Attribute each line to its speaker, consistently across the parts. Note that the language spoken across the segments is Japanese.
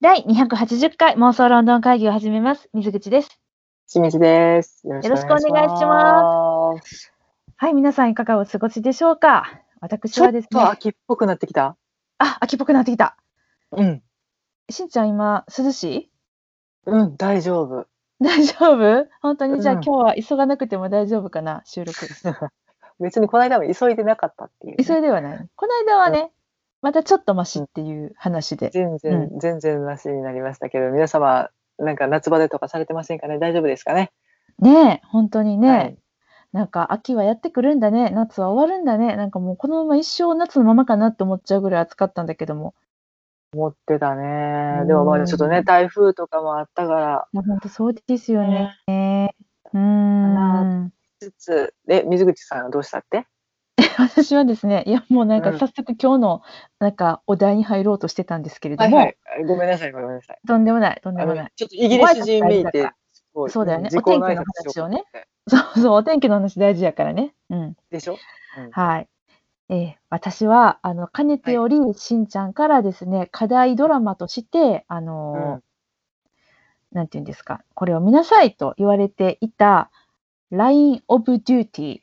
Speaker 1: 第280回妄想ロンドン会議を始めます。水口です。
Speaker 2: 清水です。よ
Speaker 1: ろしくお願いし
Speaker 2: す。
Speaker 1: はい、皆さんいかがお過ごしでしょうか私
Speaker 2: ちょ
Speaker 1: は
Speaker 2: っ
Speaker 1: ですね、
Speaker 2: と秋っぽくなってきた。
Speaker 1: あ、秋っぽくなってきた。
Speaker 2: うん。
Speaker 1: しんちゃん今、涼しい
Speaker 2: うん、大丈夫。
Speaker 1: 大丈夫本当にじゃあ、
Speaker 2: うん
Speaker 1: 今日は急がなくても大丈夫かな収録。
Speaker 2: 別にこの間は急いでなかったっていうね、
Speaker 1: 急いではない。この間はね、またちょっとマシっていう話で。
Speaker 2: 全然、全然なしになりましたけど、皆様、なんか夏バテとかされてませんかね大丈夫ですかね
Speaker 1: ねえ、本当にね、
Speaker 2: はい
Speaker 1: なんか秋はやってくるんだね、夏は終わるんだね、なんかもうこのまま一生夏のままかなって思っちゃうぐらい暑かったんだけども。
Speaker 2: 思ってたね
Speaker 1: う。ん
Speaker 2: でもまあちょっとね、台風とかもあったか
Speaker 1: いや本当そうですよ
Speaker 2: ら。
Speaker 1: ね。うーん。
Speaker 2: つつ、え、水口さんはどうしたって
Speaker 1: 私はですね、いやもうなんか
Speaker 2: うん
Speaker 1: 早速今日のなんかお題に入ろうとしてたんですけれども、。
Speaker 2: ごめんなさい、ごめんなさい。
Speaker 1: とんでもない、とんで
Speaker 2: あ
Speaker 1: も
Speaker 2: の
Speaker 1: ない。
Speaker 2: ちょっとイギリス人めい
Speaker 1: 怖いから
Speaker 2: て、すごい
Speaker 1: そうだよね
Speaker 2: 自己の
Speaker 1: お天気の
Speaker 2: 挨拶しよ
Speaker 1: 話を
Speaker 2: う
Speaker 1: ね
Speaker 2: と思って。
Speaker 1: そうそう、お天気の話大事やからね。うん。
Speaker 2: でしょ
Speaker 1: はい。えー私は、あの、かねてより、しんちゃんからですね、課題ドラマとして、あのーなんていうんですか、これを見なさいと言われていた、Line of Duty。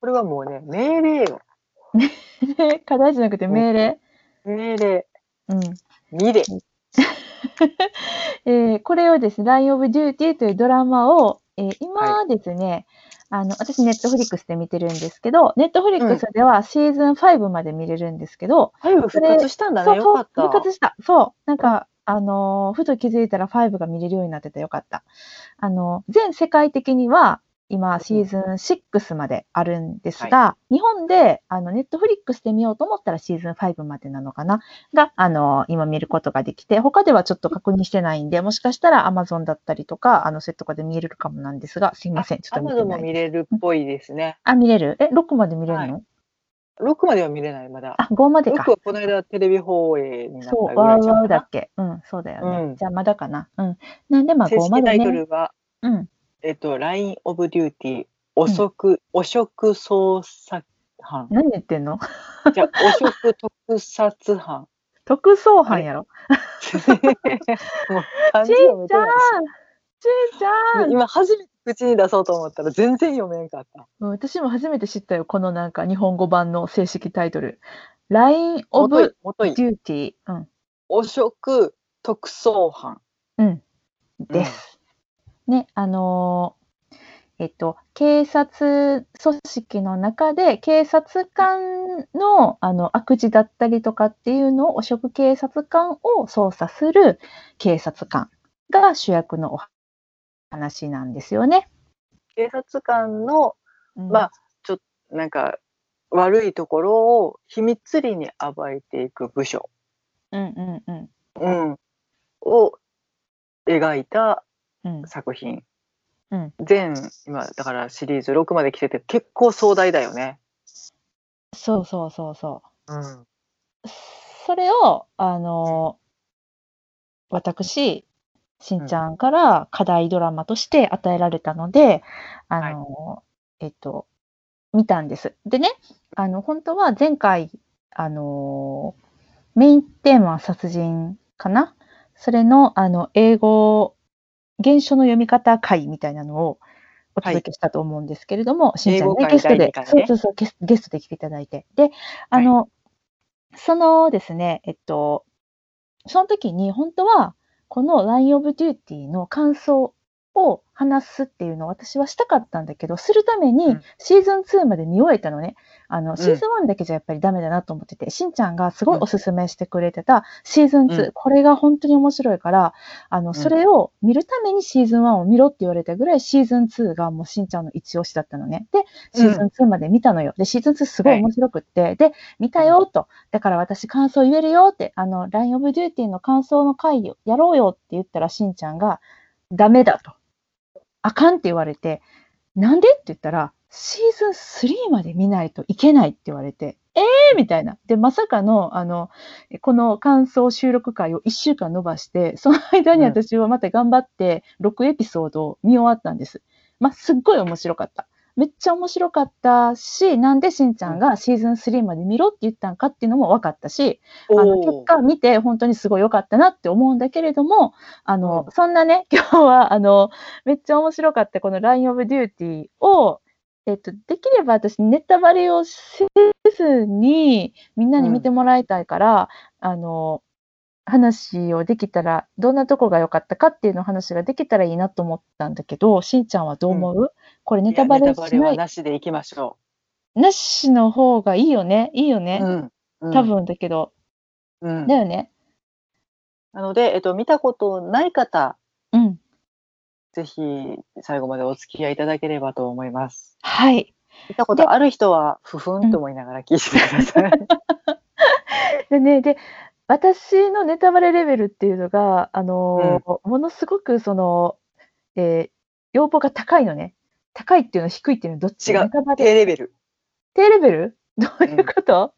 Speaker 2: これはもうね、命令よ。
Speaker 1: 課題じゃなくて命令。
Speaker 2: 命令。
Speaker 1: うん。
Speaker 2: 見れ。
Speaker 1: えーこれをですね、Line of Duty というドラマを、えー今ですね、あの、私、ネットフリックスで見てるんですけど、ネットフリックスではシーズン5まで見れるんですけど、
Speaker 2: はい、復活したんだ
Speaker 1: そ
Speaker 2: ね。
Speaker 1: う
Speaker 2: よかった。
Speaker 1: 復活した。そう。なんか、あのーふと気づいたら5が見れるようになっててよかった。あのー全世界的には、今、シーズン6まであるんですが、日本で、あの、ネットフリックスで見ようと思ったらシーズン5までなのかなが、あのー今見ることができて、他ではちょっと確認してないんで、もしかしたら Amazon だったりとか、あの、そういうとこで見れるかもなんですが、すいません。ちょっと
Speaker 2: ア
Speaker 1: 見
Speaker 2: マ
Speaker 1: て
Speaker 2: ゾンも
Speaker 1: ない。
Speaker 2: 見れるっぽいですね。
Speaker 1: あ、見れるえ、6まで見れるの、
Speaker 2: 6までは見れない、まだ。
Speaker 1: あ、5までか。
Speaker 2: 6はこの間テレビ放映になった
Speaker 1: そう、
Speaker 2: ぐら
Speaker 1: ワ
Speaker 2: い
Speaker 1: ウ
Speaker 2: じゃ
Speaker 1: ワウ
Speaker 2: ん
Speaker 1: だっけ。うん、そうだよね。
Speaker 2: うん
Speaker 1: じゃあまだかな。うん。なんでまあ
Speaker 2: 正
Speaker 1: 5ま
Speaker 2: 式タ
Speaker 1: で
Speaker 2: イト
Speaker 1: ね。
Speaker 2: ルは、
Speaker 1: うん。
Speaker 2: えっと、Line of Duty、汚職、汚職捜査犯。
Speaker 1: 何言ってんの
Speaker 2: じゃあ、汚職特撮犯。
Speaker 1: 特捜班やろ。
Speaker 2: もう漢
Speaker 1: ち
Speaker 2: 字
Speaker 1: んち
Speaker 2: 読めて
Speaker 1: ゃ
Speaker 2: なんい
Speaker 1: ちんちゃ
Speaker 2: し
Speaker 1: ん
Speaker 2: 今初めて口に出そうと思ったら全然読めんかった。
Speaker 1: うん私も初めて知ったよ。このなんか日本語版の正式タイトル。Line
Speaker 2: もとい
Speaker 1: of、
Speaker 2: もとい、
Speaker 1: Duty。うん。
Speaker 2: 汚職特捜犯。
Speaker 1: うん。です。ね、あのーえっと、警察組織の中で警察官のあの悪事だったりとかっていうのを汚職警察官を捜査する警察官が主役のお話なんですよね。
Speaker 2: 警察官の
Speaker 1: うん
Speaker 2: まあなんか悪いところを秘密裏に暴いていく部署、
Speaker 1: うんうんうん
Speaker 2: うん、を描いた
Speaker 1: うん
Speaker 2: 作品。
Speaker 1: うん
Speaker 2: 全今だからシリーズ6まで来てて結構壮大だよね。
Speaker 1: そうそうそうそう。
Speaker 2: うん、
Speaker 1: それを、あの私、しんちゃんから課題ドラマとして与えられたので、あのえっと、見たんです。でね、あの、本当は前回、あのメインテーマは殺人かなそれの、あの、英語、原書の読み方会みたいなのをお届けしたと思うんですけれども、しんちゃん
Speaker 2: 英語
Speaker 1: ね、
Speaker 2: 会
Speaker 1: ゲスト
Speaker 2: 第
Speaker 1: で
Speaker 2: 二回、
Speaker 1: そう
Speaker 2: ね
Speaker 1: そうそう、ゲスゲストで来ていただいて。で、あの、そのですね、えっと、その時に本当は、この Line of Duty の感想を話すっていうのを私はしたかったんだけど、するため
Speaker 2: う
Speaker 1: に
Speaker 2: ん
Speaker 1: シーズン2まで見終えたのね。あの、
Speaker 2: ん
Speaker 1: シーズン1だけじゃやっぱりダメだなと思ってて、しんちゃんがすごいおすすめしてくれてたシーズン2、
Speaker 2: う
Speaker 1: これが本当に面白いから、あの、
Speaker 2: ん
Speaker 1: それを見るためにシーズン1を見ろって言われたぐらいシーズン2がもうしんちゃんの一押しだったのね。で、シーズン2まで見たのよ。で、シーズン2すごい面白くって、で、見たよと、だから私感想言えるよって、あの、LINE of Duty の感想の会をやろうよって言ったら、しんちゃんが、ダメだと。あかんって言われて、なんでって言ったら、シーズン3まで見ないといけないって言われて、えーみたいな。で、まさかの、あの、この感想収録会を1週間伸ばして、その間に
Speaker 2: うん
Speaker 1: 私はまた頑張って、6エピソードを見終わったんです。まあ、すっごい面白かった。めっちゃ面白かったし、なんでしんちゃんがシーズン3まで見ろって言ったんかっていうのも分かったし、あ
Speaker 2: お
Speaker 1: の
Speaker 2: ー
Speaker 1: 結果見て本当にすごい良かったなって思うんだけれども、あの、
Speaker 2: うん
Speaker 1: そんなね、 今日はあの、めっちゃ面白かったこの Line of Duty を、えっと、できれば私ネタバレをせずにみんなに見てもらいたいから、あの、話をできたら、どんなとこが良かったかっていうのを話ができたらいいなと思ったんだけど、しんちゃんはどう思う、これネタバ
Speaker 2: いや
Speaker 1: レ
Speaker 2: ネタバ
Speaker 1: し
Speaker 2: レ
Speaker 1: な、
Speaker 2: はいなしでいきましょ
Speaker 1: なしの方がいいよね、いいよね
Speaker 2: う。う、んうん
Speaker 1: 多、分だけど、
Speaker 2: うん
Speaker 1: だよね。
Speaker 2: なので、えっと、見たことない方
Speaker 1: うん。
Speaker 2: ぜひ最後までお付き合いいただければと思います。
Speaker 1: はい。
Speaker 2: 見たことある人はふふんと思いながら聞いてください。
Speaker 1: でね、で、私のネタバレレベルっていうのが、あのーものすごくその、えー要望が高いのね。高いっていうの低いっていうのどっち
Speaker 2: 違う
Speaker 1: ネタバレ。
Speaker 2: 低レベル。
Speaker 1: 低レベルどういうこと、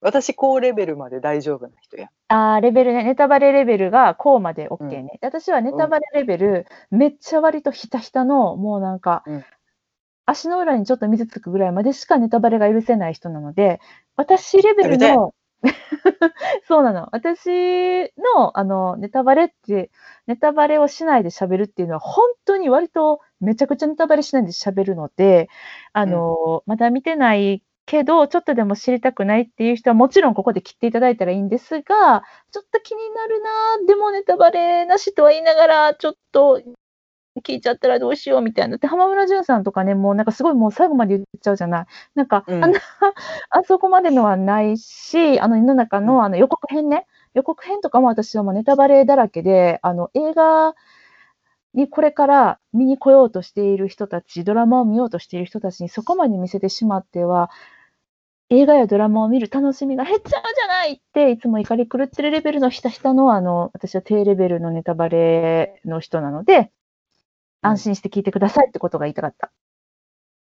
Speaker 2: 私高レベルまで大丈夫な人や。
Speaker 1: あーレベルね。ネタバレレベルがこうまで OK ね。私はネタバレレベル、めっちゃ割とひたひたの、もうなんか、
Speaker 2: うん
Speaker 1: 足の裏にちょっと水つくぐらいまでしかネタバレが許せない人なので、私レベルの、 そうなの。私の、あの、ネタバレって、ネタバレをしないで喋るっていうのは、本当に割とめちゃくちゃネタバレしないで喋るので、あの、まだ見てないけど、ちょっとでも知りたくないっていう人は、もちろんここで切っていただいたらいいんですが、ちょっと気になるな、でもネタバレなしとは言いながら、ちょっと聞いちゃったらどうしようみたいな。で、浜村淳さんとかね、もうなんかすごいもう最後まで言っちゃうじゃない。なんか、
Speaker 2: うん
Speaker 1: あんな あそこまでのはないし、あの世の中
Speaker 2: う
Speaker 1: のあの予告編ね、予告編とかも私はもうネタバレだらけで、あの映画にこれから見に来ようとしている人たち、ドラマを見ようとしている人たちにそこまで見せてしまっては、映画やドラマを見る楽しみが減っちゃうじゃないって、いつも怒り狂ってるレベルのひたひたの、あの、私は低レベルのネタバレの人なので、
Speaker 2: うん
Speaker 1: 安心して聞いてくださいってことが言いたかった。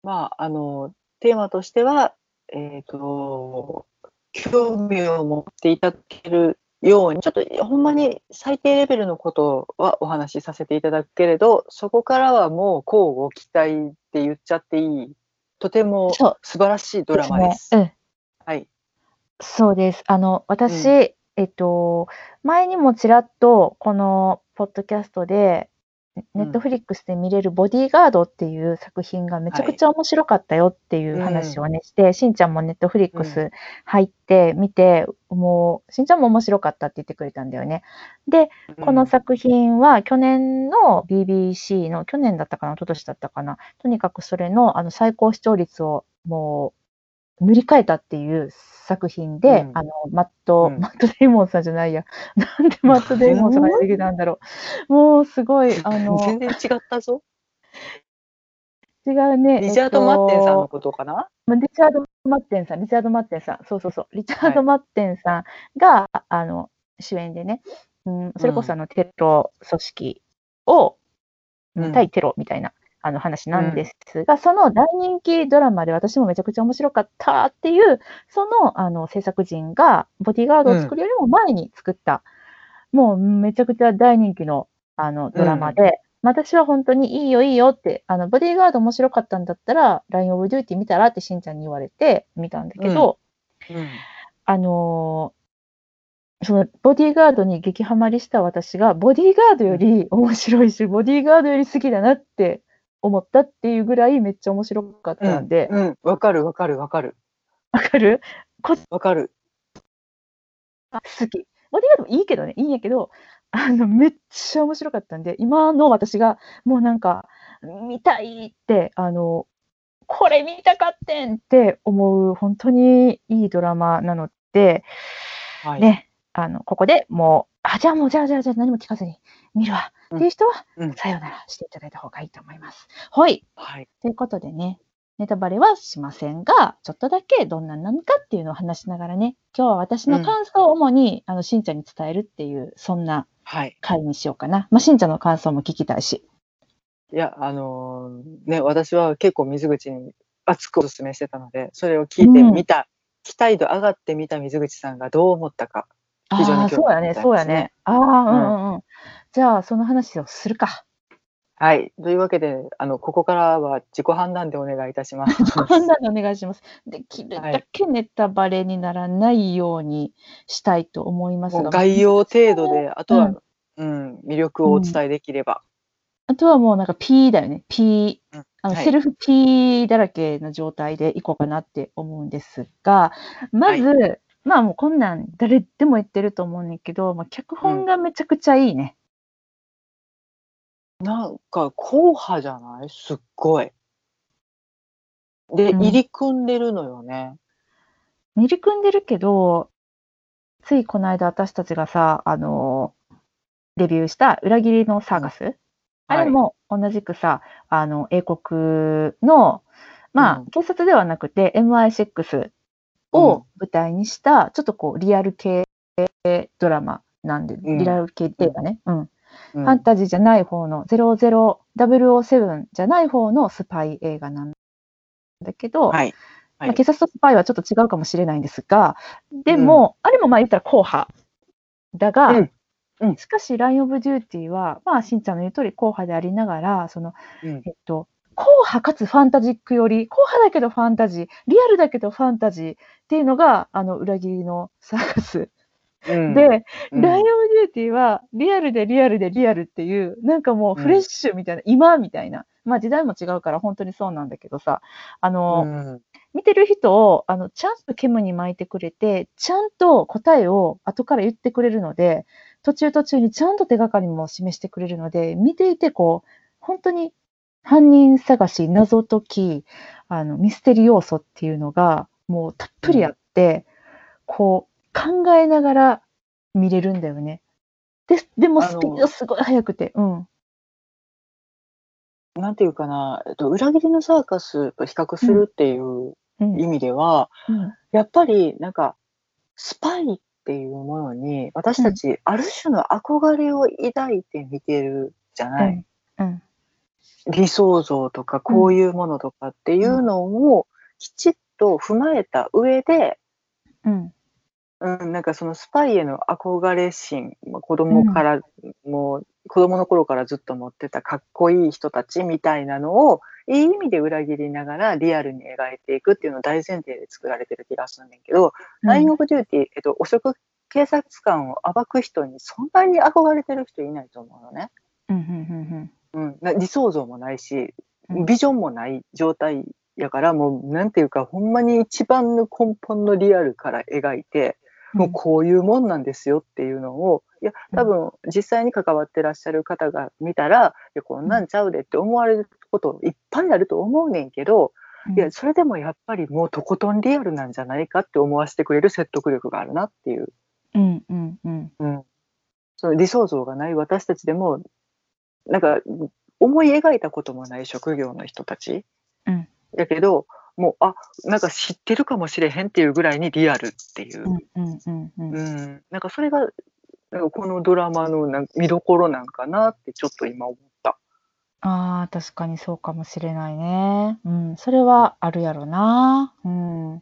Speaker 2: まああのテーマとしてはえっ、と興味を持っていただけるようにちょっとほんまに最低レベルのことはお話しさせていただくけれどそこからはもう交互期待って言っちゃっていいとても
Speaker 1: そう
Speaker 2: 素晴らしいドラマです。
Speaker 1: ねうん
Speaker 2: はい。
Speaker 1: そうです。あの、私、
Speaker 2: う
Speaker 1: えっと、前にもちらっと、このポッドキャストで、
Speaker 2: うん
Speaker 1: ネットフリックスで見れるボディーガードっていう作品がめちゃくちゃ面白かったよっていう話をね、して、しんちゃんもネットフリック
Speaker 2: う
Speaker 1: ス入って見て、もう、しんちゃんも面白かったって言ってくれたんだよね。で、この作品は去年の BBC の、去年だったかな、一昨年だったかな、とにかくそれのあの最高視聴率をもう塗り替えたっていう作品で、
Speaker 2: うん
Speaker 1: あのマット、
Speaker 2: うん
Speaker 1: マット・デイモンさんじゃないや、 なんでマット・デイモンさんが出てきたんだろ う。もうすごい、あ
Speaker 2: うん
Speaker 1: の
Speaker 2: 全、然違ったぞ。
Speaker 1: 違うね。
Speaker 2: リチャード・マッテンさんのことかな、
Speaker 1: まあリチャード・マッテンさん、リチャード・マッテンさん、そうそうそう、リチャー
Speaker 2: は
Speaker 1: ド・
Speaker 2: い
Speaker 1: マッテンさんが、あの主演でね、うん、それこそあのテロ組織を、うん
Speaker 2: うん
Speaker 1: 対テロみたいなあの話なんですが、その大人気ドラマで私もめちゃくちゃ面白かったっていう、そのあの制作人がボディーガードを作るよりも前に作った、もうめちゃくちゃ大人気のあのドラマで、まあ私は本当にいいよいいよって、あの、ボディーガード面白かったんだったら、ラインオブデューティー見たらってしんちゃんに言われて見たんだけど、あのーそのボディーガードに激ハマりした私が、ボディーガードより面白いし、ボディーガードより好きだなって思ったっていうぐらいめっちゃ面白かったんで、
Speaker 2: うん、わかるわかるわかる
Speaker 1: わ、かる
Speaker 2: わかる。
Speaker 1: あ好き。ボディーガードもいいけどね、いいんやけど、あの、めっちゃ面白かったんで、今の私が、もうなんか、見たいって、あの、これ見たかってんって思う、本当にいいドラマなので、
Speaker 2: はい。
Speaker 1: ね、あの、ここでもう、あ、じゃあもう、じゃあじゃあじゃあ何も聞かずに見るわ、
Speaker 2: うん
Speaker 1: っていう人は、
Speaker 2: うん
Speaker 1: さよならしていただいた方がいいと思います。はい。
Speaker 2: はい。
Speaker 1: ということでね、ネタバレはしませんが、ちょっとだけどんななのかっていうのを話しながらね、今日は私の感想を主に、あの、しんちゃんに伝えるっていう、そんな
Speaker 2: はい。
Speaker 1: 回にしようかな。まあ、しんちゃんの感想も聞きたいし。
Speaker 2: いや、あのーね、私は結構水口に熱くお勧めしてたので、それを聞いてみた、期待度上がってみた水口さんがどう思ったか。非常に
Speaker 1: ああー、
Speaker 2: 興
Speaker 1: そう
Speaker 2: 味
Speaker 1: や
Speaker 2: 深いで
Speaker 1: ね、
Speaker 2: すね
Speaker 1: そうやね。ああ、うんうんうん。じゃあ、その話をするか。
Speaker 2: はい。というわけで、あの、ここからは自己判断でお願いいたします。
Speaker 1: 判断でお願いします。できるだけネタバレにならないようにしたいと思います
Speaker 2: もう
Speaker 1: が、
Speaker 2: 概要程度で、あとは、うん、魅力をお伝えできれば。
Speaker 1: あとはもうなんか P だよね。P
Speaker 2: うん。
Speaker 1: あの
Speaker 2: はい
Speaker 1: セルフ P だらけの状態でいこうかなって思うんですが、まず、まあもうこんなん誰でも言ってると思うんだけど、まあ、脚本がめちゃくちゃいいね。
Speaker 2: なんか、硬派じゃないすっごい。で、
Speaker 1: うん
Speaker 2: 入り組んでるのよね。
Speaker 1: 入り組んでるけど、ついこの間私たちがさ、あのレビューした裏切りのサーカス、あれも同じくさ、あの、英国の、まあ、
Speaker 2: うん
Speaker 1: 警察ではなくて MI6
Speaker 2: うん
Speaker 1: を舞台にした、ちょっとこう、リアル系ドラマなんで、
Speaker 2: うん
Speaker 1: リアル系っていうかね、うん。
Speaker 2: う
Speaker 1: フ
Speaker 2: ん
Speaker 1: ァンタジーじゃない方の、00007じゃない方のスパイ映画なんだけど、
Speaker 2: はい。はい
Speaker 1: まあ警察とスパイはちょっと違うかもしれないんですが、でも、あれもまあ言ったら硬派だが、
Speaker 2: うんうん
Speaker 1: しかし、ライン・オブ・デューティーは、まあ、しんちゃんの言う通り、硬派でありながら、その、
Speaker 2: うん
Speaker 1: えっと、硬派かつファンタジックより、硬派だけどファンタジー、リアルだけどファンタジーっていうのが、あの、裏切りのサーカス。
Speaker 2: うん
Speaker 1: で、
Speaker 2: うん
Speaker 1: ライオンデューティーはリアルでリアルでリアルっていうなんかもうフレッシュみたいな、今みたいなまあ時代も違うから本当にそうなんだけどさあの、
Speaker 2: うん
Speaker 1: 見てる人をあのちゃんと煙に巻いてくれてちゃんと答えを後から言ってくれるので途中途中にちゃんと手がかりも示してくれるので見ていてこう本当に犯人探し謎解きあのミステリ要素っていうのがもうたっぷりあって、こう考えながら見れるんだよね。ででも
Speaker 2: あ
Speaker 1: ス
Speaker 2: の
Speaker 1: ピードすごい速くて、うん、
Speaker 2: なんていうかな、えっと、裏切りのサーカスと比較するっていう
Speaker 1: うん、
Speaker 2: 意味では、
Speaker 1: うん
Speaker 2: やっぱりなんかスパイっていうものに私たちある種の憧れを抱いて見てるじゃない、
Speaker 1: うん
Speaker 2: 理想像とかこういうものとかっていうのをきちっと踏まえた上で、
Speaker 1: うん
Speaker 2: うん、なんかそのスパイへの憧れ心まあ子供から、もう子供の頃からずっと持ってたかっこいい人たちみたいなのをいい意味で裏切りながらリアルに描いていくっていうのを大前提で作られてる気がするんだけど、ラインオブデューティー、えっと、汚職警察官を暴く人にそんなに憧れてる人いないと思うのね。
Speaker 1: うんうん
Speaker 2: うん、な理想像もないし
Speaker 1: うん、
Speaker 2: ビジョンもない状態やから、もうなんていうか、ほんまに一番の根本のリアルから描いて、もうこういうもんなんですよっていうのを、いや、多分実際に関わってらっしゃる方が見たら、いやこんなんちゃうでって思われることいっぱいあると思うねんけど、
Speaker 1: うん
Speaker 2: いや、それでもやっぱりもうとことんリアルなんじゃないかって思わせてくれる説得力があるなっていう。
Speaker 1: うんうんうん
Speaker 2: うん、その理想像がない私たちでもなんか思い描いたこともない職業の人たち、
Speaker 1: うん
Speaker 2: やけどもうあなんか知ってるかもしれへんっていうぐらいにリアルっていう、
Speaker 1: うんうんうんうん
Speaker 2: うんなんかそれがなんかこのドラマのなん見どころなんかなってちょっと今思った。
Speaker 1: ああ、確かにそうかもしれないね。うん、それはあるやろな。うん、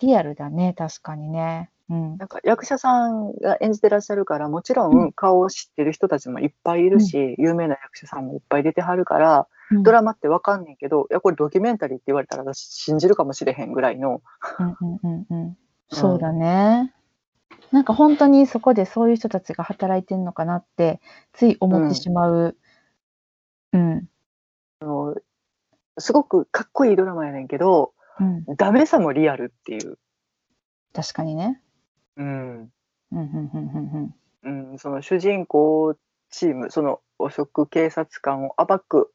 Speaker 1: リアルだね、確かにね。うん、
Speaker 2: なんか役者さんが演じてらっしゃるからもちろん顔を知ってる人たちもいっぱいいるし、有名な役者さんもいっぱい出てはるから、ドラマってわかんねんけど、いや、これドキュメンタリーって言われたら私信じるかもしれへんぐらいの。
Speaker 1: うんうんうんうん、そうだね。なんか本当にそこでそういう人たちが働いてんのかなって、つい思っ
Speaker 2: う
Speaker 1: て
Speaker 2: ん
Speaker 1: しまう。うん、
Speaker 2: あのすごくかっこいいドラマやねんけど、
Speaker 1: うん、
Speaker 2: ダメさもリアルっていう。
Speaker 1: 確かにね。
Speaker 2: うん。
Speaker 1: うんうんうんうん
Speaker 2: うん、その主人公チーム、その汚職警察官を暴く、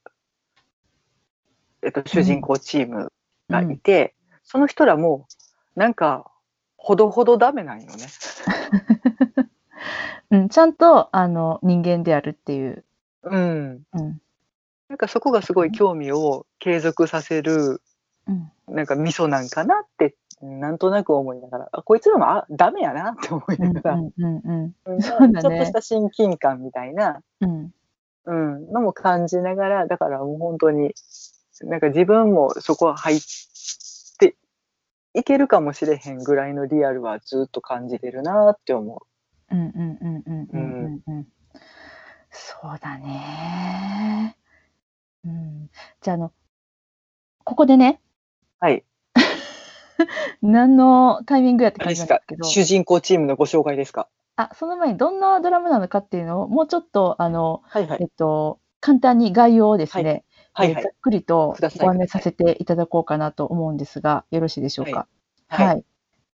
Speaker 2: えっと、主人公チーム
Speaker 1: う
Speaker 2: が
Speaker 1: ん。う
Speaker 2: い
Speaker 1: ん
Speaker 2: て、その人らも、なんか、ほどほどダメなんよね。
Speaker 1: うん、ちゃんとあの人間であるっていう。
Speaker 2: うん。
Speaker 1: うん、
Speaker 2: なんかそこがすごい興味を継続させる
Speaker 1: うん、、
Speaker 2: なんか味噌なんかなって、なんとなく思いながら、あこいつらもあダメやなって思いうなんが
Speaker 1: う
Speaker 2: ら、
Speaker 1: ん、うん、うん
Speaker 2: うんち
Speaker 1: そ
Speaker 2: ょ
Speaker 1: う
Speaker 2: っ
Speaker 1: だね
Speaker 2: とした親近感みたいな、
Speaker 1: うん、
Speaker 2: うん、のも感じながら、だからもう本当に、なんか自分もそこは入っていけるかもしれへんぐらいのリアルはずっと感じてるなって思
Speaker 1: うんうんうんうんうんうんうん。そうだね。うん、じゃあ、あの、ここでね、
Speaker 2: はい。
Speaker 1: 何のタイミングやって
Speaker 2: あ
Speaker 1: 感
Speaker 2: れで
Speaker 1: じなん
Speaker 2: す
Speaker 1: で
Speaker 2: か
Speaker 1: すけど、
Speaker 2: 主人公チームのご紹介ですか
Speaker 1: あ、その前にどんなドラマなのかっていうのを、もうちょっと、あの、
Speaker 2: はいはい
Speaker 1: え。っと、簡単に概要をですね、
Speaker 2: はい
Speaker 1: え
Speaker 2: は
Speaker 1: ーざ
Speaker 2: い
Speaker 1: っ。くりと
Speaker 2: ください
Speaker 1: ご案内させていただこうかなと思うんですが、よろしいでしょうか。はい。
Speaker 2: はい。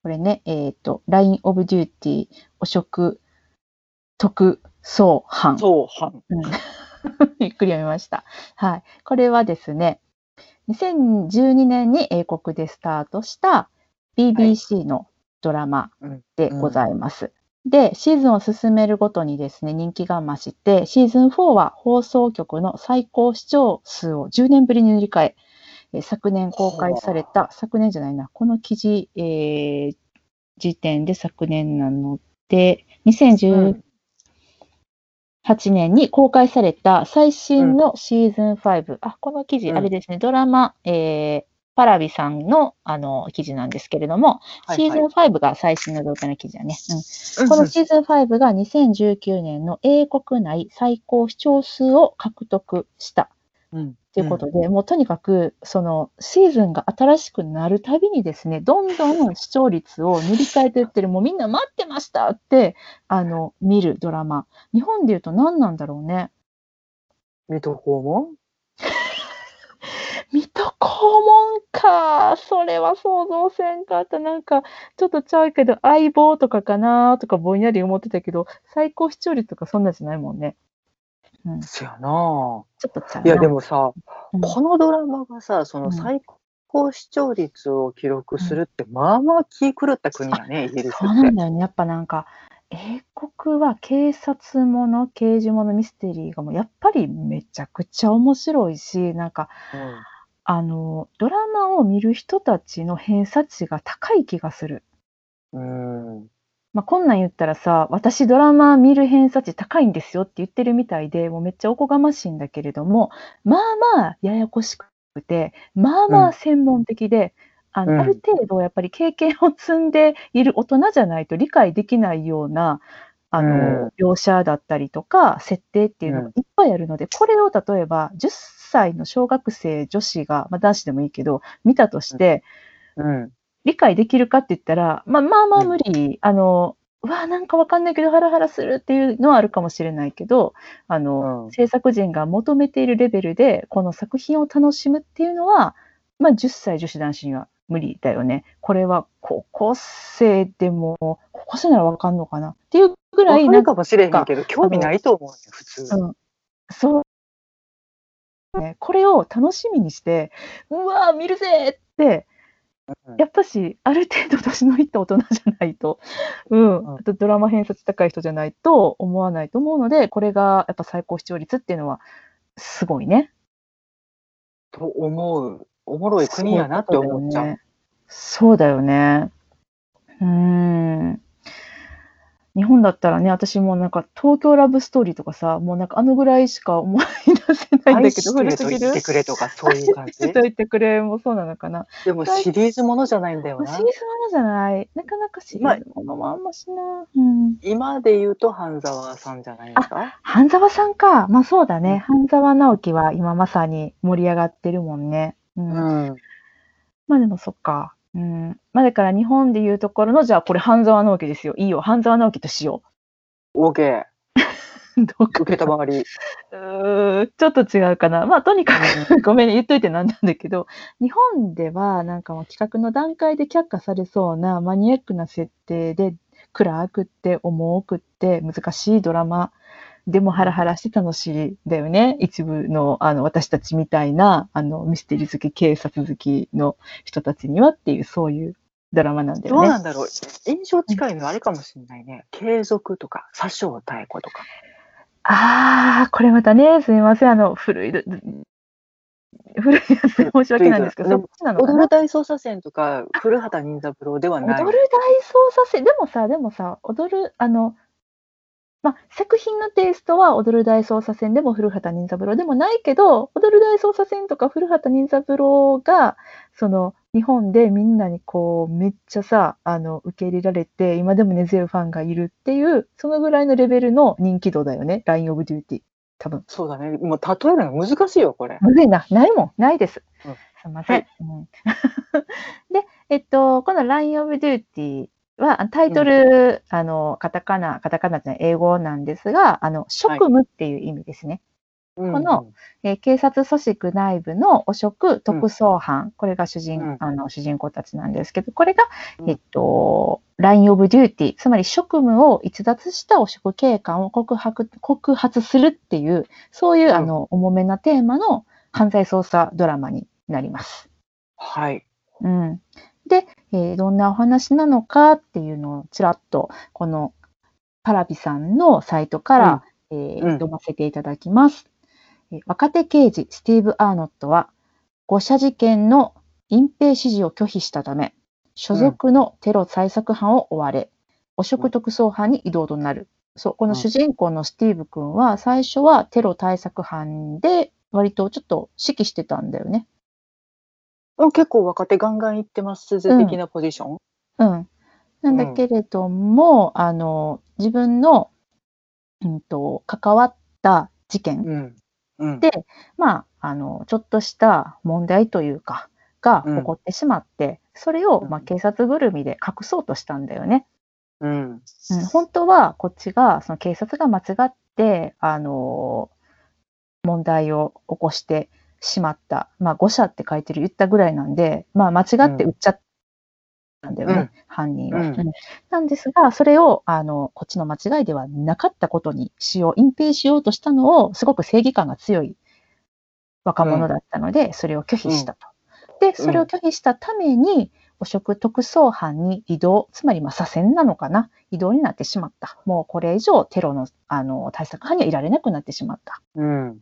Speaker 1: これね、えっ、と、Line of Duty、汚職、特捜班。
Speaker 2: そう、はん。
Speaker 1: ゆ っくり読みました。はい。これはですね、2012年に英国でスタートした BBC のドラマでございます。で、シーズンを進めるごとにですね、人気が増して、シーズン4は放送局の最高視聴数を10年ぶりに塗り替え、えー昨年公開された、昨年じゃないな、この記事、えー時点で昨年なので、
Speaker 2: う
Speaker 1: 2018
Speaker 2: ん
Speaker 1: 年に公開された最新のシーズン5、あ、この記事、
Speaker 2: うん
Speaker 1: あれですね、ドラマ、えーパラビさんのあの記事なんですけれども、
Speaker 2: はい
Speaker 1: シーズン5が最新の状態の記事だね。うんこのシーズン5が2019年の英国内最高視聴数を獲得した
Speaker 2: うん
Speaker 1: ということで、もうとにかく、そのシーズンが新しくなるたびにですね、どんどん視聴率を塗り替えていってる、もうみんな待ってましたって、あの、見るドラマ。日本で言うと何なんだろうね。
Speaker 2: 水戸黄門
Speaker 1: 水戸黄門か。それは想像せんかった。なんか、ちょっとちゃうけど、相棒とかかなとかぼんやり思ってたけど、最高視聴率とかそんなじゃないもんね。うん、ち
Speaker 2: そやな
Speaker 1: ょっとちゃう
Speaker 2: ぁ。いや、で
Speaker 1: も、
Speaker 2: もさ、
Speaker 1: うん
Speaker 2: このドラマがさ、そ
Speaker 1: うん
Speaker 2: の最高視聴率を記録するって、まあまあ気狂った国だね、イギリス
Speaker 1: そうな
Speaker 2: っ
Speaker 1: ん
Speaker 2: て。
Speaker 1: だよね。やっぱなんか、英国は警察もの、刑事もの、ミステリーがもうやっぱりめちゃくちゃ面白いし、なんか、
Speaker 2: うん
Speaker 1: あの、ドラマを見る人たちの偏差値が高い気がする。
Speaker 2: うん。
Speaker 1: まあ、こんなん言ったらさ、私ドラマ見る偏差値高いんですよって言ってるみたいで、もうめっちゃおこがましいんだけれども、まあまあややこしくて、まあまあ専門的で、あ
Speaker 2: うん
Speaker 1: のある程度やっぱり経験を積んでいる大人じゃないと理解できないような、あ
Speaker 2: う
Speaker 1: の、描写だったりとか、設定っていうのがいっぱいあるので、これを例えば10歳の小学生女子が、まあ男子でもいいけど、見たとして、
Speaker 2: うん。
Speaker 1: 理解できるかって言ったら、まあまあまあ
Speaker 2: うん
Speaker 1: 無理、あの、うわあ、なんかわかんないけど、ハラハラするっていうのはあるかもしれないけど、あの、
Speaker 2: うん
Speaker 1: 制作人が求めているレベルで、この作品を楽しむっていうのは、まあ10歳女子男子には無理だよね。これは高校生でも、高校生ならわかんのかなっていうぐらい、
Speaker 2: わか
Speaker 1: なん
Speaker 2: る
Speaker 1: か、
Speaker 2: かもしれへんけど、興味ないと思うね、普通。
Speaker 1: うん、そう、ね、これを楽しみにして、うわあ、見るぜって、
Speaker 2: うん
Speaker 1: やっぱし、ある程度年のいった大人じゃないと、うん、
Speaker 2: うん
Speaker 1: あとドラマ偏差値高い人じゃないと思わないと思うので、これがやっぱ最高視聴率っていうのは、すごいね。
Speaker 2: と思う。おもろい国やなって思っちゃう。
Speaker 1: そうだよね。そうだよね。うーん。日本だったらね、私もなんか東京ラブストーリーとかさ、もうなんかあのぐらいしか思い出せないんだ
Speaker 2: 愛
Speaker 1: け
Speaker 2: し
Speaker 1: ど、
Speaker 2: て
Speaker 1: 古
Speaker 2: る
Speaker 1: す
Speaker 2: と
Speaker 1: ぎ
Speaker 2: 言
Speaker 1: る
Speaker 2: っ。てくれとか、そうい う感
Speaker 1: 愛し
Speaker 2: じ
Speaker 1: て。と言ってくれもそうなのかな。
Speaker 2: でもシリーズものじゃないんだよ
Speaker 1: まあ
Speaker 2: な
Speaker 1: シリ。ーズものじゃない。なかなかシリーズものもあんましな。うん。
Speaker 2: 今で言うと半沢さんじゃないですか
Speaker 1: 半沢さんか。まあそうだ
Speaker 2: うん
Speaker 1: ね。半沢直樹は今まさに盛り上がってるもんね。う。
Speaker 2: うんん。
Speaker 1: まあでもそっか。うん。まあだから日本でいうところの、じゃあこれ半沢直樹ですよ。いいよ。半沢直樹としよ
Speaker 2: OK。
Speaker 1: う。どうか
Speaker 2: 受けたまわり。
Speaker 1: うーんちょっと違うかな。まあとにかく ごめんね。言っといてなんなんだけど、日本ではなんかもう企画の段階で却下されそうなマニアックな設定で暗くって重くって難しいドラマでもハラハラして楽しいだよね一部のあの私たちみたいなあのミステリー好き警察好きの人たちにはっていうそういうドラマなんだ
Speaker 2: ど
Speaker 1: よ
Speaker 2: う
Speaker 1: ね。
Speaker 2: なんだろう。印象近いのあれかもしれないね。継続とか、佐生妙子とか。
Speaker 1: ああこれまたねすみませんあの古いど古いやつで申し訳ないんですけど
Speaker 2: 古
Speaker 1: そ
Speaker 2: い
Speaker 1: っちなのか
Speaker 2: 踊
Speaker 1: な
Speaker 2: る大捜査線とか、古畑任三郎ではない。
Speaker 1: 踊る大捜査線でもさでもさ踊るあのまあ作品のテイストは踊る大捜査線でも古畑任三郎でもないけど踊る大捜査線とか古畑任三郎がその日本でみんなにこうめっちゃさあの受け入れられて今でも根強いファンがいるっていうそのぐらいのレベルの人気度だよね「LINE of Duty」多分。
Speaker 2: そうだね。もう例えるの難しいよ、これ。
Speaker 1: むずいな。ないもん。ないです。
Speaker 2: うん
Speaker 1: すみません。
Speaker 2: はい
Speaker 1: うん、 で、えっと、この Line of Duty は、あタイトル、あの、カタカナ、カタカナじゃない、英語なんですが、あの、職務っていう意味ですね。
Speaker 2: こ
Speaker 1: の、えー警察組織内部の汚職特捜班、これが主人,、
Speaker 2: うん
Speaker 1: あの主人公たちなんですけど、これが、
Speaker 2: うん
Speaker 1: えっと、ライン・オブ・デューティー、つまり職務を逸脱した汚職警官を告白告発するっていう、そういう、
Speaker 2: うん
Speaker 1: あの重めなテーマの犯罪捜査ドラマになります。
Speaker 2: はい。
Speaker 1: うん、で、えーどんなお話なのかっていうのをちらっとこのパラビさんのサイトから、えー
Speaker 2: うん
Speaker 1: 読ませていただきます、えー若手刑事スティーブ・アーノットは誤射事件の隠蔽指示を拒否したため所属のテロ対策班を追われ、汚職特捜班に異動となる。そうこの
Speaker 2: うん
Speaker 1: 主人公のスティーブ君は最初はテロ対策班で割とちょっと指揮してたんだよね。
Speaker 2: うん結構若手ガンガンいってます的なポジション。
Speaker 1: うん。なんだけれども、あの、自分の、うんと、関わった事件、
Speaker 2: うん。うん。
Speaker 1: でまあ、あの、ちょっとした問題というか、が
Speaker 2: うん
Speaker 1: 起こってしまって、それを、
Speaker 2: うん
Speaker 1: まあ、警察ぐるみで隠そうとしたんだよね。
Speaker 2: うん。
Speaker 1: うん、本当は、こっちが、その警察が間違って、あの、問題を起こしてしまった。まあ、誤射って書いてる、言ったぐらいなんで、まあ、間違って撃っちゃったんだよね、
Speaker 2: うん
Speaker 1: 犯人を。
Speaker 2: うん
Speaker 1: うんなんですが、それを、あの、こっちの間違いではなかったことにしよう、隠蔽しようとしたのを、すごく正義感が強い若者だったので、それを拒否したと。で、それを拒否したために、汚職特捜班に移動、つまりまあ左遷なのかな、移動になってしまった。もうこれ以上テロのあの対策班にはいられなくなってしまった。
Speaker 2: うん。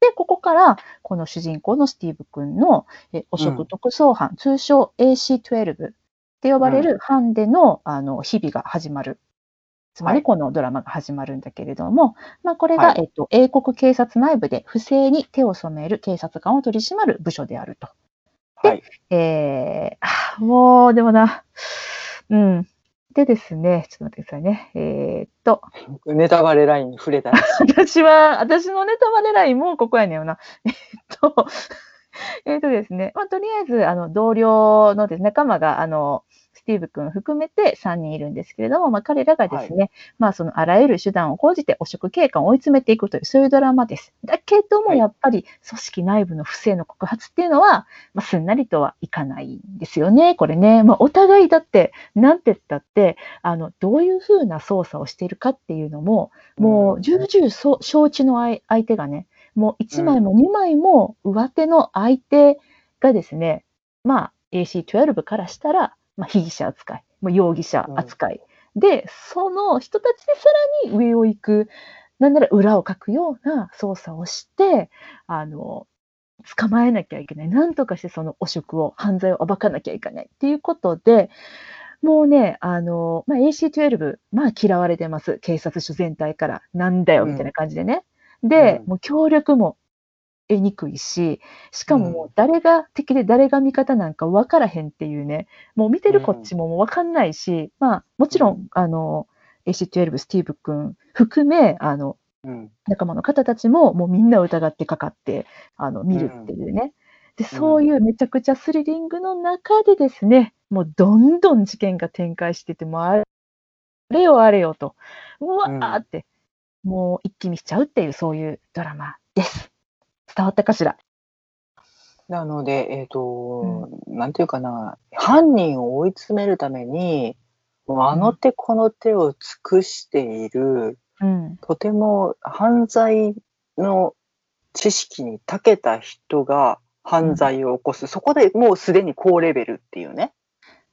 Speaker 1: で、ここから、この主人公のスティーブ君の、え汚
Speaker 2: う
Speaker 1: 職
Speaker 2: ん
Speaker 1: 特捜班、通称 AC12 って呼ばれる班での、あの、日々が始まる。つま
Speaker 2: は
Speaker 1: り、
Speaker 2: い
Speaker 1: このドラマが始まるんだけれども、まあ、これが、
Speaker 2: はい
Speaker 1: えっと、英国警察内部で不正に手を染める警察官を取り締まる部署であると。
Speaker 2: はい。
Speaker 1: えーあー、もう、でもな、うん。でですね、ちょっと待ってくださいね。えーっと、
Speaker 2: ネタバレラインに触れ たらしい。
Speaker 1: 私は、私のネタバレラインもここやねんよな。えっと、えっとですね、まあ、とりあえず、あの、同僚のですね仲間が、あの、スティーブ君含めて3人いるんですけれども、まあ、彼らがですね、まあ、そのあらゆる手段を講じて汚職警官を追い詰めていくという、そういうドラマです。だけども、
Speaker 2: はい
Speaker 1: やっぱり組織内部の不正の告発っていうのは、まあ、すんなりとはいかないんですよね、これね。まあ、お互いだって、なんて言ったって、あの、どういうふうな捜査をしているかっていうのも、もう重々そ承知の相相手がね、もう1枚も2枚も上手の相手がですね、まあ AC12 からしたら、まあ、被疑者扱い、もう容疑者扱い。で、その人たちでさらに上を行く、なんなら裏をかくような捜査をして、あの、捕まえなきゃいけない。なんとかしてその汚職を、犯罪を暴かなきゃいけないっていうことで、もうね、あの、まあ、AC12、まあ嫌われてます。警察署全体から。なんだよ、
Speaker 2: うん
Speaker 1: みたいな感じでね。で、
Speaker 2: うん
Speaker 1: もう協力も得にくいし、しかもも
Speaker 2: う
Speaker 1: う誰が敵で誰が味方なんか分からへんっていうね、もう見てるこっちももう分かんないし、まあ、もちろ、
Speaker 2: うん
Speaker 1: あの、AC12 スティーブ君含め、あの、
Speaker 2: うん。
Speaker 1: 仲間の方たちももうみんな疑ってかかってあの見るっていうね、でそういうめちゃくちゃスリリングの中でですねもうどんどん事件が展開しててもうあれよあれよとうわーって、もう一気見しちゃうっていうそういうドラマです伝わったかしら
Speaker 2: なので、えっ、と、なんていうかな、犯人を追い詰めるために、もうあの手この手を尽くしている、
Speaker 1: うん
Speaker 2: とても犯罪の知識に長けた人が犯罪を起こす、そこでもうすでに高レベルっていうね、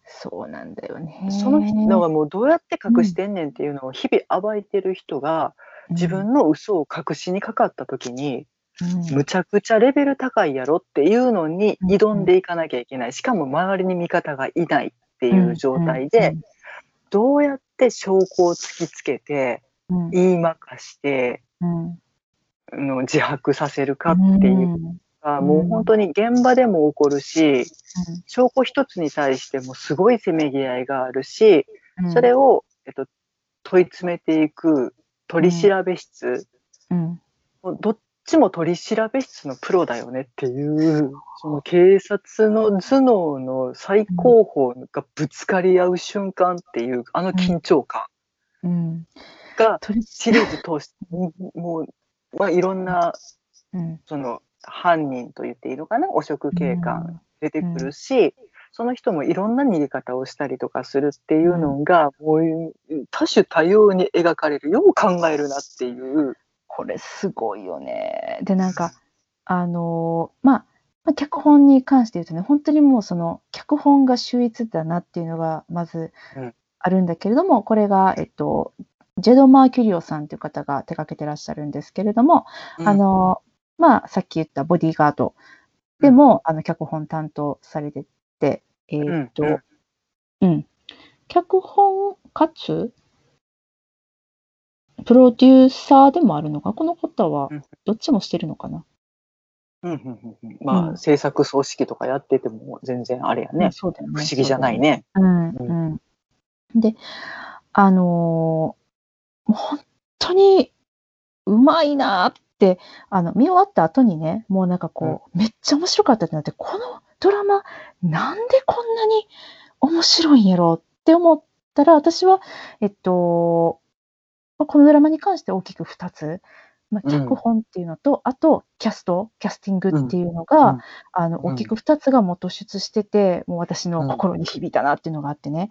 Speaker 1: そうなんだよね
Speaker 2: その人がもうどうやって隠してんねんっていうのを日々暴いてる人が自分の嘘を隠しにかかった時に、むちゃくちゃレベル高いやろっていうのに
Speaker 1: うん
Speaker 2: 挑んでいかなきゃいけないしかも周りに味方がいないっていう状態でどうやって証拠を突きつけて
Speaker 1: うん
Speaker 2: 言いまかして
Speaker 1: うん
Speaker 2: あの自白させるかっていうのが
Speaker 1: うん
Speaker 2: もう本当に現場でも起こるし証拠一つに対してもすごいせめぎ合いがあるし
Speaker 1: うん
Speaker 2: それを、えっと、問い詰めていく取り調べ室
Speaker 1: うん
Speaker 2: どっちも取り調べ室のプロだよねっていう、その警察の頭脳の最高峰がぶつかり合う瞬間っていう、あの緊張感
Speaker 1: うん。
Speaker 2: が
Speaker 1: 取り
Speaker 2: シリーズ通して、もう、まあ、いろんな、
Speaker 1: うん。
Speaker 2: その、犯人と言っていいのかな、汚職警官出てくるし、その人もいろんな逃げ方をしたりとかするっていうのが、もう多種多様に描かれるよう考えるなっていう。
Speaker 1: これすごいよね。でなんかあのーまあまあ脚本に関して言うとね本当にもうその脚本が秀逸だなっていうのがまず
Speaker 2: うん
Speaker 1: あるんだけれども、これが、えっと、ジェド・マーキュリオさんという方が手掛けてらっしゃるんですけれども、あのーまあさっき言った「ボディーガード」でも、あの脚本担当されててえーっと、
Speaker 2: うん
Speaker 1: うん。脚本かつ、プロデューサーでもあるのか、この方は
Speaker 2: うん
Speaker 1: どっちもしてるのかな。
Speaker 2: うんうんうんうんまあ、
Speaker 1: うん
Speaker 2: 制作葬式とかやってても全然あれや
Speaker 1: う
Speaker 2: ね
Speaker 1: ん。そうだよね
Speaker 2: 不思議じゃない。ね。
Speaker 1: そうだよね
Speaker 2: う
Speaker 1: うん、うん。で、あのーもう本当にうまいなーって、あの、見終わった後にね、もうなんかこう、めっちゃ面白かったってなって、このドラマ、なんでこんなに面白いんやろって思ったら、私は、えっと、まあこのドラマに関して大きく2つ、まあ、
Speaker 2: うん
Speaker 1: 脚本っていうのと、あとキャスト、キャスティングっていうのが、
Speaker 2: うん
Speaker 1: あの
Speaker 2: うん
Speaker 1: 大きく2つがもう突出してて、もう私
Speaker 2: う
Speaker 1: の
Speaker 2: ん
Speaker 1: 心に響いたなっていうのがあってね、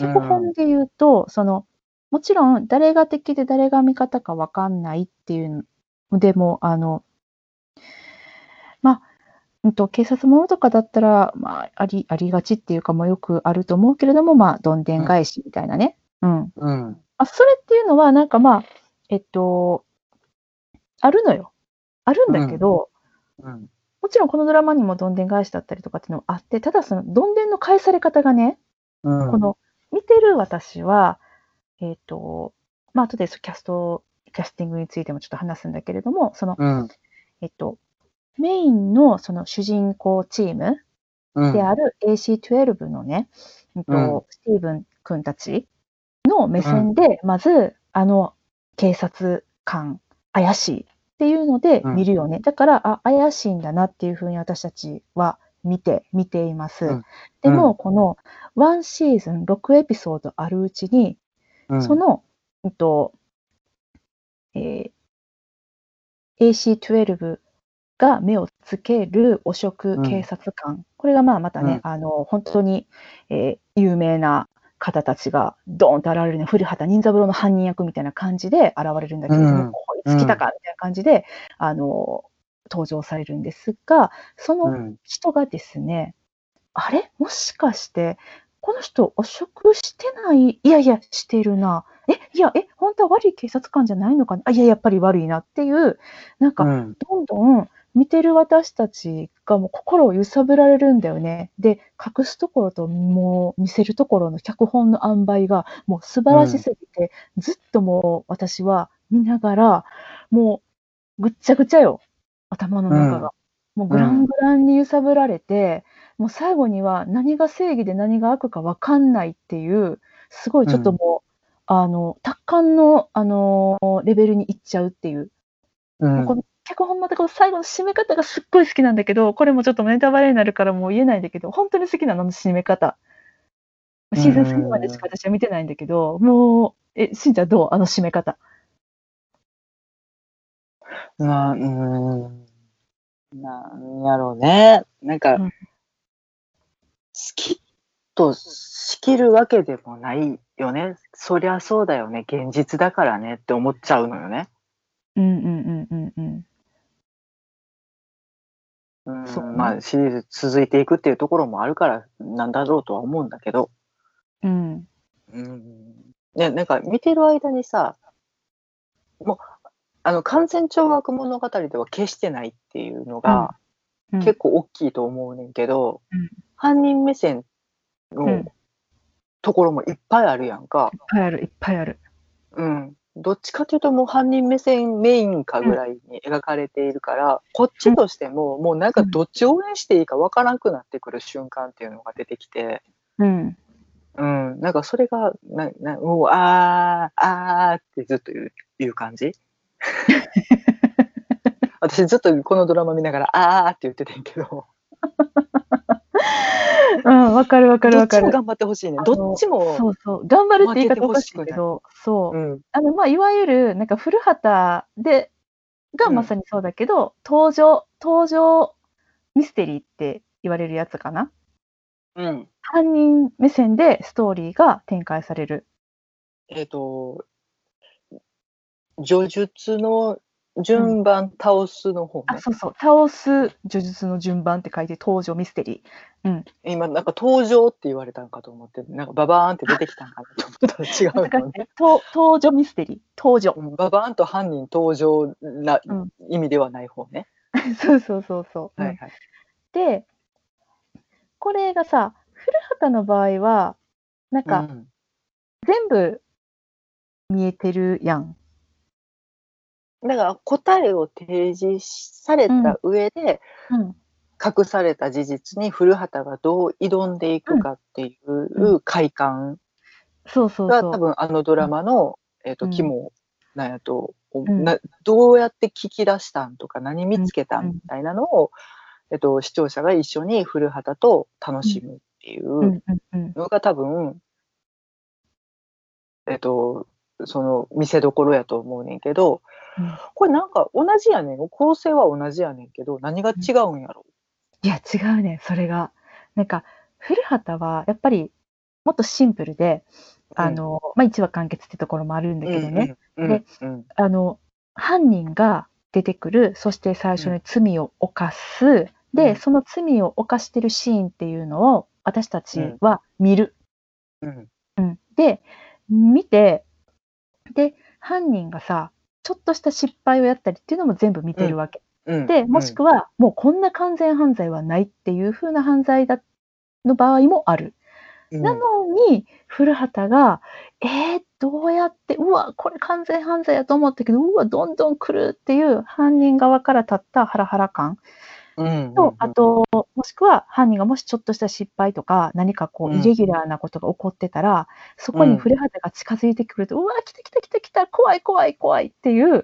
Speaker 2: うん
Speaker 1: 脚本で言うと、そのもちろん誰が敵で誰が味方か分かんないっていうのでも、あのうんと警察ものとかだったら、まあ、ありありがちっていうか、まあ、よくあると思うけれども、まあ、どんでん返しみたいなね。うん
Speaker 2: うん。
Speaker 1: あそれっていうのは、なんかまあ、えっと、あるのよ。あるんだけど、
Speaker 2: うん。
Speaker 1: もちろんこのドラマにもどんでん返しだったりとかっていうのもあって、ただそのどんでんの返され方がね、
Speaker 2: うん
Speaker 1: こ、の見てる私は、えっと、まあ後でそうキャスト、キャスティングについてもちょっと話すんだけれども、その、
Speaker 2: うん。
Speaker 1: えっと、メインのその主人公チーム、
Speaker 2: うん
Speaker 1: である AC12 のね、うんと
Speaker 2: うん
Speaker 1: スティーブン君たちの目線で、まず、あの、警察官、怪しいっていうので
Speaker 2: うん
Speaker 1: 見るよね。だから、あ、怪しいんだなっていうふうに私たちは見て、見ています。
Speaker 2: うん
Speaker 1: でも、この1シーズン6エピソードあるうちに、
Speaker 2: うん
Speaker 1: その、うんとえー AC12 が目をつける汚職警察官、これがまあまたね、あの本当に、えー有名な方たちがドーンと現れるね古畑任三郎の犯人役みたいな感じで現れるんだけれども、
Speaker 2: うん
Speaker 1: こいつ来たかみたいな感じで、あの登場されるんですがその
Speaker 2: うん
Speaker 1: 人がですね、あれもしかして、この人、汚職してないいやいや、してるな。え、いや、え、本当は悪い警察官じゃないのかなあ、いや、やっぱり悪いなっていう、なん
Speaker 2: う
Speaker 1: か、
Speaker 2: ん
Speaker 1: どんどん見てる私たちがもう心を揺さぶられるんだよね。で、隠すところともう見せるところの脚本の塩梅がもう素晴らしすぎて、ずっともう私は見ながら、もうぐっちゃぐちゃよ、頭の中が。もうグラングランに揺さぶられて、もう最後には何が正義で何が悪か分かんないっていう、すごいちょっともう、あの、達観の、あのレベルにいっちゃうっていう。
Speaker 2: うん
Speaker 1: この脚本またこの最後の締め方がすっごい好きなんだけどこれもちょっとネタバレになるからもう言えないんだけど本当に好きなのあの締め方シーズン3までしか私は見てないんだけどもうえしんちゃんどうあの締め方
Speaker 2: まあ、うーん。なんやろうね。なんか、
Speaker 1: うん
Speaker 2: 好きとしきるわけでもないよね。そりゃそうだよね。現実だからねって思っちゃうのよね。
Speaker 1: うんうんうんうんうん
Speaker 2: うん
Speaker 1: そうね
Speaker 2: まあ、シリーズ続いていくっていうところもあるからなんだろうとは思うんだけど。
Speaker 1: うん
Speaker 2: うん。ね、なんか見てる間にさ、もう、あの、完全懲悪物語では決してないっていうのが、
Speaker 1: うんうん
Speaker 2: 結構大きいと思うねんけど、
Speaker 1: うん
Speaker 2: 犯人目線
Speaker 1: う
Speaker 2: の
Speaker 1: ん
Speaker 2: ところもいっぱいあるやんか、
Speaker 1: いっぱいあるいっぱいある
Speaker 2: うんどっちかというともう犯人目線メインかぐらいに描かれているから、こっちとしてももうなんかどっち応援していいかわからなくなってくる瞬間っていうのが出てきて、
Speaker 1: うん
Speaker 2: うん、なんかそれがななもう あーあーってずっと言う言う感じ私ずっとこのドラマ見ながら、あーって言ってたんやけど、
Speaker 1: うん、わかるわかる
Speaker 2: どっ
Speaker 1: わか
Speaker 2: ちも
Speaker 1: る。
Speaker 2: 頑張ってほしいね。どっち
Speaker 1: そ
Speaker 2: も、
Speaker 1: うそう。頑張るって言い方おかしいけど、そうう。
Speaker 2: ん、
Speaker 1: あの、まあ、いわゆる、なんか古畑で、が
Speaker 2: うん
Speaker 1: まさにそうだけど、登場、登場ミステリーって言われるやつかな。
Speaker 2: うん。
Speaker 1: 犯人目線でストーリーが展開される。
Speaker 2: えっ、と、叙述の順番倒すの方
Speaker 1: あ、
Speaker 2: ね。
Speaker 1: そうそう。倒す叙述の順番って書いて、登場ミステリ
Speaker 2: 今、なんか登場って言われたんかと思って、なんかババーンって出てきたんかなと思った
Speaker 1: ー。
Speaker 2: ら違うのね。
Speaker 1: ね、と登場ミステリー。登場
Speaker 2: う。んババーンと犯人登場な
Speaker 1: うん
Speaker 2: 意味ではない方ね。
Speaker 1: そうそうそうそう。
Speaker 2: はいはい。
Speaker 1: で、これがさ、古畑の場合は、なんか、
Speaker 2: うん
Speaker 1: 全部見えてるやん。
Speaker 2: だから答えを提示された上で、
Speaker 1: うん、
Speaker 2: 隠された事実に古畑がどう挑んでいくかっていう快感
Speaker 1: そうそう
Speaker 2: が
Speaker 1: そ
Speaker 2: 多
Speaker 1: う。
Speaker 2: 分あのドラマの、えー、と
Speaker 1: うん
Speaker 2: 肝なんやと、
Speaker 1: ん
Speaker 2: などうやって聞き出したんとか何見つけた
Speaker 1: うん
Speaker 2: んみたいなのを、えー、と視聴者が一緒に古畑と楽しむっていううん
Speaker 1: うんうん、
Speaker 2: のが多分、えっ、とその見せどころやと思うねんけど、
Speaker 1: うん
Speaker 2: これなんか同じやねん構成は同じやねんけど何が違うんやろ
Speaker 1: いや違うねそれが。なんか古畑はやっぱりもっとシンプルで、あのまあ、一話完結ってところもあるんだけどね、
Speaker 2: うんうんうんうん
Speaker 1: あの犯人が出てくるそして最初に罪を犯す、
Speaker 2: う
Speaker 1: で
Speaker 2: ん
Speaker 1: その罪を犯してるシーンっていうのを私たちは見る
Speaker 2: うん
Speaker 1: うん、で見てで犯人がさちょっとした失敗をやったりっていうのも全部見てるわけ、
Speaker 2: うん
Speaker 1: でもしくは、もうこんな完全犯罪はないっていう風な犯罪だの場合もある、
Speaker 2: うん
Speaker 1: なのに古畑がえー、どうやってうわこれ完全犯罪やと思ったけどうわどんどん来るっていう犯人側から立ったハラハラ感
Speaker 2: うん
Speaker 1: と、あと、もしくは犯人がもしちょっとした失敗とか、何かこ
Speaker 2: う
Speaker 1: う、
Speaker 2: ん
Speaker 1: イレギュラーなことが起こってたら、そこに古畑が近づいてくると、うわ、来た来た来た来た、怖い怖い怖いっていう、
Speaker 2: ん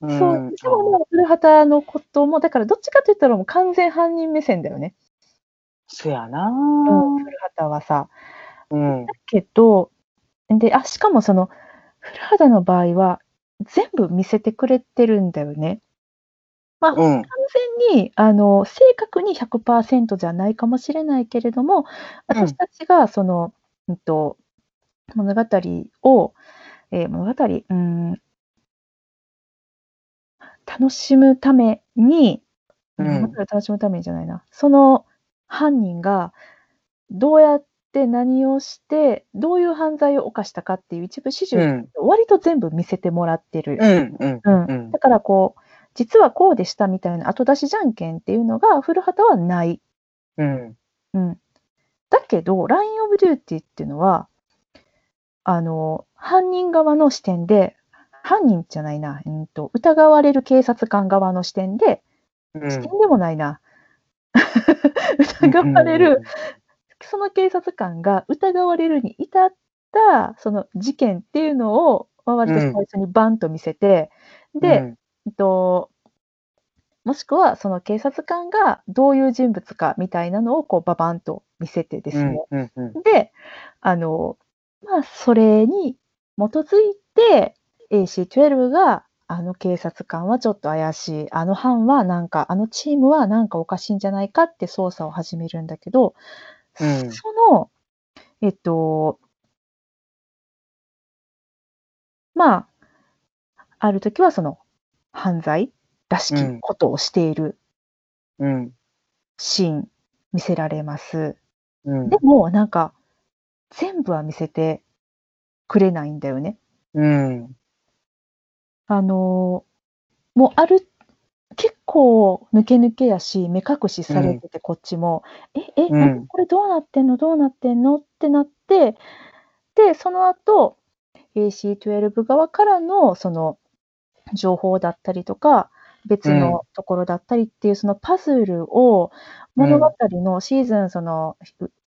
Speaker 1: そう、でももう古畑のことも、だからどっちかといったらもう完全犯人目線だよね、
Speaker 2: そやな
Speaker 1: うん古畑はさ。
Speaker 2: うん
Speaker 1: だけど、で、あ、しかもその、古畑の場合は、全部見せてくれてるんだよね。
Speaker 2: うん
Speaker 1: 完全にあの正確に100%じゃないかもしれないけれども私たちがその、うんと、物語を、えー物語、うん、楽しむために、
Speaker 2: うん
Speaker 1: 物語を楽しむためにじゃないなその犯人がどうやって何をしてどういう犯罪を犯したかっていう一部始終、
Speaker 2: うん
Speaker 1: 割と全部見せてもらってる。
Speaker 2: うんうん
Speaker 1: うん
Speaker 2: うん
Speaker 1: だからこう実はこうでしたみたいな後出しじゃんけんっていうのが古畑はない。
Speaker 2: うん
Speaker 1: うん、だけどライン・オブ・デューティーっていうのはあの犯人側の視点で犯人じゃないな、うん、と疑われる警察官側の視点で
Speaker 2: うん
Speaker 1: 視点でもないな、 疑われるその警察官が疑われるに至ったその事件っていうのを割と最初にバンと見せて、で、えっと、もしくはその警察官がどういう人物かみたいなのをこうババンと見せてで
Speaker 2: です
Speaker 1: ね。
Speaker 2: うんうん
Speaker 1: で、あの、まあ、それに基づいて AC12 があの警察官はちょっと怪しい、あの班はなんか、あのチームはなんかおかしいんじゃないかって捜査を始めるんだけど、
Speaker 2: うん
Speaker 1: その、えっと、まあ、ある時はその犯罪らし
Speaker 2: う
Speaker 1: き
Speaker 2: ん
Speaker 1: ことをしている
Speaker 2: うん
Speaker 1: シーン見せられます。
Speaker 2: うん
Speaker 1: でも、なんか、全部は見せてくれないんだよね。
Speaker 2: うん
Speaker 1: あのーもうある、結構抜け抜けやし、目隠しされてて、こっちも、え、え、
Speaker 2: うん
Speaker 1: なんかこれどうなってんのどうなってんのってなって、で、その後、AC12 側からの、その、情報だったりとか、別のところだったりっていう、そのパズルを、物語のシーズン、その、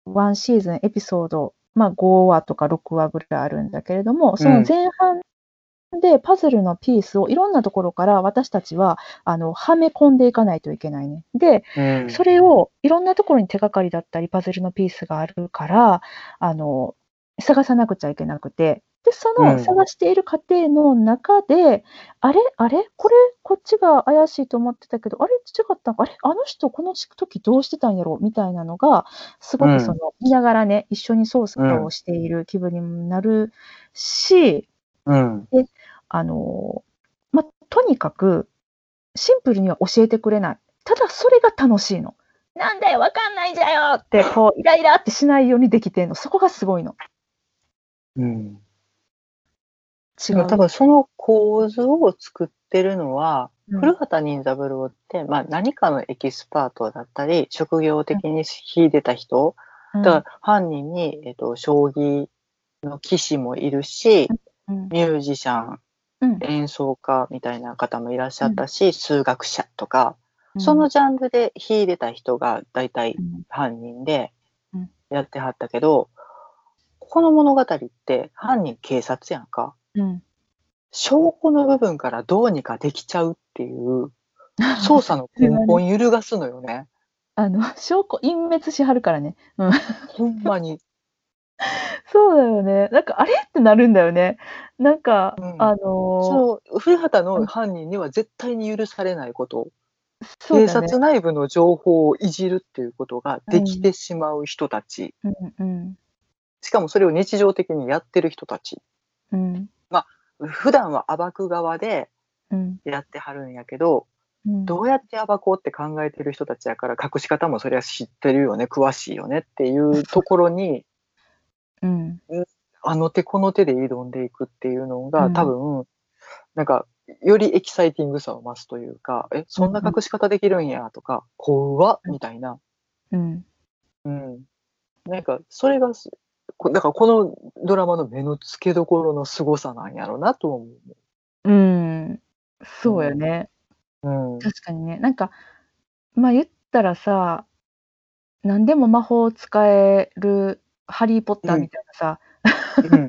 Speaker 1: 1シーズンエピソード、まあ5話とか6話ぐらいあるんだけれども、その前半で、パズルのピースをいろんなところから私たちは、あの、はめ込んでいかないといけないね。で、
Speaker 2: うん
Speaker 1: それをいろんなところに手がかりだったり、パズルのピースがあるから、あの、探さなくちゃいけなくて、で、そ
Speaker 2: うん
Speaker 1: の探している過程の中で、あれあれこれ、こっちが怪しいと思ってたけど、あれ違ったのかあれあの人、この時どうしてたんやろみたいなのが、すご
Speaker 2: うん
Speaker 1: くその、見ながらね、一緒に操作をしている気分にもなるし、
Speaker 2: うん。
Speaker 1: あのまあ、とにかくシンプルには教えてくれない。ただそれが楽しいの。なんだよ、わかんないじゃよって、こう、イライラってしないようにできてんの。そこがすごいの。
Speaker 2: うん。
Speaker 1: 違う。
Speaker 2: 多分その構図を作ってるのは、
Speaker 1: うん
Speaker 2: 古畑任三郎って、まあ、何かのエキスパートだったり職業的に秀でた人、
Speaker 1: うん
Speaker 2: だから犯人に、えっと将棋の棋士もいるし
Speaker 1: うん
Speaker 2: ミュージシャン
Speaker 1: うん
Speaker 2: 演奏家みたいな方もいらっしゃったし、数学者とか、
Speaker 1: うん
Speaker 2: そのジャンルで秀でた人が大体
Speaker 1: うん
Speaker 2: 犯人で
Speaker 1: うん
Speaker 2: やってはったけど、この物語って犯人警察やんか。
Speaker 1: うん
Speaker 2: 証拠の部分からどうにかできちゃうって いう捜査の根本揺るがすのよね。
Speaker 1: あの証拠隠滅しはるからね。
Speaker 2: ほんまに。
Speaker 1: そうだよね。なんか、あれってなるんだよね。なんか、
Speaker 2: うん
Speaker 1: あの
Speaker 2: その古畑の犯人には絶対に許されないこと、
Speaker 1: そう
Speaker 2: 警
Speaker 1: だね
Speaker 2: 察内部の情報をいじるっていうことができてしまう人たち、
Speaker 1: うん
Speaker 2: しかもそれを日常的にやってる人たち
Speaker 1: うんうん
Speaker 2: 普段は暴く側で
Speaker 1: うん
Speaker 2: やってはるんやけど
Speaker 1: うん
Speaker 2: どうやって暴こうって考えてる人たちやから隠し方もそりゃ知ってるよね詳しいよねっていうところに。
Speaker 1: うん
Speaker 2: あの手この手で挑んでいくっていうの
Speaker 1: う
Speaker 2: が
Speaker 1: ん
Speaker 2: 多分、なんかよりエキサイティングさを増すというかえそんな隠し方できるんやとか怖っみたいな、
Speaker 1: うん
Speaker 2: うん、なんかそれがすこだからこのドラマの目の付けどころの凄さなんやろうなと思
Speaker 1: うんそうよね。
Speaker 2: う。 うん
Speaker 1: 確かにねなんかまあ言ったらさ何でも魔法使える「ハリー・ポッター」みたいなさ、
Speaker 2: うん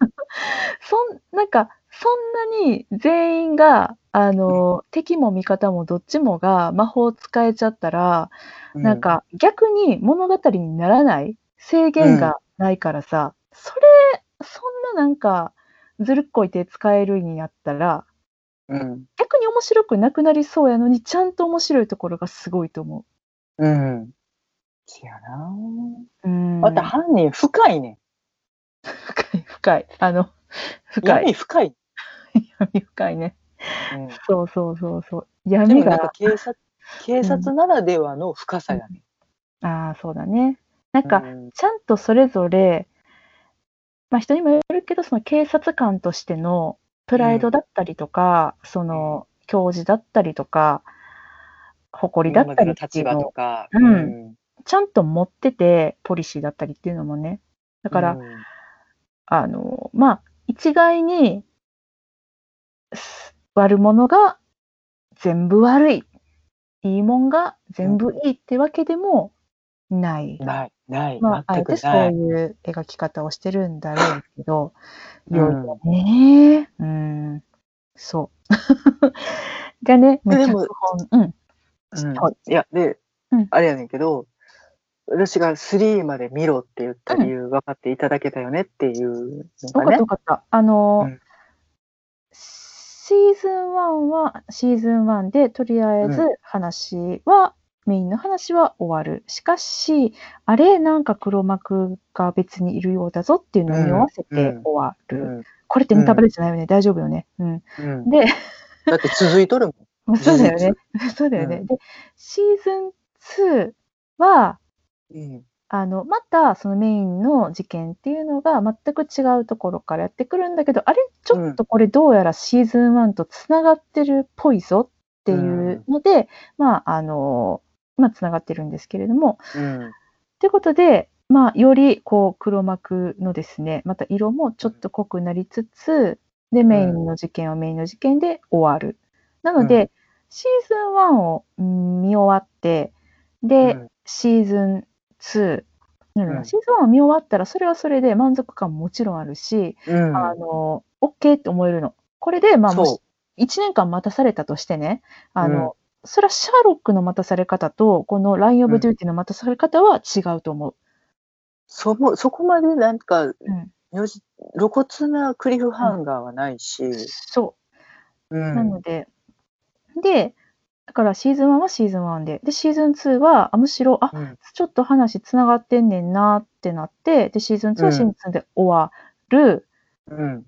Speaker 1: そんなんかそんなに全員があの、敵も味方もどっちもが魔法使えちゃったら、
Speaker 2: う
Speaker 1: なんか逆に物語にならない制限がないからさ、それそんななんかずるっこいて使えるんやったら
Speaker 2: うん
Speaker 1: 逆に面白くなくなりそうやのにちゃんと面白いところがすごいと思う。
Speaker 2: うんせやな
Speaker 1: うん
Speaker 2: また犯人深いね
Speaker 1: 深い深いあの深
Speaker 2: 闇
Speaker 1: い
Speaker 2: 深い、
Speaker 1: 闇深いね
Speaker 2: うん
Speaker 1: そうそうそうそう
Speaker 2: で
Speaker 1: 闇
Speaker 2: もなん
Speaker 1: が
Speaker 2: か警察警察ならではの深さやね、
Speaker 1: ああそうだねなんか、
Speaker 2: うん
Speaker 1: ちゃんとそれぞれまあ人にもよるけどその警察官としてのプライドだったりとか、その教授だったりとか誇りだったりっていうのを
Speaker 2: か
Speaker 1: うんちゃんと持っててポリシーだったりっていうのもねだ
Speaker 2: だ
Speaker 1: から、あの、まあ、一概に、す悪者が全部悪い、いいもんが全部いいってわけでもない。
Speaker 2: ない、ない、
Speaker 1: まあ、あえ
Speaker 2: 全
Speaker 1: て
Speaker 2: く
Speaker 1: そう
Speaker 2: ない。
Speaker 1: いう描き方をしてるんだろうけど、
Speaker 2: うん
Speaker 1: 良いよね。うん、そう。 がね、
Speaker 2: ででも
Speaker 1: 脚本、うん、
Speaker 2: うん
Speaker 1: はい
Speaker 2: いや、で
Speaker 1: うん、
Speaker 2: あれやねんけど、私が3まで見ろって言った理由分かっていただけたよねっていう
Speaker 1: よ
Speaker 2: の
Speaker 1: かっ
Speaker 2: が
Speaker 1: た
Speaker 2: ね
Speaker 1: よ。かった。あのー、
Speaker 2: うん
Speaker 1: シーズン1は、シーズン1で、とりあえず
Speaker 2: う
Speaker 1: 話は、メインの話は終わる。しかし、あれ、なんか黒幕が別にいるようだぞっていうのを匂わせ
Speaker 2: う
Speaker 1: て
Speaker 2: ん
Speaker 1: 終わ
Speaker 2: う
Speaker 1: る。
Speaker 2: ん
Speaker 1: これってネタバレじゃないよね。大丈夫よね。うん。
Speaker 2: うん
Speaker 1: で、
Speaker 2: だって続いとるもん。
Speaker 1: まあそうだよね。そうだよ
Speaker 2: う
Speaker 1: ね。
Speaker 2: ん
Speaker 1: で、シーズン2は、
Speaker 2: うん
Speaker 1: あのまたそのメインの事件っていうのが全く違うところからやってくるんだけどあれちょっとこれどうやらシーズン1とつながってるっぽいぞっていうので、まああのまあつながってるんですけれども
Speaker 2: うん
Speaker 1: ということで、まあ、よりこう黒幕のですねまた色もちょっと濃くなりつつでメインの事件はメインの事件で終わる。なので、
Speaker 2: う
Speaker 1: シーズン1をうん見終わってで、
Speaker 2: うん
Speaker 1: シーズン2なんだろうな
Speaker 2: うん
Speaker 1: シーズン1を見終わったらそれはそれで満足感ももちろんあるし、
Speaker 2: うん
Speaker 1: あの OK って思えるのこれで、まあ、もし
Speaker 2: そ
Speaker 1: 1年間待たされたとしてね、あの、それはシャーロックの待たされ方と、このライン・オブ・デューティの待たされ方は違うと思う。
Speaker 2: そもそこまでなんか
Speaker 1: うん
Speaker 2: よじ露骨なクリフハンガーはないし、
Speaker 1: そう。
Speaker 2: うん
Speaker 1: なので、で、だからシーズン1はシーズン1で、で、シーズン2は、あむしろ、あ、
Speaker 2: うん
Speaker 1: ちょっと話つながってんねんなってなって、で、シーズン2
Speaker 2: う
Speaker 1: は
Speaker 2: ん
Speaker 1: シーズン2で終わる。
Speaker 2: うん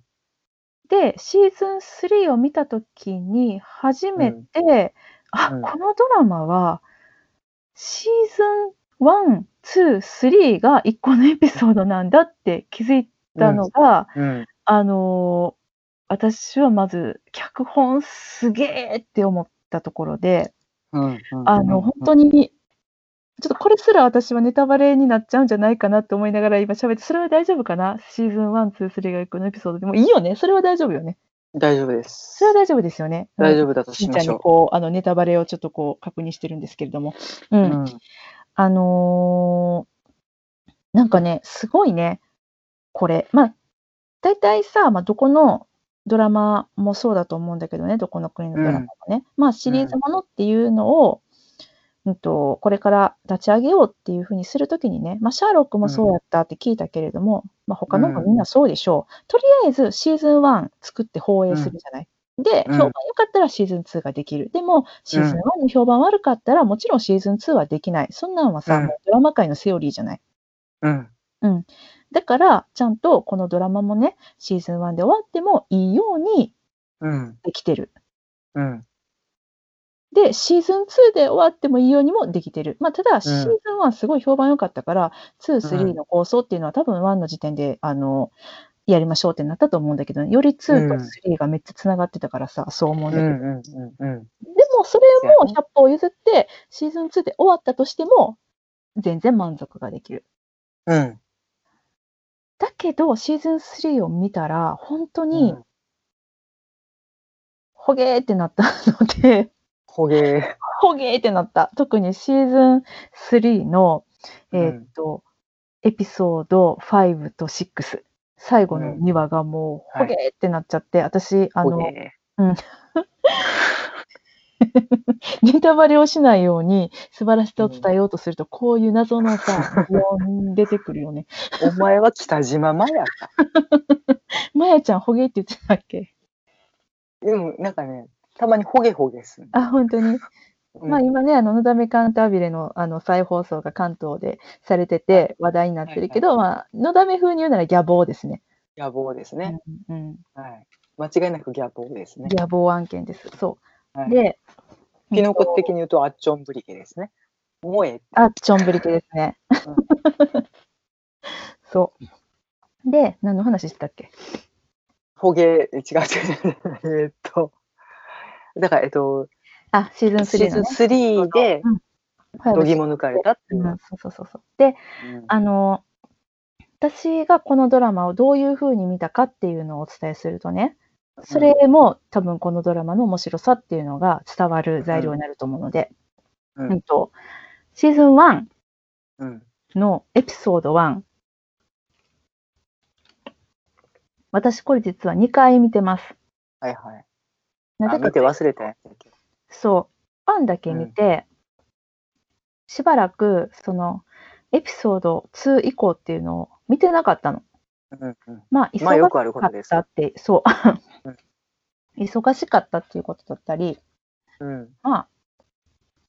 Speaker 1: で、シーズン3を見たときに、初めて、あ、
Speaker 2: うん
Speaker 1: このドラマは、シーズン1、2、3が1個のエピソードなんだって気づいたのが、
Speaker 2: うん
Speaker 1: あのー私はまず脚本すげえって思ったところで、
Speaker 2: うんうん
Speaker 1: あの、本当に、ちょっとこれすら私はネタバレになっちゃうんじゃないかなって思いながら今喋って、それは大丈夫かなシーズン1、2、3がこのエピソードでもういいよねそれは大丈夫よね
Speaker 2: 大丈夫です
Speaker 1: それは大丈夫ですよね
Speaker 2: 大丈
Speaker 1: 夫
Speaker 2: 夫だと
Speaker 1: し
Speaker 2: し
Speaker 1: ん
Speaker 2: ま
Speaker 1: ちゃん
Speaker 2: し
Speaker 1: に
Speaker 2: ょ
Speaker 1: こう、あの、ネタバレをちょっとこう、確認してるんですけれども。う
Speaker 2: う、
Speaker 1: ん。あのーなんかね、すごいね、これ。まあ、大体さ、まあ、どこのドラマもそうだと思うんだけどね、どこの国のドラマもね。まあ、シリーズものっていうのを、うんと、これから立ち上げようっていうふうにするときにね、まあ、シャーロックもそうやったって聞いたけれども、まあ、他のもみんなそうでしょう。とりあえず、シーズン1作って放映するじゃない。で、
Speaker 2: うん
Speaker 1: 評判良かったらシーズン2ができる。でも、シーズン1の評判悪かったら、もちろんシーズン2はできない。そんなんはさ、
Speaker 2: うん
Speaker 1: もうドラマ界のセオリーじゃない。
Speaker 2: うん
Speaker 1: だから、ちゃんとこのドラマもね、シーズン1で終わってもいいように
Speaker 2: うん
Speaker 1: できてる。
Speaker 2: うん
Speaker 1: で、シーズン2で終わってもいいようにもできてる。まあ、ただ、シーズン1すごい評判良かったから、2、3の構想っていうのは多分1の時点で、あの、やりましょうってなったと思うんだけど、より2と3がめっちゃつながってたからさ、そう思うん
Speaker 2: う
Speaker 1: だけど。
Speaker 2: んうんうん
Speaker 1: でもそれも100歩譲ってシーズン2で終わったとしても全然満足ができる。
Speaker 2: うん
Speaker 1: だけどシーズン3を見たら本当
Speaker 2: う
Speaker 1: に
Speaker 2: ん
Speaker 1: ほげーってなったので、
Speaker 2: ほげ
Speaker 1: ほげーってなった。特にシーズン3の、え
Speaker 2: うん
Speaker 1: ーっとエピソード5と6。最後の
Speaker 2: うん
Speaker 1: 2話がもうほ
Speaker 2: はい
Speaker 1: げーってなっちゃって、私、あ
Speaker 2: ほ
Speaker 1: の、
Speaker 2: げ
Speaker 1: ネタバレをしないように素晴らしさを伝えようとすると、こういう謎のさ、疑問出てくるよね。
Speaker 2: お前は北島麻也か
Speaker 1: まやちゃん、ほげって言ってたっ け
Speaker 2: でもなんかねたまにほげほげする
Speaker 1: あ、本当に。
Speaker 2: うん
Speaker 1: まあ今ね、あの、のだめカンタービレのあの再放送が関東でされてて話題になってるけど、まあ、のだめ風に言うならギャボーですね。
Speaker 2: 野望ですね
Speaker 1: うんうん、
Speaker 2: はい間違いなくギャ望ですね
Speaker 1: ギャボー案件です。そう。
Speaker 2: はい
Speaker 1: で、
Speaker 2: ピノコ的に言うとあっちょんぶり系ですね萌え
Speaker 1: あっちょんぶり系ですね。 そう。で、何の話してたっけ
Speaker 2: ほげ違う違う違うえーっとだからえっと
Speaker 1: あ、シーズン
Speaker 2: シー
Speaker 1: 3
Speaker 2: ズ
Speaker 1: の
Speaker 2: ン
Speaker 1: ね。
Speaker 2: 3で
Speaker 1: ファイブ
Speaker 2: 度肝抜かれたっていうう、
Speaker 1: ん、そうそうそうそう。で、
Speaker 2: うん
Speaker 1: あの、私がこのドラマをどういうふうに見たかっていうのをお伝えするとね、それも多分このドラマの面白さっていうのが伝わる材料になると思うので、
Speaker 2: う
Speaker 1: うんんとシーズン1
Speaker 2: うん
Speaker 1: のエピソード1、私これ実は2回見てます。
Speaker 2: はいはい
Speaker 1: な
Speaker 2: あ
Speaker 1: ぜ
Speaker 2: 見
Speaker 1: か
Speaker 2: て忘れたやつだけど
Speaker 1: そう、1だけ見て、しばらくそのエピソード2以降っていうのを見てなかったの。
Speaker 2: うんうん
Speaker 1: まあ、
Speaker 2: ま
Speaker 1: 忙
Speaker 2: あよ
Speaker 1: し
Speaker 2: くあるこ
Speaker 1: か
Speaker 2: と
Speaker 1: っ
Speaker 2: です
Speaker 1: たって、そう
Speaker 2: うん。
Speaker 1: 忙しかったっていうことだったり、
Speaker 2: うん
Speaker 1: まあ、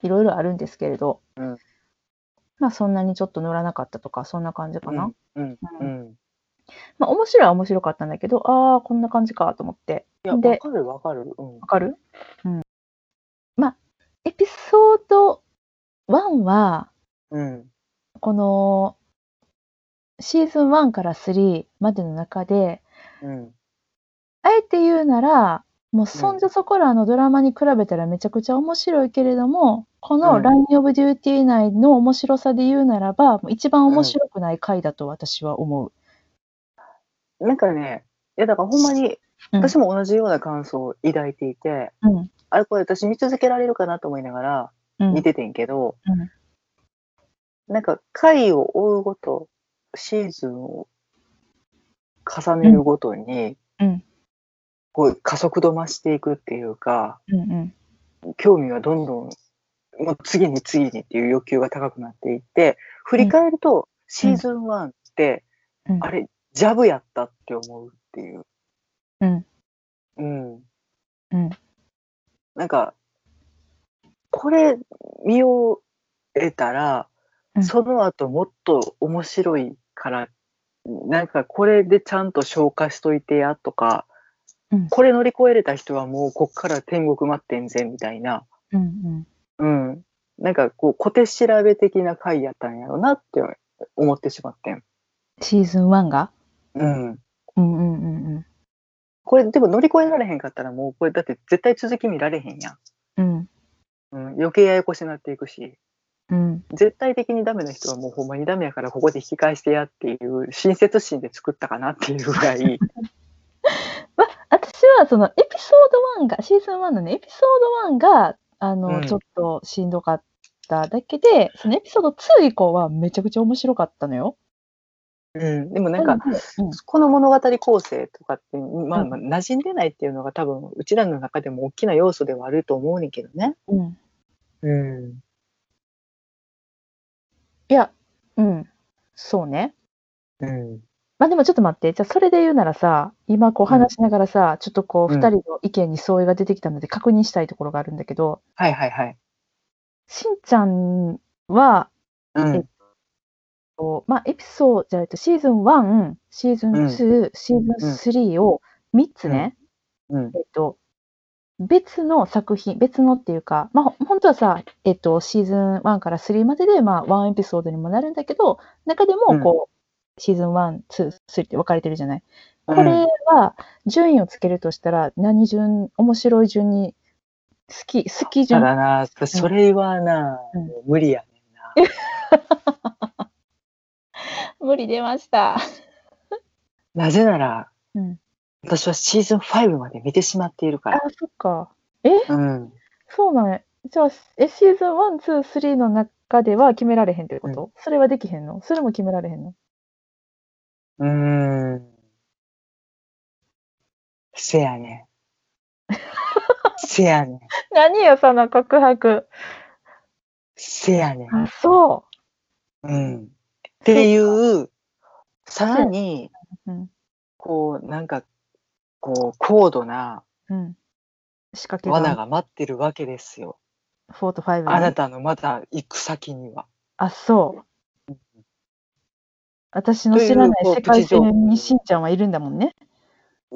Speaker 1: いろいろあるんですけれど、
Speaker 2: うん
Speaker 1: まあ、そんなにちょっと乗らなかったとか、そんな感じかな。
Speaker 2: うんうんうん
Speaker 1: まあ、面白いは面白かったんだけど、ああ、こんな感じかと思って。
Speaker 2: いや
Speaker 1: で
Speaker 2: わかるわかるうん
Speaker 1: わかるうん。まあ、エピソード1は、
Speaker 2: うん
Speaker 1: この、シーズン1から3までの中で、
Speaker 2: うん
Speaker 1: あえて言うなら、もうそんじょそこらのドラマに比べたらめちゃくちゃ面白いけれども、こ
Speaker 2: う
Speaker 1: の
Speaker 2: ん
Speaker 1: ラインオブデューティー内の面白さで言うならば、もう一番面白くない回だと私は思う。
Speaker 2: なんかねいやだからほんまに
Speaker 1: うん
Speaker 2: 私も同じような感想を抱いていて
Speaker 1: うん。
Speaker 2: あれこれ私見続けられるかなと思いながら
Speaker 1: うん。
Speaker 2: 見ててんけど、
Speaker 1: うん
Speaker 2: なんか回を追うごとシーズンを重ねるごとに、
Speaker 1: うん
Speaker 2: こう加速度増していくっていうか、
Speaker 1: うんうん
Speaker 2: 興味がどんどん、もう次に次にっていう欲求が高くなっていって、振り返ると、シーズン1って、
Speaker 1: うん
Speaker 2: あれ、ジャブやったって思うっていう。
Speaker 1: うん。
Speaker 2: うん。
Speaker 1: うん
Speaker 2: なんか、これ見を得たら、
Speaker 1: うん
Speaker 2: その後もっと面白いから、なんかこれでちゃんと消化しといてやとか、
Speaker 1: うん
Speaker 2: これ乗り越えれた人はもうこっから天国待ってんぜみたいな、
Speaker 1: うんうん
Speaker 2: うん。なんかこう小手調べ的な回やったんやろなって思ってしまってん。
Speaker 1: シーズン1が
Speaker 2: う
Speaker 1: う
Speaker 2: ん。
Speaker 1: んうんうん
Speaker 2: これでも乗り越えられへんかったらもうこれだって絶対続き見られへんやん。
Speaker 1: うん
Speaker 2: うん、余計ややこしになっていくし、
Speaker 1: うん
Speaker 2: 絶対的にダメな人はもうほんまにダメやからここで引き返してやっていう親切心で作ったかなっていうぐら い。
Speaker 1: 私はそのエピソード1がシーズン1のねエピソード1があの、
Speaker 2: うん
Speaker 1: ちょっとしんどかっただけでそのエピソード2以降はめちゃくちゃ面白かったのよ。
Speaker 2: うん、でもなんか、
Speaker 1: のでうん
Speaker 2: この物語構成とかって、まあ、
Speaker 1: うん
Speaker 2: まあ馴染んでないっていうのが多分うちらの中でも大きな要素ではあると思うねんけどね。
Speaker 1: うん、
Speaker 2: うん。
Speaker 1: いやうんそうね。
Speaker 2: うん。
Speaker 1: まあでもちょっと待ってじゃあそれで言うならさ今こう話しながらさ、ちょっとこう
Speaker 2: うん
Speaker 1: 2人の意見に相違が出てきたので確認したいところがあるんだけど、
Speaker 2: はいはいはい。
Speaker 1: しんちゃんは
Speaker 2: うん。
Speaker 1: とまあ、エピソードじゃあえっとシーズン1、シーズン2、シーズン3を3つね、
Speaker 2: うん。
Speaker 1: えっと、別の作品、別のっていうか、まあ、ほ本当はさ、えっと、シーズン1から3までで、まあ、1エピソードにもなるんだけど、中でもこう、シーズン1、2、3って分かれてるじゃない。これは順位をつけるとしたら、何順、面白い順に、好き、好き
Speaker 2: た
Speaker 1: 順。
Speaker 2: だな、それはな、
Speaker 1: うん
Speaker 2: もう無理やねんな。
Speaker 1: 無理出ました。
Speaker 2: なぜなら、
Speaker 1: うん
Speaker 2: 私はシーズン5まで見てしまっているか
Speaker 1: あ
Speaker 2: ら。、
Speaker 1: そっか。
Speaker 2: うん。
Speaker 1: そうなんや。じゃあ、え、シーズン1、2、3の中では決められへんってこと、それはできへんのそれも決められへんの
Speaker 2: うーん。せやねん。せやねん。
Speaker 1: 何よ、その告白。
Speaker 2: せやねん。
Speaker 1: あ、そ
Speaker 2: うん。っていう、さらに、
Speaker 1: う。うん。
Speaker 2: こう、なんか、こう、高度な
Speaker 1: うん。仕掛け
Speaker 2: 罠
Speaker 1: が
Speaker 2: が待ってるわけですよ。
Speaker 1: 4と5に。
Speaker 2: あなたのまた行く先には。
Speaker 1: あ、そう。私の
Speaker 2: という
Speaker 1: 知らない
Speaker 2: こう
Speaker 1: 世界
Speaker 2: プチ情報
Speaker 1: 線にしんちゃんはいるんだもんね。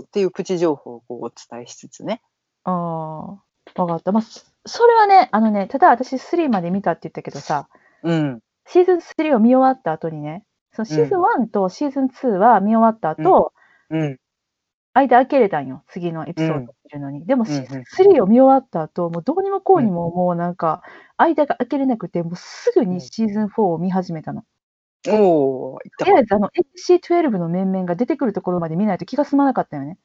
Speaker 2: っていうプチ情報をこうお伝えしつつね。
Speaker 1: ああ、わかった。まあ、そそれはね、あのね、ただ私3まで見たって言ったけどさ、
Speaker 2: うん。
Speaker 1: シーズン3を見終わった後にね、そのシーズン1とシーズン2は見終わった後、
Speaker 2: うん。
Speaker 1: 間開けれたんよ次のエピソード
Speaker 2: うん
Speaker 1: 見るのに、でも、
Speaker 2: うんうん
Speaker 1: 3を見終わった後もうどうにもこうにももうなんか間が開けれなくてもうすぐ
Speaker 2: うん
Speaker 1: にシーズン4を見始めたの、
Speaker 2: おー、行った
Speaker 1: とりあえずあの HC12 の面々が出てくるところまで見ないと気が済まなかったよね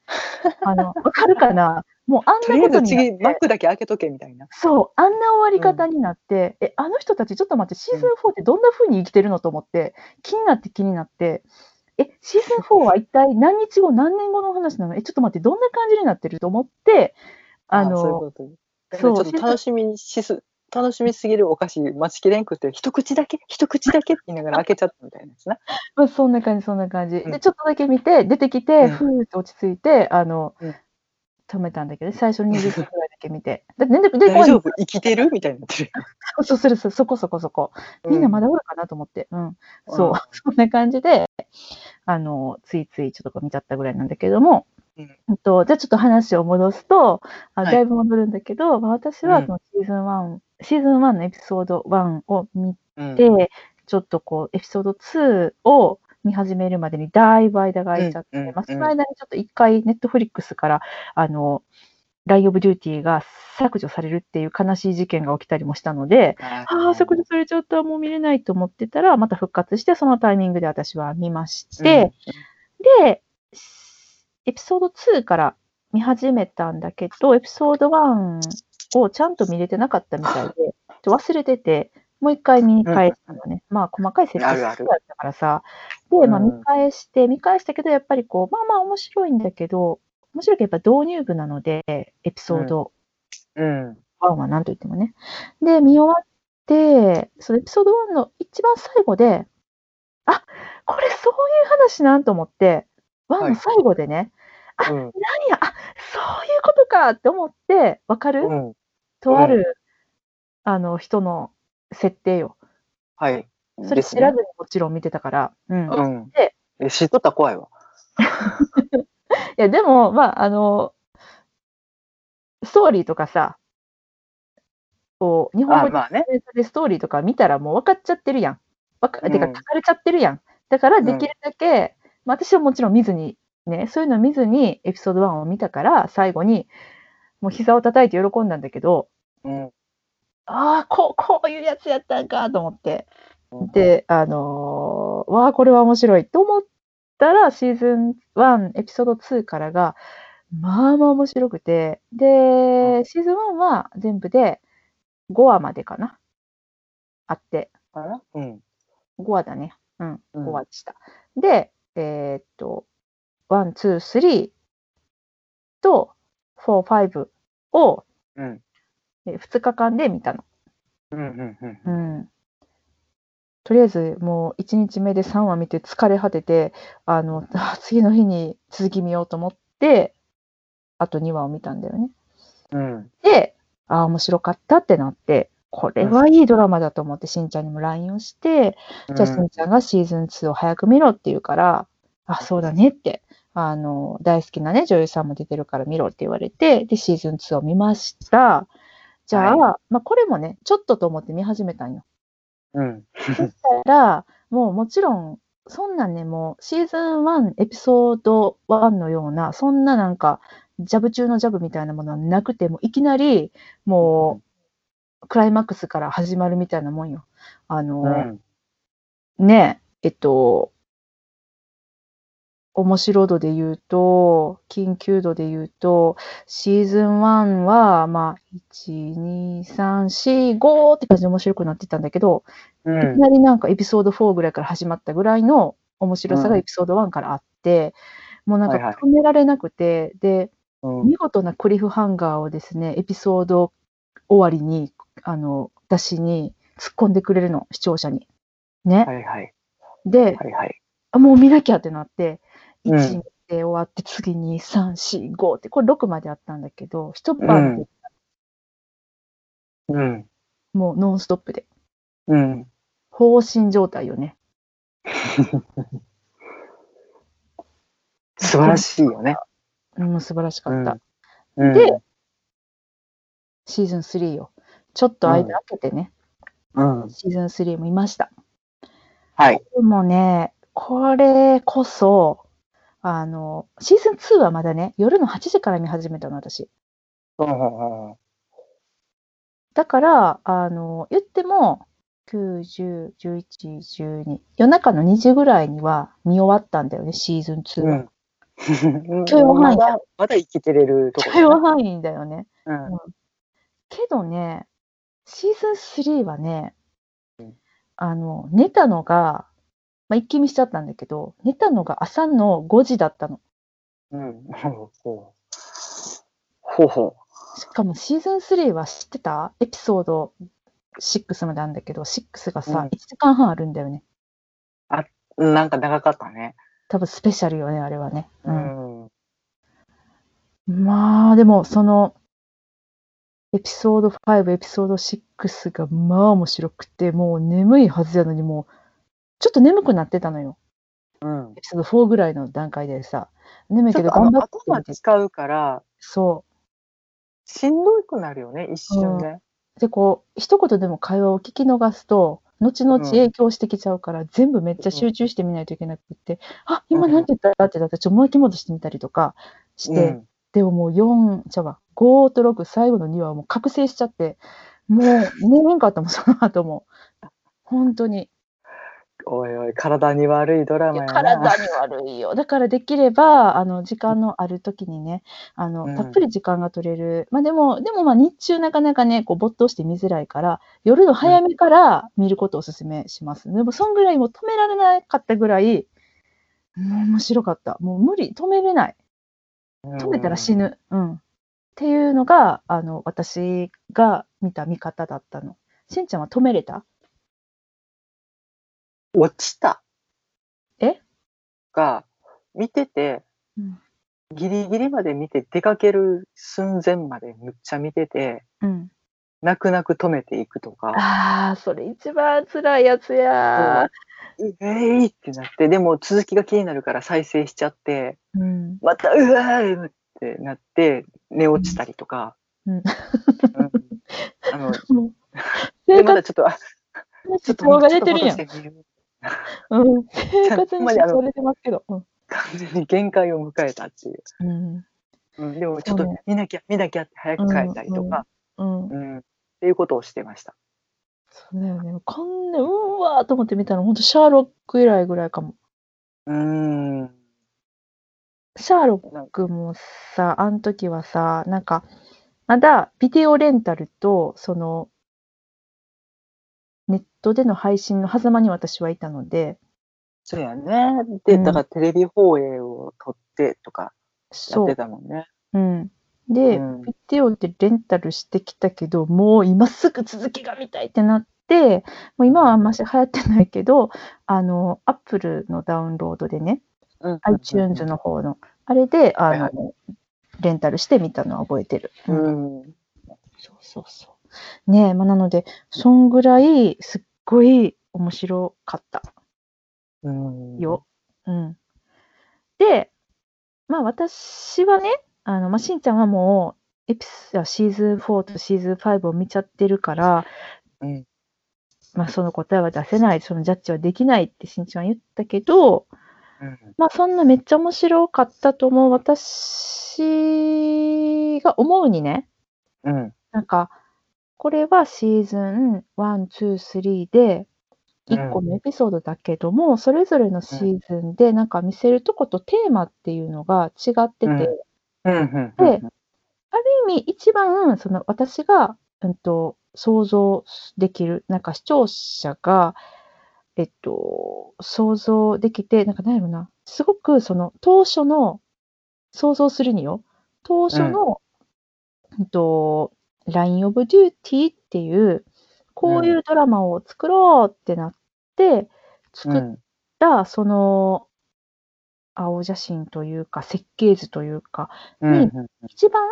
Speaker 1: あのわかるかなもうあ
Speaker 2: と
Speaker 1: ん
Speaker 2: り
Speaker 1: な
Speaker 2: あえ
Speaker 1: こと
Speaker 2: ず
Speaker 1: にな
Speaker 2: 次、マッ
Speaker 1: って
Speaker 2: クだけ開けとけみたいな。
Speaker 1: そうあんな終わり方になって、えあの人たちちょっと待ってシーズン4ってどんな風に生きてるのと思って気になって気になってえシーズン4は一体何日後何年後の話なのえちょっと待ってどんな感じになってると思ってあの
Speaker 2: そういうことねだか
Speaker 1: そ
Speaker 2: ら
Speaker 1: う
Speaker 2: ちょっと楽しみにしす、楽しみすぎるお菓子待ちきれんくて、一口だけ、一口だけって言いながら開けちゃったみたいなやつな。
Speaker 1: まあ、そんな感じ、そんな感じ。
Speaker 2: うん
Speaker 1: で、ちょっとだけ見て、出てきて、
Speaker 2: うん
Speaker 1: ふーって落ち着いて、あの、
Speaker 2: うん
Speaker 1: 止めたんだけど、最初20分ぐらいだけ見 て。だって、ね、で、
Speaker 2: 大丈
Speaker 1: で、
Speaker 2: 夫生きてるみたいになってる。
Speaker 1: そうするそうそこそこそこ。みんなまだおるかなと思って。うん。そう、そんな感じで、あの、ついついちょっとこう見ちゃったぐらいなんだけども、
Speaker 2: うん
Speaker 1: うんとじゃあちょっと話を戻すと、あ
Speaker 2: はい
Speaker 1: だいぶ戻るんだけど、まあ、私
Speaker 2: う
Speaker 1: は
Speaker 2: ん
Speaker 1: そのシーズン1、シーズン1のエピソード1を見
Speaker 2: うん。
Speaker 1: で、ちょっとこう、エピソード2を見始めるまでにだいぶ間が空いちゃって、
Speaker 2: うんうん
Speaker 1: まあ、そ
Speaker 2: うん
Speaker 1: の間にちょっと一回、ネットフリックスから、あの、ライオブデューティーが削除されるっていう悲しい事件が起きたりもしたので、
Speaker 2: あ
Speaker 1: ああ、削除されちゃった、もう見れないと思ってたら、また復活して、そのタイミングで私は見まして、、で、エピソード2から見始めたんだけど、エピソード1をちゃんと見れてなかったみたいで、ちょっと忘れてて、もう一回見返したのね。まあ、細かい設定
Speaker 2: あるある
Speaker 1: だったからさ。で、まあ、
Speaker 2: うん
Speaker 1: 見返して、見返したけど、やっぱりこう、まあまあ面白いんだけど、面白いけどやっぱ導入部なので、エピソード
Speaker 2: うん。
Speaker 1: 1は何と言ってもね。で、見終わって、そのエピソード1の一番最後で、あこれそういう話なんと思って、1
Speaker 2: はい
Speaker 1: の最後でね、
Speaker 2: うん。
Speaker 1: 何や、あそういうことかって思って、わかる、
Speaker 2: うん。
Speaker 1: とある、あの人の設定よ。
Speaker 2: はい。
Speaker 1: それ
Speaker 2: で
Speaker 1: 知
Speaker 2: す
Speaker 1: ら
Speaker 2: ね
Speaker 1: ずにもちろん見てたから。うん。い
Speaker 2: うん
Speaker 1: で。
Speaker 2: え、知っとったら怖いわ。
Speaker 1: や、でも、まあ、あの、ストーリーとかさ、こう、日本
Speaker 2: あ
Speaker 1: 語
Speaker 2: まあね。
Speaker 1: でストーリーとか見たらもう分かっちゃってるやん。わか
Speaker 2: うん
Speaker 1: てか、書かれちゃってるやん。だから、できるだけ、まあ、私はもちろん見ずに、ね、そういうの見ずにエピソード1を見たから、最後に、もう膝を叩いて喜んだんだけど、
Speaker 2: うん。
Speaker 1: ああ、こう、こういうやつやったんかと思って。
Speaker 2: うん、
Speaker 1: で、あのーわあ、これは面白いと思ったら、シーズン1、エピソード2からが、まあまあ面白くて、で、シーズン1は全部で5話までかな。あって、
Speaker 2: かなうん。
Speaker 1: 5話だね。
Speaker 2: う
Speaker 1: 5
Speaker 2: ん
Speaker 1: 話でした。で、えーっと、1、2、3と4、5を
Speaker 2: うん。
Speaker 1: 2日間で見たの。
Speaker 2: うん。うん。う
Speaker 1: う
Speaker 2: ん。
Speaker 1: んとりあえずもう1日目で3話見て疲れ果ててあの あ次の日に続き見ようと思ってあと2話を見たんだよね。
Speaker 2: うん。
Speaker 1: でああ面白かったってなってこれはいいドラマだと思ってしんちゃんにも LINE をしてじゃあしんちゃんがシーズン2を早く見ろって言うからあそうだねってあの大好きなね女優さんも出てるから見ろって言われてでシーズン2を見ました。じゃあ、まあ、これもねちょっとと思って見始めたんよ。
Speaker 2: うん。
Speaker 1: ら、もうもちろん、そんなんね、もうシーズン1、エピソード1のような、そんななんか、ジャブ中のジャブみたいなものはなくて、もういきなり、もう、クライマックスから始まるみたいなもんよ。あ
Speaker 2: う
Speaker 1: の、
Speaker 2: ん。
Speaker 1: ねえ、えっと、面白度で言うと、緊急度で言うと、シーズン1は、まあ、1、2、3、4、5って感じで面白くなってたんだけど、
Speaker 2: う
Speaker 1: いき
Speaker 2: ん。
Speaker 1: なりなんかエピソード4ぐらいから始まったぐらいの面白さがエピソード1からあって、もうなん
Speaker 2: はいはい
Speaker 1: か止められなくて、で、
Speaker 2: うん。
Speaker 1: 見事なクリフハンガーをですね、エピソード終わりに、あの、私に突っ込んでくれるの、視聴者に。ね。
Speaker 2: はいはい。
Speaker 1: で、
Speaker 2: はいはい。
Speaker 1: あもう見なきゃってなって、
Speaker 2: うん
Speaker 1: 1見て終わって、次に3、4、5って、これ6まであったんだけど、一晩で、
Speaker 2: うん。
Speaker 1: もうノンストップで、
Speaker 2: うん。
Speaker 1: 放心状態よね。
Speaker 2: 素晴らしいよね。
Speaker 1: うん、素晴らしか
Speaker 2: う
Speaker 1: っ
Speaker 2: ん
Speaker 1: た。。
Speaker 2: うん
Speaker 1: で、シーズン3よ。ちょっと間空けてね、
Speaker 2: うん。
Speaker 1: シーズン3も見ました。
Speaker 2: はい。
Speaker 1: でもね、これこそ、あの、シーズン2はまだね、夜の8時から見始めたの、私。
Speaker 2: うんうんうん
Speaker 1: だから、あの、言っても、9、10、11、12、夜中の2時ぐらいには見終わったんだよね、シーズン2は。
Speaker 2: うん。
Speaker 1: 許容範囲
Speaker 2: まだ、まだ生きてれるとこ
Speaker 1: 許容範囲だよね。
Speaker 2: ろ。うん。
Speaker 1: けどね、シーズン3はね、あの、寝たのが、まあ、一気見しちゃったんだけど、寝たのが朝の5時だったの。
Speaker 2: うん。ほうほう。ほうほ
Speaker 1: しかもシーズン3は知ってたエピソード6まであるんだけど、6が
Speaker 2: うん
Speaker 1: さ、1時間半あるんだよね。
Speaker 2: う。なんか長かったね。
Speaker 1: 多分スペシャルよね、あれはね。
Speaker 2: う
Speaker 1: うん
Speaker 2: ん。
Speaker 1: まあ、でも、その、エピソード5、エピソード6がまあ面白くて、もう眠いはずやのに、もう、ちょっと眠くなってたのよ。
Speaker 2: うん。
Speaker 1: エピソード4ぐらいの段階でさ、眠い
Speaker 2: ち
Speaker 1: け
Speaker 2: ょっ
Speaker 1: ど
Speaker 2: とあ
Speaker 1: 頑
Speaker 2: の
Speaker 1: 張って
Speaker 2: 頭使うから、
Speaker 1: そ
Speaker 2: しんどくなるよね、一瞬ね。
Speaker 1: う。で、こう、一言でも会話を聞き逃すと、後々影響してきちゃうから、全部めっちゃ集中してみないといけなくって、あ、今なんて言ったってだって、ちょっと巻き戻してみたりとかして、
Speaker 2: うん
Speaker 1: でももう4、じゃあ5と6、最後の2はもう覚醒しちゃって、もう寝れんかったもん、 その後も。本当に。
Speaker 2: おいおい、体に悪いドラマやな。
Speaker 1: 体に悪いよ。だからできれば、あの、時間のある時にね、あの、
Speaker 2: うん
Speaker 1: たっぷり時間が取れる。まあでも、でもまあ日中なかなかね、こう没頭して見づらいから、夜の早めから見ることをお勧めします。でも、そんぐらいもう止められなかったぐらい、もう面白かった。もう無理、止めれない。止めたら死ぬ。うん。っていうのが、あの、私が見た見方だったの。しんちゃんは止めれた
Speaker 2: 落ちた。
Speaker 1: え
Speaker 2: が、見てて、
Speaker 1: うん
Speaker 2: ギリギリまで見て、出かける寸前までむっちゃ見てて、
Speaker 1: うん。
Speaker 2: 泣く泣く止めていくとか、
Speaker 1: ああ、それ一番辛いやつや。
Speaker 2: うえいってなって、でも続きが気になるから再生しちゃって、
Speaker 1: うん。
Speaker 2: またうわーってなって、寝落ちたりとか、
Speaker 1: うん
Speaker 2: うんあ の、
Speaker 1: もう
Speaker 2: で
Speaker 1: 生活
Speaker 2: まだちょっと、あ
Speaker 1: の
Speaker 2: ちょ
Speaker 1: 支
Speaker 2: っと、
Speaker 1: 障が出てるやん
Speaker 2: ちょ。っと戻してみる
Speaker 1: うん。生活
Speaker 2: ほ
Speaker 1: に
Speaker 2: んま
Speaker 1: 支
Speaker 2: にあの
Speaker 1: 障出てますけど。うん
Speaker 2: 完全に 限界を迎えたっていう。
Speaker 1: うん。
Speaker 2: うん、でもちょっ
Speaker 1: そ
Speaker 2: と
Speaker 1: うね
Speaker 2: 見なきゃ見なきゃって早く帰ったりとか、
Speaker 1: うん。
Speaker 2: うんっていうことをしてました。
Speaker 1: そうだよね。こんな、うわーと思って見たの、本当シャーロック以来ぐらいかも。
Speaker 2: うーん。うん
Speaker 1: シャーロックもさ、あの時はさ、なんか、まだビデオレンタルと、その、ネットでの配信の狭間に私はいたので、
Speaker 2: そうやね。で、
Speaker 1: うん
Speaker 2: だからテレビ放映を撮ってとかやっ
Speaker 1: そ
Speaker 2: て
Speaker 1: う。
Speaker 2: たもんね。
Speaker 1: うん。で、
Speaker 2: うん
Speaker 1: ビデオでレンタルしてきたけど、もう今すぐ続きが見たいってなって、もう今はあんまし流行ってないけど、あの、アップルのダウンロードでね、
Speaker 2: うん
Speaker 1: iTunes の方の、あれで、あ
Speaker 2: はいは
Speaker 1: の、レンタルして見たのは覚えてる。
Speaker 2: うん。
Speaker 1: そうそうそう。ねえ、まあ、なので、そんぐらい、すっごい面白かった
Speaker 2: うん。
Speaker 1: よ。うん。で、まあ私はね、あの、まあ、しんちゃんはもう、エピスあシーズン4とシーズン5を見ちゃってるから、
Speaker 2: うん。
Speaker 1: まあその答えは出せない、そのジャッジはできないってしんちゃんは言ったけど、
Speaker 2: うん。
Speaker 1: まあそんなめっちゃ面白かったと思う私が思うにね、
Speaker 2: うん。
Speaker 1: なんか、これはシーズン1、2、3で、
Speaker 2: うん
Speaker 1: 1個のエピソードだけども、それぞれのシーズンでなんか見せるとことテーマっていうのが違ってて、
Speaker 2: うん
Speaker 1: ある
Speaker 2: うん。
Speaker 1: で意味一番その私が、うん、と想像できる、なんか視聴者が、えっと、想像できて、なんか何やろな、すごくその当初の、想像するによ、当初の、うん、と、ラインオブデューティーっていう、こういうドラマを作ろうってなって、
Speaker 2: う
Speaker 1: 作っ
Speaker 2: ん。
Speaker 1: た、その、青写真というか、設計図というか、
Speaker 2: うん。
Speaker 1: 一番、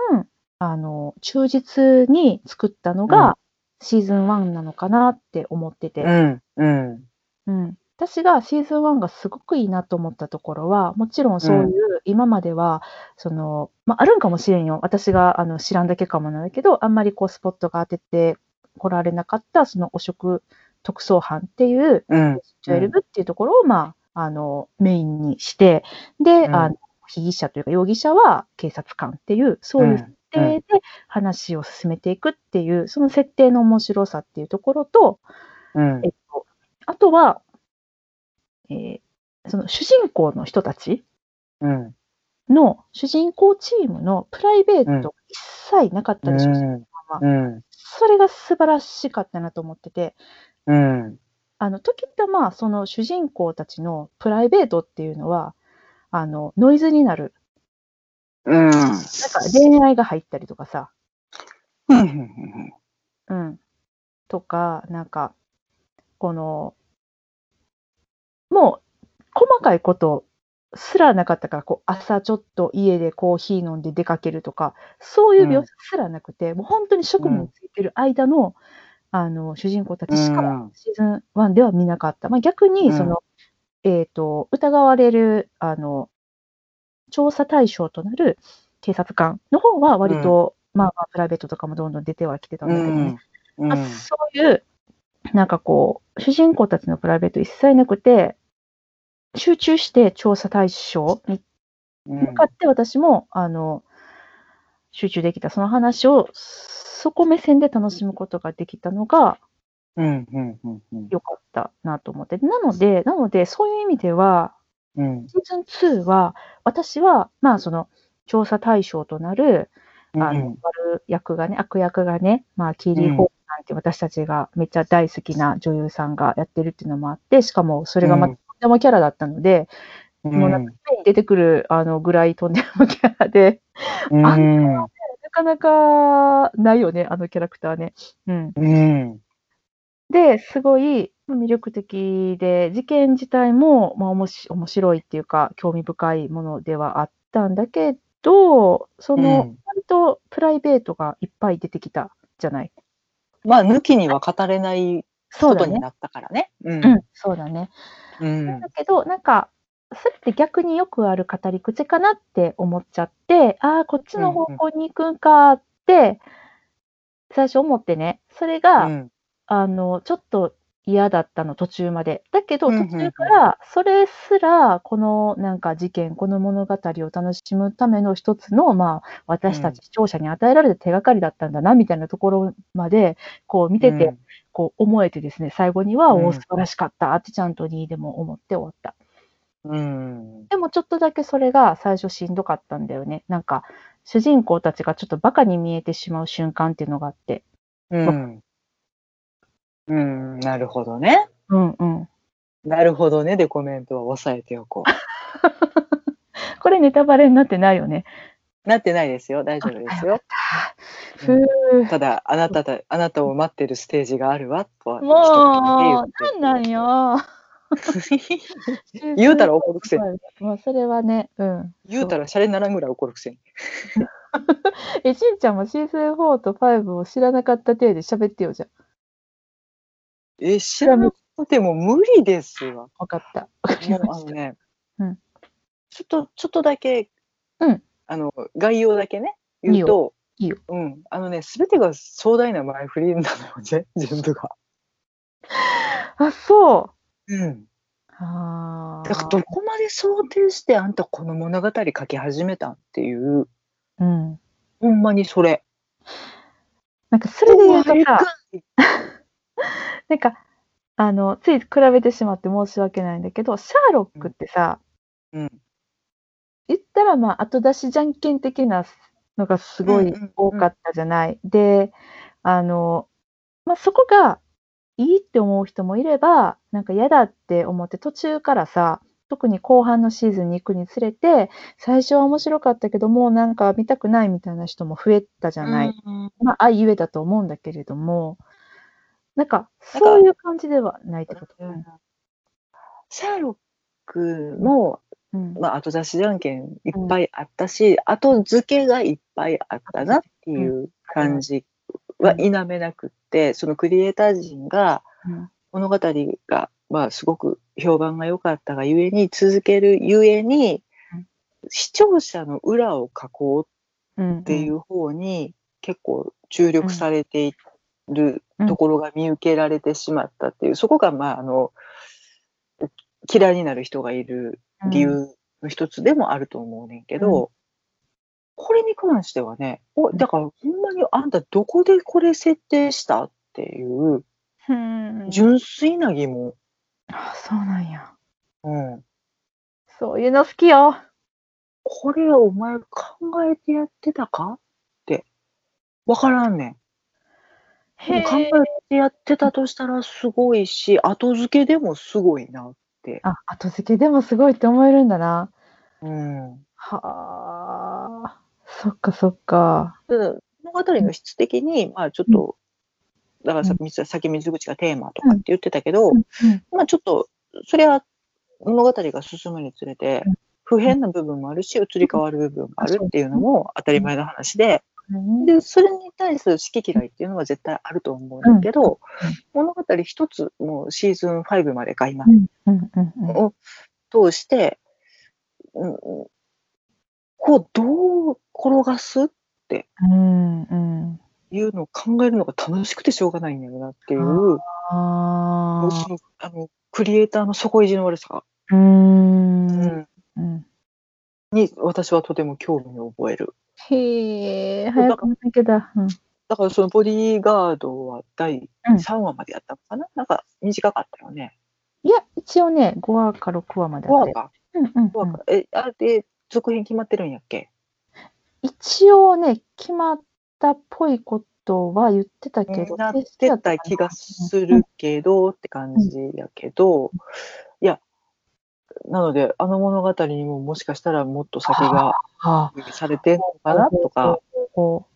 Speaker 1: あの、忠実に作ったのが、シーズン1なのかなって思ってて。
Speaker 2: うん。うん。
Speaker 1: うん、私がシーズン1がすごくいいなと思ったところはもちろんそういう今まではその、まあ、あるんかもしれんよ私があの知らんだけかもなんだけどあんまりこうスポットが当ててこられなかったその汚職特捜班っていう
Speaker 2: うん。
Speaker 1: 12っていうところを、まあ、あのメインにしてで、
Speaker 2: うん
Speaker 1: あの被疑者というか容疑者は警察官っていうそういう設
Speaker 2: うん
Speaker 1: 定で話を進めていくっていうその設定の面白さっていうところと、
Speaker 2: うん
Speaker 1: え。っと、あとは、えーその主人公の人たち
Speaker 2: うん。
Speaker 1: の主人公チームのプライベートが一切なかったでしょ、
Speaker 2: うん。
Speaker 1: それが素晴らしかったなと思ってて、
Speaker 2: うん。
Speaker 1: あの、時たま、その主人公たちのプライベートっていうのは、あの、ノイズになる。
Speaker 2: うん。
Speaker 1: なんか恋愛が入ったりとかさ、
Speaker 2: うん。
Speaker 1: うん。とか、なんか、この、もう、細かいことすらなかったから、こう、朝ちょっと家でコーヒー飲んで出かけるとか、そういう描写すらなくて、もう本当に職務についてる間の、あの、主人公たちしか、
Speaker 2: うん
Speaker 1: シーズン1では見なかった。まあ、逆に、その、えっ、と、疑われる、あの、調査対象となる警察官の方は、割と、まあまあ、プライベートとかもどんどん出てはきてたんだけどね。
Speaker 2: うん
Speaker 1: まあそういう、なんかこう、主人公たちのプライベート一切なくて、集中して調査対象に向かって私も、あの、集中できた、その話を、そこ目線で楽しむことができたのが
Speaker 2: うん。うん。うん。うん。
Speaker 1: 良かったなと思って。なので、なので、そういう意味では、
Speaker 2: うん。
Speaker 1: シーズン2は、私は、まあ、その、調査対象となる、あの、悪役がね、悪役がね、まあ、キーリー・ホープなんて私たちがめっちゃ大好きな女優さんがやってるっていうのもあって、しかもそれがまた
Speaker 2: うん
Speaker 1: とんでもキャラだったので、もうなんか常に出てくるあのぐらいとんでもキャラで、
Speaker 2: うんうん
Speaker 1: なかなかないよね、あのキャラクターね。うん、
Speaker 2: うん
Speaker 1: で、すごい魅力的で、事件自体も、まあ、おもし面白いっていうか、興味深いものではあったんだけど、その、
Speaker 2: うん
Speaker 1: 割とプライベートがいっぱい出てきたじゃない。
Speaker 2: まあ抜きには語れない
Speaker 1: そう
Speaker 2: こと
Speaker 1: だ
Speaker 2: に
Speaker 1: ね。
Speaker 2: なったからね。う
Speaker 1: うんん、そうだね。
Speaker 2: うん
Speaker 1: だけど、なんか、それって逆によくある語り口かなって思っちゃって、ああ、こっちの方向に行くんかって、最初思ってね、それが、
Speaker 2: うん
Speaker 1: あの、ちょっと嫌だったの、途中まで。だけど、
Speaker 2: うんうんう
Speaker 1: 途
Speaker 2: ん
Speaker 1: 中から、それすら、このなんか事件、この物語を楽しむための一つの、まあ、私たち視聴者に与えられた手がかりだったんだな、みたいなところまで、こう見てて、こう思えてですね、最後には、
Speaker 2: うん
Speaker 1: おお、素晴らしかったってちゃんとにでも思って終わった。
Speaker 2: うん
Speaker 1: でもちょっとだけそれが最初しんどかったんだよね。なんか、主人公たちがちょっとバカに見えてしまう瞬間っていうのがあって。
Speaker 2: うんうんなるほどね。
Speaker 1: うんうん。
Speaker 2: なるほどね。で、コメントは抑えておこう。
Speaker 1: これネタバレになってないよね。
Speaker 2: なってないですよ。大丈夫ですよ。
Speaker 1: ふう
Speaker 2: ただ、あなたた、あなたを待ってるステージがあるわ、とは
Speaker 1: もう、
Speaker 2: 一
Speaker 1: なんなんよ。
Speaker 2: 言って。言うたら怒るくせに。
Speaker 1: もうそれはね、うん。
Speaker 2: 言うたらシャレにならんぐらい怒るくせに。
Speaker 1: え、しんちゃんもシーズン4と5を知らなかった体で喋ってよじゃん。
Speaker 2: え、知らなくても無理ですわ。
Speaker 1: わかった。
Speaker 2: もうあのね、
Speaker 1: うん
Speaker 2: ちょっと、ちょっとだけ、
Speaker 1: うん
Speaker 2: あの、概要だけね、言うと、
Speaker 1: いいよ
Speaker 2: うん、あのね、すべてが壮大な前振りなのよ ね、全部が。
Speaker 1: あ、そう。
Speaker 2: うん。
Speaker 1: あー
Speaker 2: だから、どこまで想定して、あんたこの物語書き始めたんっていう、
Speaker 1: うん。
Speaker 2: ほんまにそれ。
Speaker 1: なんか、それで言う
Speaker 2: お
Speaker 1: と
Speaker 2: 前か
Speaker 1: さ、 なんか、あの、つい比べてしまって申し訳ないんだけど、シャーロックってさ、
Speaker 2: うん。
Speaker 1: 言ったら、まあ、後出しじゃんけん的なのがすご
Speaker 2: うん
Speaker 1: い
Speaker 2: うんうん
Speaker 1: 多かったじゃない。で、あの、まあ、そこがいいって思う人もいれば、なんか嫌だって思って途中からさ、特に後半のシーズンに行くにつれて、最初は面白かったけど、もうなんか見たくないみたいな人も増えたじゃない。
Speaker 2: うん
Speaker 1: まあ、愛ゆえだと思うんだけれども、なんか、そういう感じではないってこと。うん
Speaker 2: シャーロックも、
Speaker 1: うん
Speaker 2: まあ、後出しじゃんけんいっぱいあったし、後付けがいっぱいあったなっていう感じは否めなくって、そのクリエイター陣が
Speaker 1: うん
Speaker 2: 物語が、まあ、すごく評判が良かったがゆえに続けるゆえに
Speaker 1: うん
Speaker 2: 視聴者の裏を書こう
Speaker 1: うん
Speaker 2: っていう方に結構注力されているところが見受けられてしまったっていう、そこがまああの嫌いになる人がいる理由の一つでもあると思うねんけど、これに関してはねおだからほんまにあんたどこでこれ設定したっていう
Speaker 1: うんうん
Speaker 2: 純粋な疑問。
Speaker 1: あそうなんや。
Speaker 2: うん
Speaker 1: そういうの好きよ。
Speaker 2: これお前考えてやってたかって分からんねん。
Speaker 1: へ
Speaker 2: でも考えてやってたとしたらすごいし後付けでもすごいな。
Speaker 1: あ、後付けでもすごいって思えるんだな。
Speaker 2: うん、
Speaker 1: はあ、そっかそっか。
Speaker 2: ただ物語の質的に、まあ、ちょっとだからさ
Speaker 1: う
Speaker 2: みつさっき水口がテーマとかって言ってたけど、
Speaker 1: うん
Speaker 2: まあ、ちょっとそれは物語が進むにつれて
Speaker 1: うん
Speaker 2: 不変な部分もあるし移り変わる部分もあるっていうのも当たり前の話で、
Speaker 1: うん
Speaker 2: でそれに対する好き嫌いっていうのは絶対あると思うんだけど、物語一つもうシーズン5までか今、
Speaker 1: うんうんうん
Speaker 2: を通して、うん、こうどう転がすっ
Speaker 1: うんうん
Speaker 2: ていうのを考えるのが楽しくてしょうがないんだよなっていうも
Speaker 1: あ
Speaker 2: うそのあのクリエイターの底意地の悪さ、
Speaker 1: ーうーんうん
Speaker 2: に私はとても興味を覚える。
Speaker 1: へえ、早く見なきゃだ。うん
Speaker 2: だからそのボディーガードは第
Speaker 1: うん
Speaker 2: 3話までやったのかな、なんか短かったよね。
Speaker 1: いや、一応ね、5話か6話まで
Speaker 2: 5
Speaker 1: あっ
Speaker 2: 話
Speaker 1: て。
Speaker 2: か。
Speaker 1: うんうん
Speaker 2: 5
Speaker 1: う
Speaker 2: 話
Speaker 1: ん
Speaker 2: か。え、あで、続編決まってるんやっけ
Speaker 1: 一応ね、決まったっぽいことは言ってたけど、
Speaker 2: なってた気がするけどって感じやけど、いや、なので、あの物語にももしかしたらもっと先が
Speaker 1: はあ、
Speaker 2: されてるのかなとか。
Speaker 1: こう。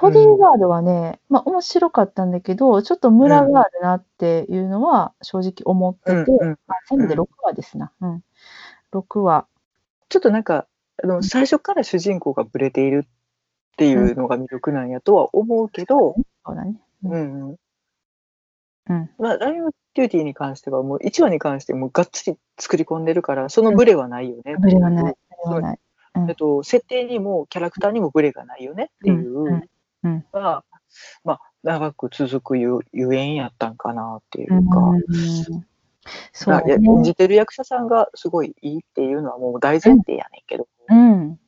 Speaker 1: ボディーガードはね、まあ面白かったんだけど、ちょっとムラがあるなっていうのは正直思ってて、
Speaker 2: うんうん
Speaker 1: まあ全部で6話ですな。うん。6話。
Speaker 2: ちょっとなんかあの最初から主人公がブレているっていうのが魅力なんやとは思うけど、
Speaker 1: そうだね。
Speaker 2: う
Speaker 1: うん
Speaker 2: んうん
Speaker 1: うん
Speaker 2: まあ、ライオンデューティーに関してはもう1話に関してもうがっつり作り込んでるからそのブレはないよね。
Speaker 1: ブレはない。ブレはない。
Speaker 2: えっと、設定にもキャラクターにもブレがないよねっていう
Speaker 1: うん
Speaker 2: のが、まあ、長く続くゆゆえんやったんかなっていううんか、
Speaker 1: そう
Speaker 2: まあ
Speaker 1: だ
Speaker 2: いや
Speaker 1: ね。
Speaker 2: 演じてる役者さんがすごいいいっていうのはもう大前提やねんけど。
Speaker 1: うん。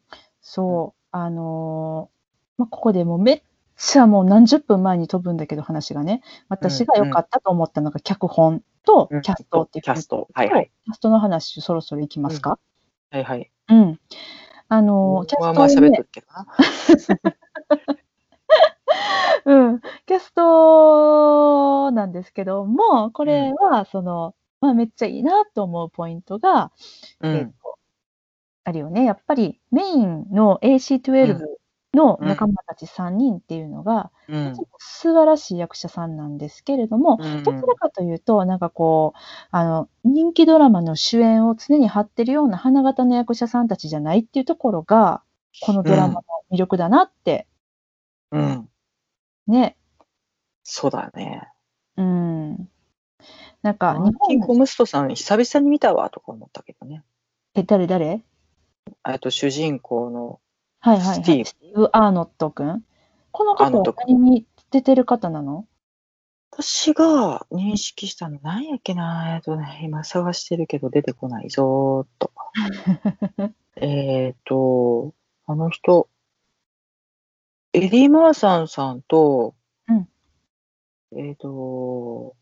Speaker 1: そう。あのーまあ、ここでもうめっちゃもう何十分前に飛ぶんだけど話がね。私が良かったと思ったのが脚本と
Speaker 2: うん
Speaker 1: キャストっていう
Speaker 2: キャストはいはい。
Speaker 1: キャストの話そろそろいきますか、
Speaker 2: はいはい。
Speaker 1: うん、あのー、キャ
Speaker 2: まあ
Speaker 1: ス
Speaker 2: まあ
Speaker 1: トを
Speaker 2: 喋っと
Speaker 1: ね、
Speaker 2: るけどな。
Speaker 1: うん、キャストなんですけども、これはその、まあ、めっちゃいいなと思うポイントが、
Speaker 2: う
Speaker 1: えっとあるよね。やっぱりメインの AC12 の仲間たち3人っていうのが、
Speaker 2: うん
Speaker 1: 素晴らしい役者さんなんですけれども、
Speaker 2: うん
Speaker 1: どちらかというと、なんかこう、あの、人気ドラマの主演を常に張ってるような花形の役者さんたちじゃないっていうところが、このドラマの魅力だなって、
Speaker 2: うん、
Speaker 1: ね。
Speaker 2: そうだね。
Speaker 1: うん。なんか、日
Speaker 2: マーキ
Speaker 1: 本
Speaker 2: ー・コムストさん、久々に見たわとか思ったけどね。
Speaker 1: え、誰誰
Speaker 2: あと主人公の
Speaker 1: はいはい、はい。
Speaker 2: スティーブ
Speaker 1: スティーブ・アーノット君。この
Speaker 2: アーノ
Speaker 1: 方
Speaker 2: ッ
Speaker 1: は
Speaker 2: ト
Speaker 1: 何に出てる方なの
Speaker 2: 私が認識したの何やっけなえっとね、今探してるけど出てこないぞーっ と。えっと、あの人、エディ・マーサンさんと、
Speaker 1: うん
Speaker 2: えっと、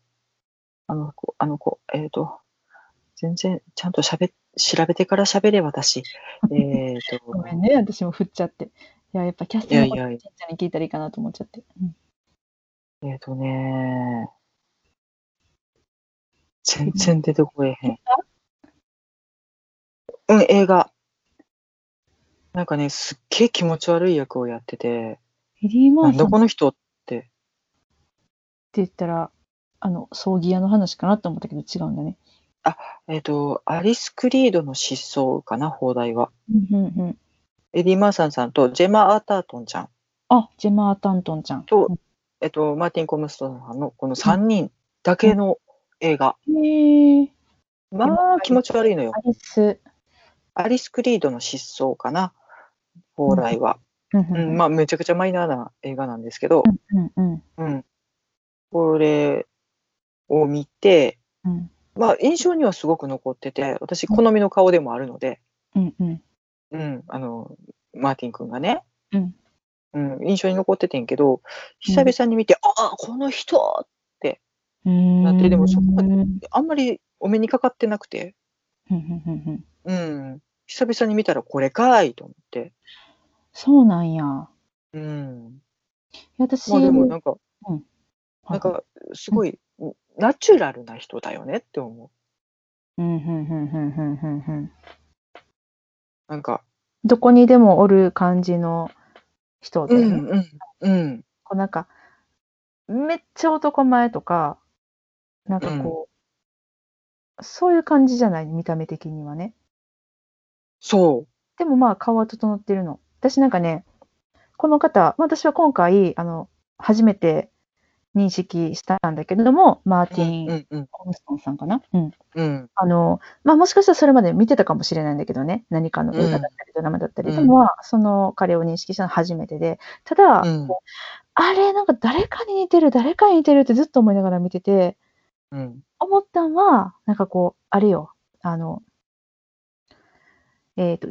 Speaker 2: あの子、あの子、えっ、と、全然ちゃんと喋っ調べてから喋 れ私。えっと、
Speaker 1: ごめんね、私も振っちゃって。いや、やっぱキャストのこと
Speaker 2: いやいや
Speaker 1: ちっちゃに聞いたらいいかなと思っちゃって。うん
Speaker 2: えっ、とね全然出てこえへん。うん、映画。なんかね、すっげえ気持ち悪い役をやってて、
Speaker 1: エディ・マ
Speaker 2: な
Speaker 1: ー
Speaker 2: ん
Speaker 1: さ
Speaker 2: だ
Speaker 1: んっ
Speaker 2: この人
Speaker 1: て言ったら、あの、葬儀屋の話かなと思ったけど違うんだね。
Speaker 2: えっ、と、アリス・クリードの失踪かな、放題は。
Speaker 1: うんうんうん。
Speaker 2: エディ・マーサンさんとジェマ・アータートンちゃん
Speaker 1: あ、ジェマー・タントンちゃん。
Speaker 2: と、えっ、と、マーティン・コムストさんのこの3人だけの映画。
Speaker 1: へえ。
Speaker 2: まあ、気持ち悪いのよ
Speaker 1: ア。リス。
Speaker 2: アリス・クリードの失踪かな、放題は。
Speaker 1: うん
Speaker 2: うん、
Speaker 1: あ、
Speaker 2: まあめちゃくちゃマイナーな映画なんですけど、
Speaker 1: うんうん
Speaker 2: うん、これを見て、
Speaker 1: うん
Speaker 2: まあ印象にはすごく残ってて、私好みの顔でもあるので、
Speaker 1: うんうん
Speaker 2: うん、あの、マーティン君がね、
Speaker 1: うん
Speaker 2: うん印象に残っててんけど、久々に見て、ああ、この人
Speaker 1: うん。
Speaker 2: だってでもそこまで
Speaker 1: うんうん
Speaker 2: あんまりお目にかかってなくて、
Speaker 1: うんうん。
Speaker 2: うん、久々に見たらこれかーいと思って、
Speaker 1: そうなんや。
Speaker 2: うん、
Speaker 1: 私、
Speaker 2: まあでもなんか、なん
Speaker 1: はい、
Speaker 2: かすごいナチュラルな人だよねって思う。
Speaker 1: うんうんうんうんうんうんうん。
Speaker 2: なんか、
Speaker 1: どこにでもおる感じの人だよね。
Speaker 2: うんうん
Speaker 1: こうなんか、めっちゃ男前とか、なんかこう、そういう感じじゃない、見た目的にはね。
Speaker 2: そ
Speaker 1: でもまあ、顔は整ってるの。私なんかね、この方、まあ私は今回、あの、初めて認識したんだけれども、マー
Speaker 2: う。
Speaker 1: ティン・
Speaker 2: んうん
Speaker 1: コムストンさんかな。うん。
Speaker 2: うん
Speaker 1: あの、まあもしかしたらそれまで見てたかもしれないんだけどね、何かの映画だったり、ドラマだったり、
Speaker 2: うん
Speaker 1: でもまあ、その彼を認識したのは初めてで、ただ、
Speaker 2: うん
Speaker 1: こうあれ、なんか誰かに似てる、誰かに似てるってずっと思いながら見てて、
Speaker 2: うん。
Speaker 1: 思ったんは、なんかこう、あれよ、あの、えっ、と、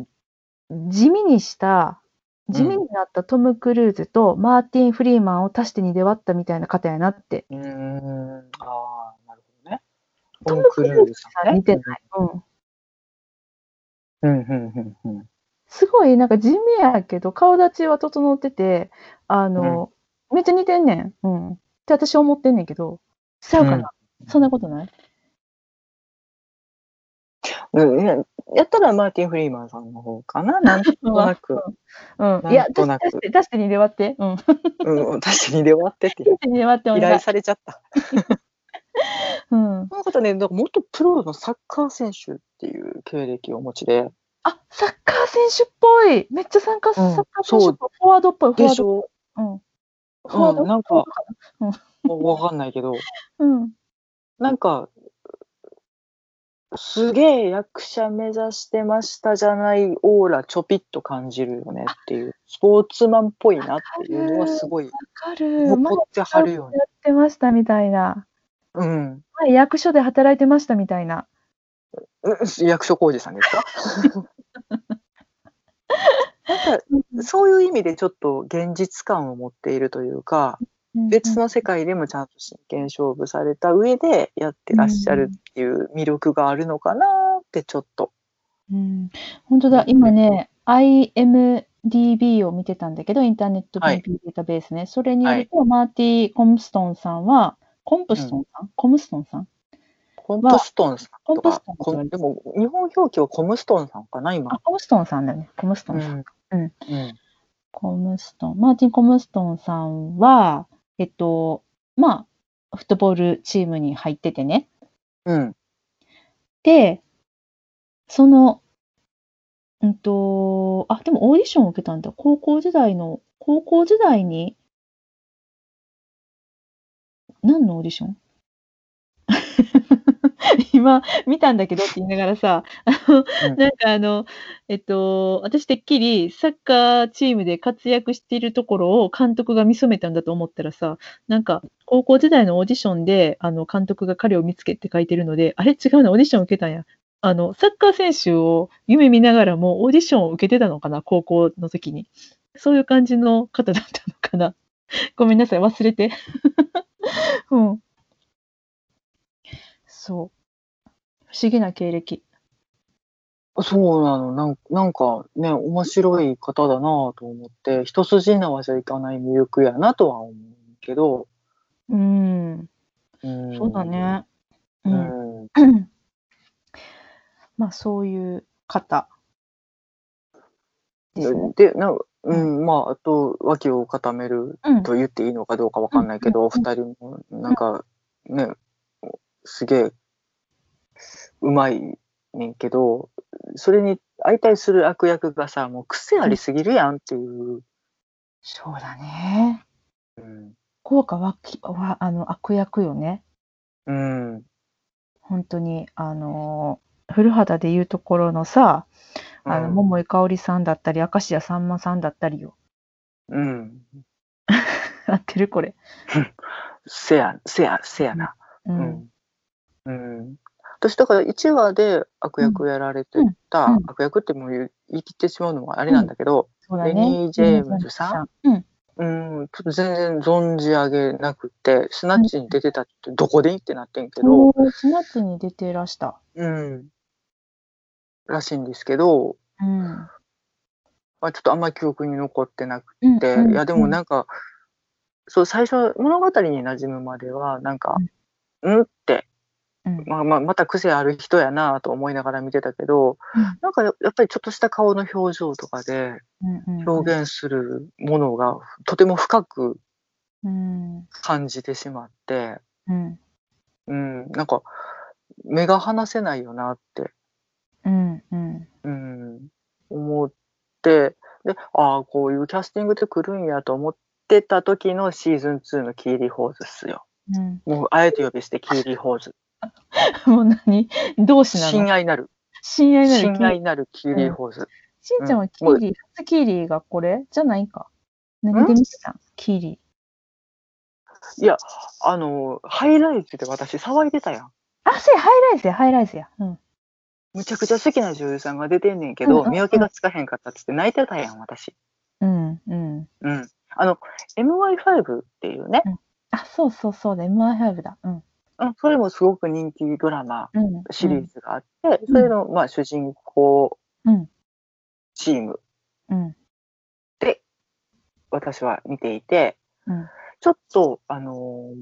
Speaker 1: 地味にした、地味になったトム・クルーズとマーティン・フリーマンを足して2で割ったみたいな方やなって。
Speaker 2: うん。うん。ああ、なるほどね。
Speaker 1: ト
Speaker 2: ト
Speaker 1: ム
Speaker 2: ム・・
Speaker 1: ク
Speaker 2: ク
Speaker 1: ル
Speaker 2: ル
Speaker 1: ー
Speaker 2: ー
Speaker 1: ズ
Speaker 2: ズ
Speaker 1: さ
Speaker 2: さ
Speaker 1: ん
Speaker 2: ん
Speaker 1: 似
Speaker 2: ね。
Speaker 1: てない。うん。
Speaker 2: うんうんうんうん。
Speaker 1: すごい、なんか地味やけど、顔立ちは整ってて、あの、めっちゃ似てんねん。うん。って私思ってんねんけど、ちゃうかな、
Speaker 2: うん
Speaker 1: そんなことない
Speaker 2: うん、ややったらマーティン・フリーマンさんの方かな、なんとな く。
Speaker 1: うん。
Speaker 2: なん
Speaker 1: いや、
Speaker 2: と
Speaker 1: 出し
Speaker 2: なく
Speaker 1: 出して、出してにで割って。うん。出し
Speaker 2: うん、確かに出終わって って。
Speaker 1: てにで割ってお
Speaker 2: 依
Speaker 1: 願い
Speaker 2: 頼。されちゃった。
Speaker 1: うん。
Speaker 2: この方ね、なんか元プロのサッカー選手っていう経歴をお持ちで。
Speaker 1: あ、サッカー選手っぽい。めっちゃ参加、
Speaker 2: うん
Speaker 1: サッカー選手っぽい。フォワードっぽい、フォ
Speaker 2: で
Speaker 1: ワー
Speaker 2: し
Speaker 1: ド。
Speaker 2: ょ
Speaker 1: うん。フォワード
Speaker 2: うん、なんか、わかんないけど、
Speaker 1: うん。
Speaker 2: なんか、すげえ役者目指してましたじゃないオーラちょぴっと感じるよねっていう、スポーツマンっぽいなっていうのはすごい、
Speaker 1: わかる。前
Speaker 2: 残ってはるよね。
Speaker 1: やってましたみたいな。
Speaker 2: うん。
Speaker 1: 前役所で働いてましたみたいな。
Speaker 2: うん役所広司さんですかなんかそういう意味でちょっと現実感を持っているというか、別の世界でもちゃんと真剣勝負された上でやってらっしゃるっていう魅力があるのかなってちょっと。
Speaker 1: うん、本当だ、今ね、IMDB を見てたんだけど、インターネット
Speaker 2: は
Speaker 1: ピ
Speaker 2: い
Speaker 1: ンピンデータベースね。それによると、マーティ・コムストンさんは、コンプストンさん、コムストンさん
Speaker 2: コンプストンさんと
Speaker 1: コンプス
Speaker 2: か
Speaker 1: トン、
Speaker 2: こんでも日本表記はコムストンさんかな
Speaker 1: あ、
Speaker 2: 今。
Speaker 1: コムストンさんだね。コムスト
Speaker 2: う
Speaker 1: ンさん。
Speaker 2: ん
Speaker 1: うん
Speaker 2: うん
Speaker 1: コムストン。マーティン・コムストンさんは、えっと、まあ、フットボールチームに入っててね。
Speaker 2: うん
Speaker 1: で、その、うんと、あ、でもオーディションを受けたんだ。高校時代の、高校時代に、何のオーディション 今、見たんだけどって言いながらさ、あの
Speaker 2: うん
Speaker 1: なんかあの、えっと、私てっきりサッカーチームで活躍しているところを監督が見初めたんだと思ったらさ、なんか、高校時代のオーディションで、あの、監督が彼を見つけって書いてるので、あれ違うな、オーディション受けたんや。あの、サッカー選手を夢見ながらもオーディションを受けてたのかな、高校の時に。そういう感じの方だったのかな。 ごめんなさい、忘れて。 うん。そう。不思議な経歴。
Speaker 2: そうなのなんなんかね面白い方だなと思って一筋縄じゃいかない魅力やなとは思うけど、
Speaker 1: うん。
Speaker 2: うん
Speaker 1: そうだね。
Speaker 2: う
Speaker 1: うん。
Speaker 2: ん、
Speaker 1: まあ、そういう方。ですね。
Speaker 2: でなんか、うん、まああと脇を固める
Speaker 1: うん。
Speaker 2: と言っていいのかどうかわかんないけど、お二人もなんかねすげえうまいねんけどそれに相対する悪役がさもう癖ありすぎるやんっていう、
Speaker 1: そうだね。
Speaker 2: うん
Speaker 1: 効果はきはあの悪役よね
Speaker 2: うん
Speaker 1: 本当にあの古畑でいうところのさあの、桃井かおりさんだったり明石家さんまさんだったり よ
Speaker 2: うん、
Speaker 1: 合ってるこれ、
Speaker 2: せやせやせやな、
Speaker 1: う
Speaker 2: うんんうん、私だから1話で悪役やられてた、
Speaker 1: うんうん
Speaker 2: 悪役ってもう言い言い切ってしまうのもあれなんだけど、
Speaker 1: そうだね
Speaker 2: レニージェームズさ
Speaker 1: ん、うん、
Speaker 2: うん、ちょっと全然存じ上げなくて、スナッチに出てたってどこでいいってなってんけど、
Speaker 1: おースナッチに出てらした、
Speaker 2: うん、らしいんですけど、
Speaker 1: うん
Speaker 2: まあ、ちょっとあんまり記憶に残ってなく
Speaker 1: うん
Speaker 2: て、
Speaker 1: うん
Speaker 2: いやでも
Speaker 1: うん
Speaker 2: なんか、そう最初物語に馴染むまではなんか、うんって、
Speaker 1: うん
Speaker 2: まあまあ、また癖ある人やなと思いながら見てたけど、
Speaker 1: うん
Speaker 2: なんかややっぱりちょっとした顔の表情とかで
Speaker 1: うんうん
Speaker 2: 表現するものがとても深く
Speaker 1: うん
Speaker 2: 感じてしまって、
Speaker 1: うん
Speaker 2: うん、なんか目が離せないよなって、
Speaker 1: うんうん
Speaker 2: うん、思ってでああこういうキャスティングで来るんやと思ってた時のシーズン2のキーリー・ホーズっすよ。
Speaker 1: うん、
Speaker 2: もうあえて呼び捨てキーリー・ホーズ。
Speaker 1: もう何 同志なの
Speaker 2: 親愛なる
Speaker 1: 親愛なる
Speaker 2: 親
Speaker 1: キー
Speaker 2: 愛なるキーリー・ホーズ。
Speaker 1: しんちゃんはキーリー、初キーリーがこれじゃないか何で見てたんキーリー
Speaker 2: いやあのハイライトで私騒いでたやん。
Speaker 1: あ、そうや、ハイライズや、ハイライズや。うん。
Speaker 2: むちゃくちゃ好きな女優さんが出てんねんけ
Speaker 1: うんう
Speaker 2: ど、
Speaker 1: んうん
Speaker 2: 見分けがつかへんかったっつって泣いてたやん私。
Speaker 1: うん、うん。
Speaker 2: うん。あの MY5 っていうね、
Speaker 1: あ、そうそうそうだ、MI5 だ。うん。
Speaker 2: うん、それもすごく人気ドラマ
Speaker 1: うん。
Speaker 2: シリーズがあって、それの、まあ、主人公
Speaker 1: うん
Speaker 2: チーム、
Speaker 1: うん。
Speaker 2: 私は見ていて、
Speaker 1: うん
Speaker 2: ちょっと、あのー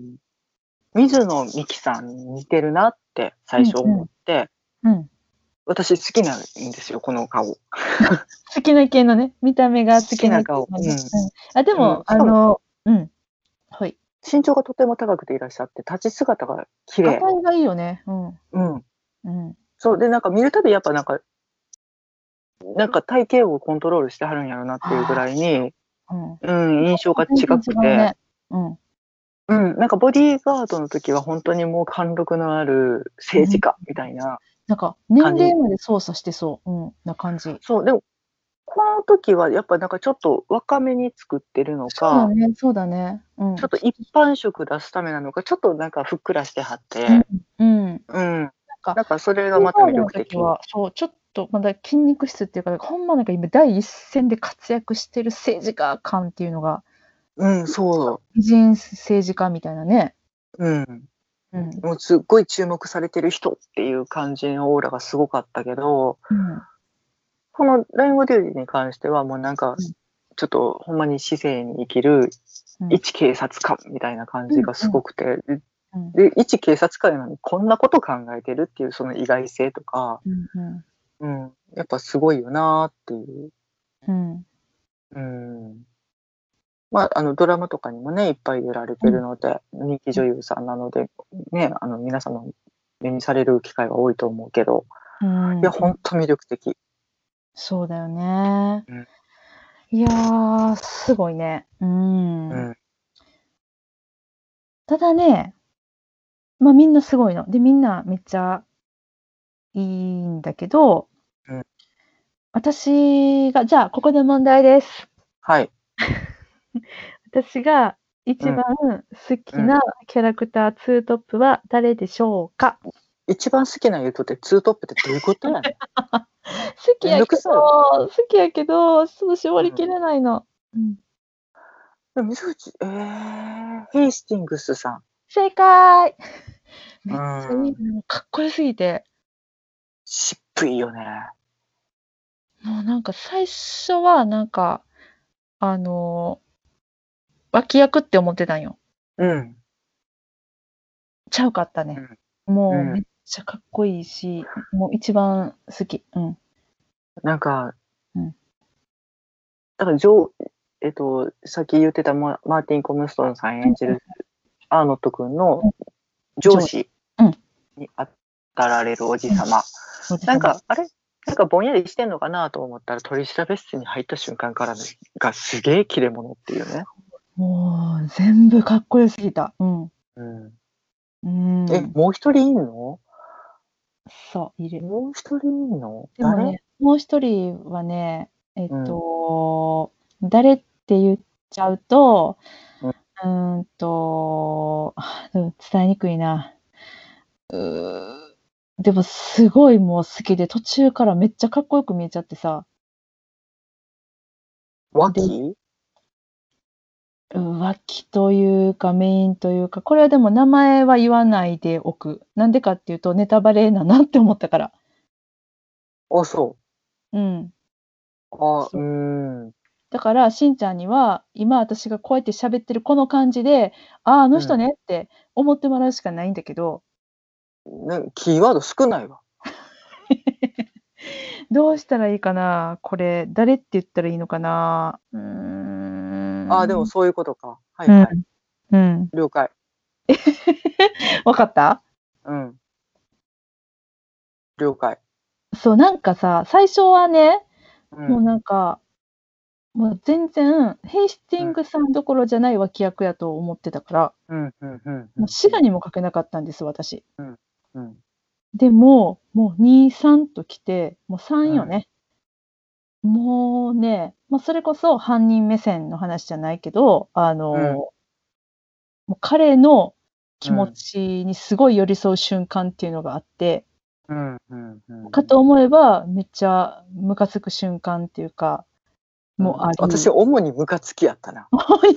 Speaker 2: 水野美紀さんに似てるなって最初思って、
Speaker 1: うん。
Speaker 2: 私好きなんですよ、この顔。
Speaker 1: 好きな系のね、見た目が好きな系の
Speaker 2: 好きな
Speaker 1: ね
Speaker 2: 顔うん
Speaker 1: うんあ、でも、
Speaker 2: うん
Speaker 1: あの、うん。はい。
Speaker 2: 身長がとても高くていらっしゃって、立ち姿が綺麗。
Speaker 1: 値がいいよね。うん。
Speaker 2: うん。
Speaker 1: うん。
Speaker 2: そう。で、なんか見るたびやっぱなんか、なんか体型をコントロールしてはるんやろなっていうぐらいに、
Speaker 1: うん。
Speaker 2: うん、印象が違く
Speaker 1: 全
Speaker 2: て、
Speaker 1: 然違うね。うん。
Speaker 2: うん、なんかボディーガードの時は本当にもう貫禄のある政治家みたいな、
Speaker 1: なんか、年齢まで操作してそう。うん。な感じ。
Speaker 2: そう、でも、この時はやっぱなんかちょっと若めに作ってるの
Speaker 1: そうだ
Speaker 2: か、
Speaker 1: ね。そうだね。うん
Speaker 2: ちょっ。と一般色出すためなのか、ちょっとなんかふっくらしてはって、
Speaker 1: うん。
Speaker 2: うん。なん
Speaker 1: か
Speaker 2: かそれがまた魅力的。
Speaker 1: キーボードの時はそう、ちょっとまだ筋肉質っていうか、ほんまなんか今第一線で活躍してる政治家感っていうのが、
Speaker 2: うん、そ
Speaker 1: 美人政治家みたいなね。
Speaker 2: う。うん。
Speaker 1: うん。
Speaker 2: もうすっごい注目されてる人っていう感じのオーラがすごかったけど、
Speaker 1: うん
Speaker 2: このラインゴデューリに関してはもうなんか
Speaker 1: うん、
Speaker 2: ちょっとほんまに市政に生きる
Speaker 1: うん
Speaker 2: 一警察官みたいな感じがすごくて、
Speaker 1: うん
Speaker 2: で、一警察官なのにこんなこと考えてるっていうその意外性とか、
Speaker 1: うんうん
Speaker 2: うん、やっぱすごいよなーっていう。
Speaker 1: うん
Speaker 2: うん。まあ、あの、ドラマとかにもね、いっぱい出られてるので、人気女優さんなので、ね、あの、皆様目にされる機会は多いと思うけど、
Speaker 1: うん
Speaker 2: いや、ほんと魅力的。
Speaker 1: そうだよね
Speaker 2: うん。
Speaker 1: いやー、すごいね。う。
Speaker 2: うんん。
Speaker 1: ただね、まあみんなすごいの。で、みんなめっちゃいいんだけど
Speaker 2: うん、
Speaker 1: 私が、じゃあ、ここで問題です。
Speaker 2: はい。
Speaker 1: 私が一番好きなキャラクター、ツートップは誰でしょうか
Speaker 2: 一番好きな言うとって、ツートップってどういうこ とやねん。
Speaker 1: 好きや
Speaker 2: めんど
Speaker 1: け
Speaker 2: く
Speaker 1: ど、
Speaker 2: さい
Speaker 1: 好きやけど、ちょっと絞りきれないの。うん
Speaker 2: でも水口、えー、フェイスティングスさん。
Speaker 1: 正解めっちゃ
Speaker 2: うん
Speaker 1: いいなかっこよすぎて
Speaker 2: 渋いよね。
Speaker 1: もうなんか最初はなんかあのー脇役って思ってたんよ
Speaker 2: うん。
Speaker 1: ちゃうかったね、もうめっちゃかっこいいし、もう一番好きうん
Speaker 2: なんか、
Speaker 1: うん
Speaker 2: だから上、えっと、さっき言ってたママーティン・コムストーンさん演じるアーノット君の上司
Speaker 1: うん
Speaker 2: に当たられるおじさま。なんか、あれなんかぼんやりしてんのかなと思ったら、取調べ室に入った瞬間からのがすげえ切れ者っていうね。
Speaker 1: もう全部かっこよすぎたうん
Speaker 2: うん、
Speaker 1: うん
Speaker 2: え、もう一人いんの
Speaker 1: そういる
Speaker 2: もう一人いんの
Speaker 1: でも
Speaker 2: 誰、
Speaker 1: ね、もう一人はね、えっと、誰って言っちゃうと、
Speaker 2: う
Speaker 1: うーんと、あでも伝えにくいな。うーでも、すごいもう好きで、途中からめっちゃかっこよく見えちゃってさ、
Speaker 2: ワキ
Speaker 1: うん浮気というかメインというか、これはでも名前は言わないでおく。なんでかっていうと、ネタバレだなって思ったから。
Speaker 2: あ、そ
Speaker 1: うん。
Speaker 2: う。あ、
Speaker 1: そうう
Speaker 2: うん。
Speaker 1: だからしんちゃんには今私がこうやって喋ってるこの感じであああの人ねって思ってもらうしかないんだけど、
Speaker 2: なんキーワード少ないわ。
Speaker 1: どうしたらいいかなこれ誰って言ったらいいのかなうーん
Speaker 2: ああ、でもそういうことか。はい
Speaker 1: うん、
Speaker 2: はい。
Speaker 1: うん、
Speaker 2: 了解。
Speaker 1: わかった
Speaker 2: うん。了解。
Speaker 1: そうなんかさ最初はね、
Speaker 2: うん
Speaker 1: もうなんかもう全然ヘイスティングさんどころじゃない脇役やと思ってたから、
Speaker 2: うんうんうん
Speaker 1: もう滋賀にもかけなかったんです私
Speaker 2: うん
Speaker 1: でも、もう2、3と来て、もう3よ
Speaker 2: うん
Speaker 1: ね。もうね、まあ、それこそ犯人目線の話じゃないけど、あの、
Speaker 2: うん
Speaker 1: もう彼の気持ちにすごい寄り添う瞬間っていうのがあって、
Speaker 2: うんうんうん
Speaker 1: かと思えばめっちゃムカつく瞬間っていうか、もうあり、
Speaker 2: 私、主にムカつきやったな。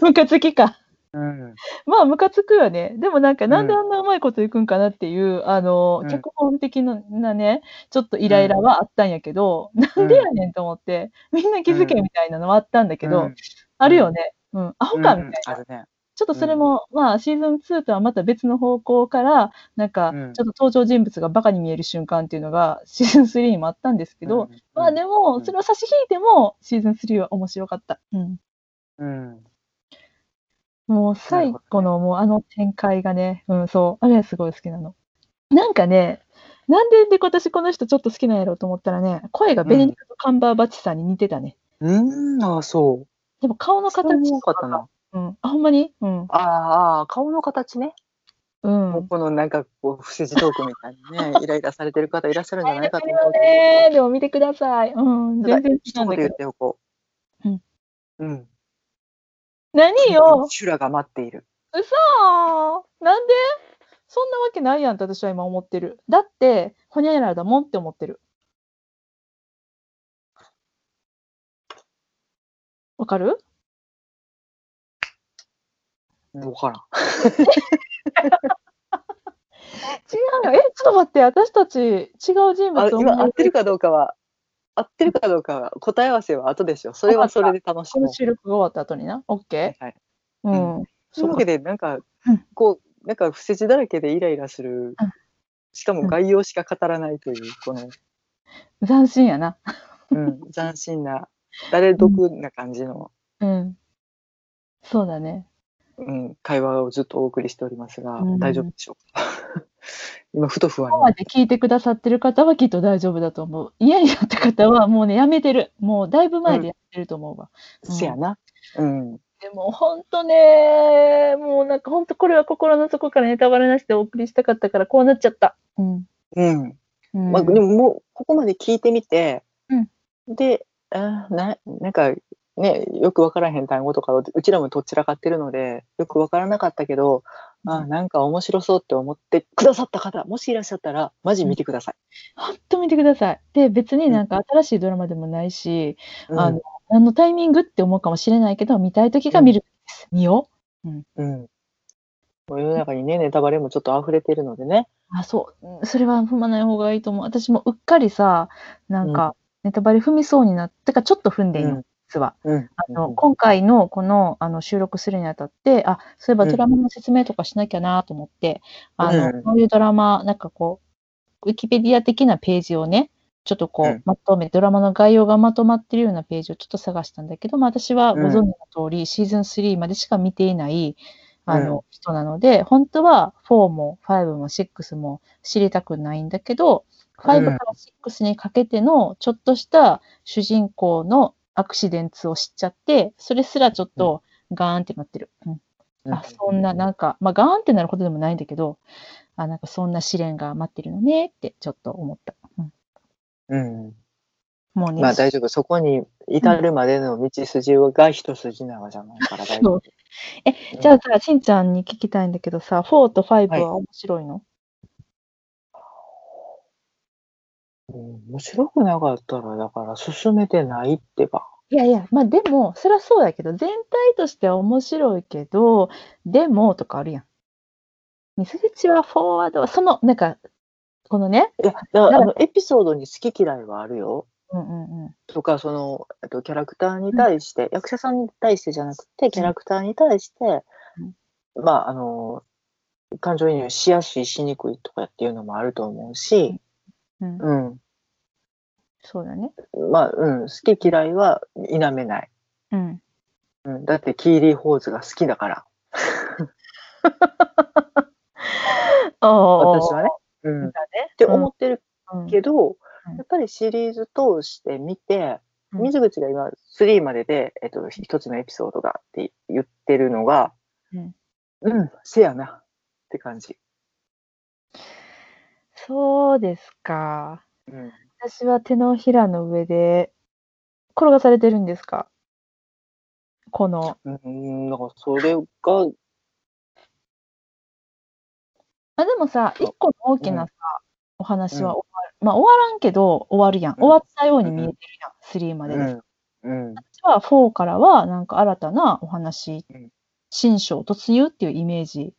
Speaker 1: ムカつきか。
Speaker 2: うん
Speaker 1: まあ、ムカつくよね。でもなんか、
Speaker 2: ん
Speaker 1: なんであんなうまいこといくんかなっていう、あの
Speaker 2: う、ん
Speaker 1: 脚本的なね、ちょっとイライラはあったんやけど、なんでやねんと思って、みんな気づけみたいなのはあったんだけど、
Speaker 2: うん
Speaker 1: あるよね。うん、アホかみたいな。
Speaker 2: あるね。
Speaker 1: ちょっとそれも、まあシーズン2とはまた別の方向から、なんか
Speaker 2: う
Speaker 1: ちょ
Speaker 2: ん
Speaker 1: っと登場人物がバカに見える瞬間っていうのがシーズン3にもあったんですけど、
Speaker 2: うん
Speaker 1: まあで
Speaker 2: う
Speaker 1: も
Speaker 2: ん
Speaker 1: それを差し引いてもシーズン3は面白かった。うん
Speaker 2: うん
Speaker 1: もう最後のもうあの展開がね、うん、そう、あれはすごい好きなの。なんかね、なんでで私この人ちょっと好きなんやろうと思ったらね、声がベネディクト・カンバーバッチさんに似てたね。
Speaker 2: うん、ああ、そう。
Speaker 1: でも顔の
Speaker 2: そ
Speaker 1: 形
Speaker 2: れも多かったな。
Speaker 1: うん。あ、ほんまにうん。
Speaker 2: ああああ、顔の形ね。
Speaker 1: うん。
Speaker 2: このなんかこう、不思議トークみたいに ね、イライラされてる方いらっしゃるんじゃないかと思うけど。
Speaker 1: ねえでも見てください。うん。全然違
Speaker 2: 一
Speaker 1: うんだ
Speaker 2: 言
Speaker 1: け
Speaker 2: 言っ
Speaker 1: ど。
Speaker 2: ておこう。
Speaker 1: うん。
Speaker 2: うん。
Speaker 1: 何よ
Speaker 2: 修羅が待っている。
Speaker 1: あーなんでそんなわけないやんって私は今思ってる。だって、ホニャララだもんって思ってる。わかる
Speaker 2: わからん。
Speaker 1: 違うよ。え、ちょっと待って、私たち違う人物
Speaker 2: あ
Speaker 1: を
Speaker 2: 今合
Speaker 1: 思
Speaker 2: っ
Speaker 1: い
Speaker 2: てるかどうかは、合ってるかどうかは、答え合わせは後でしょ。それはそれで楽し
Speaker 1: こ
Speaker 2: も
Speaker 1: の
Speaker 2: う。
Speaker 1: 収録が終わった後にな。オッケ
Speaker 2: はい。
Speaker 1: ー。うん。
Speaker 2: そういうわけで、なんか
Speaker 1: うん、
Speaker 2: こう、なんか不世辞だらけでイライラする
Speaker 1: うん。
Speaker 2: しかも概要しか語らないという、この、
Speaker 1: 斬新やな。
Speaker 2: うん、斬新な、誰得な感じの、
Speaker 1: うん。そうだね。
Speaker 2: うん、会話をずっとお送りしておりますが、
Speaker 1: うん
Speaker 2: 大丈夫でしょうか。 今、ふと不安
Speaker 1: ここまで聞いてくださってる方はきっと大丈夫だと思う。嫌になった方はもうね、やめてる。もうだいぶ前でやってると思うわ。
Speaker 2: に。せやな。うん。
Speaker 1: でも本当ね、もうなんか本当これは心の底からネタバレなしでお送りしたかったからこうなっちゃった。うん。
Speaker 2: うん。
Speaker 1: うん
Speaker 2: まあ、でももう、ここまで聞いてみて、
Speaker 1: うん
Speaker 2: で、あーな、なんか、ね、よくわからへん単語とか、うちらもとっちらかってるので、よくわからなかったけど、あーなんか面白そうって思ってくださった方、もしいらっしゃったら、マジ見てください。
Speaker 1: 本当見てください。で、別になんか新しいドラマでもないし、
Speaker 2: うん、
Speaker 1: あの、何のタイミングって思うかもしれないけど、見たい時が見るべきです。見よ
Speaker 2: うん。世の中にね、ネタバレもちょっと溢れてるのでね。
Speaker 1: う。あ、そううん。それは踏まない方がいいと思う。私もうっかりさ、なんかネタバレ踏みそうになってか、ちょっと踏んでいい
Speaker 2: うん
Speaker 1: の、実は。
Speaker 2: うん。
Speaker 1: あの、
Speaker 2: うん
Speaker 1: 今回のこのあの収録するにあたって、あ、そういえば
Speaker 2: うん
Speaker 1: ドラマの説明とかしなきゃなと思って、あの、
Speaker 2: うん
Speaker 1: こういうドラマ、なんかこう、ウィキペディア的なページをね、ちょっとこう、
Speaker 2: うん
Speaker 1: まとめ、ドラマの概要がまとまってるようなページをちょっと探したんだけど、まあ私はご存知の通り、シーズン3までしか見ていない、あの、人なので、本当は4も5も6も知りたくないんだけど、
Speaker 2: うん
Speaker 1: 5から6にかけてのちょっとした主人公のアクシデンツを知っちゃって、それすらちょっとガーンってなってる。うんあそんな、なんか、まあ、ガーンってなることでもないんだけど、あ、なんかそんな試練が待ってるのねってちょっと思った。うん
Speaker 2: うん。
Speaker 1: もうね、
Speaker 2: まあ大丈夫。そこに至るまでの道筋が一筋縄じゃないから大丈夫。
Speaker 1: じゃあさ、しんちゃんに聞きたいんだけどさ、4と5は面白いの、
Speaker 2: うん面白くなかったら、だから進めてないってば。
Speaker 1: いやいや、まあでも、そりゃそうだけど、全体としては面白いけど、でもとかあるやん。ミスフィッチはフォワードは、その、なんか、このね、
Speaker 2: いや、だから
Speaker 1: な
Speaker 2: あ
Speaker 1: ら
Speaker 2: のエピソードに好き嫌いはあるよ。
Speaker 1: うんうんうん。
Speaker 2: とか、その、えっと、キャラクターに対して、役者さんに対してじゃなくて、キャラクターに対して、まあ、あの、感情移入しやすい、しにくいとかっていうのもあると思うし、
Speaker 1: うん、
Speaker 2: うん。
Speaker 1: そうだね。
Speaker 2: まあ、うん、好き嫌いは否めない。
Speaker 1: うん。
Speaker 2: うん、だって、キーリー・ホーズが好きだから、
Speaker 1: あ
Speaker 2: 私はね。うん、っ
Speaker 1: だ
Speaker 2: て思ってる
Speaker 1: ね。
Speaker 2: けど、
Speaker 1: うん
Speaker 2: やっぱりシリーズ通して見て、
Speaker 1: うん
Speaker 2: 水口が今3までで、えっと、一つのエピソードがって言ってるのが、
Speaker 1: うん、
Speaker 2: うん、せやなって感じ。
Speaker 1: そうですか。
Speaker 2: うん、
Speaker 1: 私は手のひらの上で転がされてるんですかこの、
Speaker 2: うん、なんかそれが、
Speaker 1: あでもさ、一個の大きなさ、お話は終わ
Speaker 2: うん
Speaker 1: る、まあ終わらんけど終わるやん。
Speaker 2: うん
Speaker 1: 終わったように見えてるやん、3ま
Speaker 2: う
Speaker 1: でで。
Speaker 2: ん、うん、
Speaker 1: 私は4からはなんか新たなお話
Speaker 2: うん、
Speaker 1: 新章突入っていうイメージ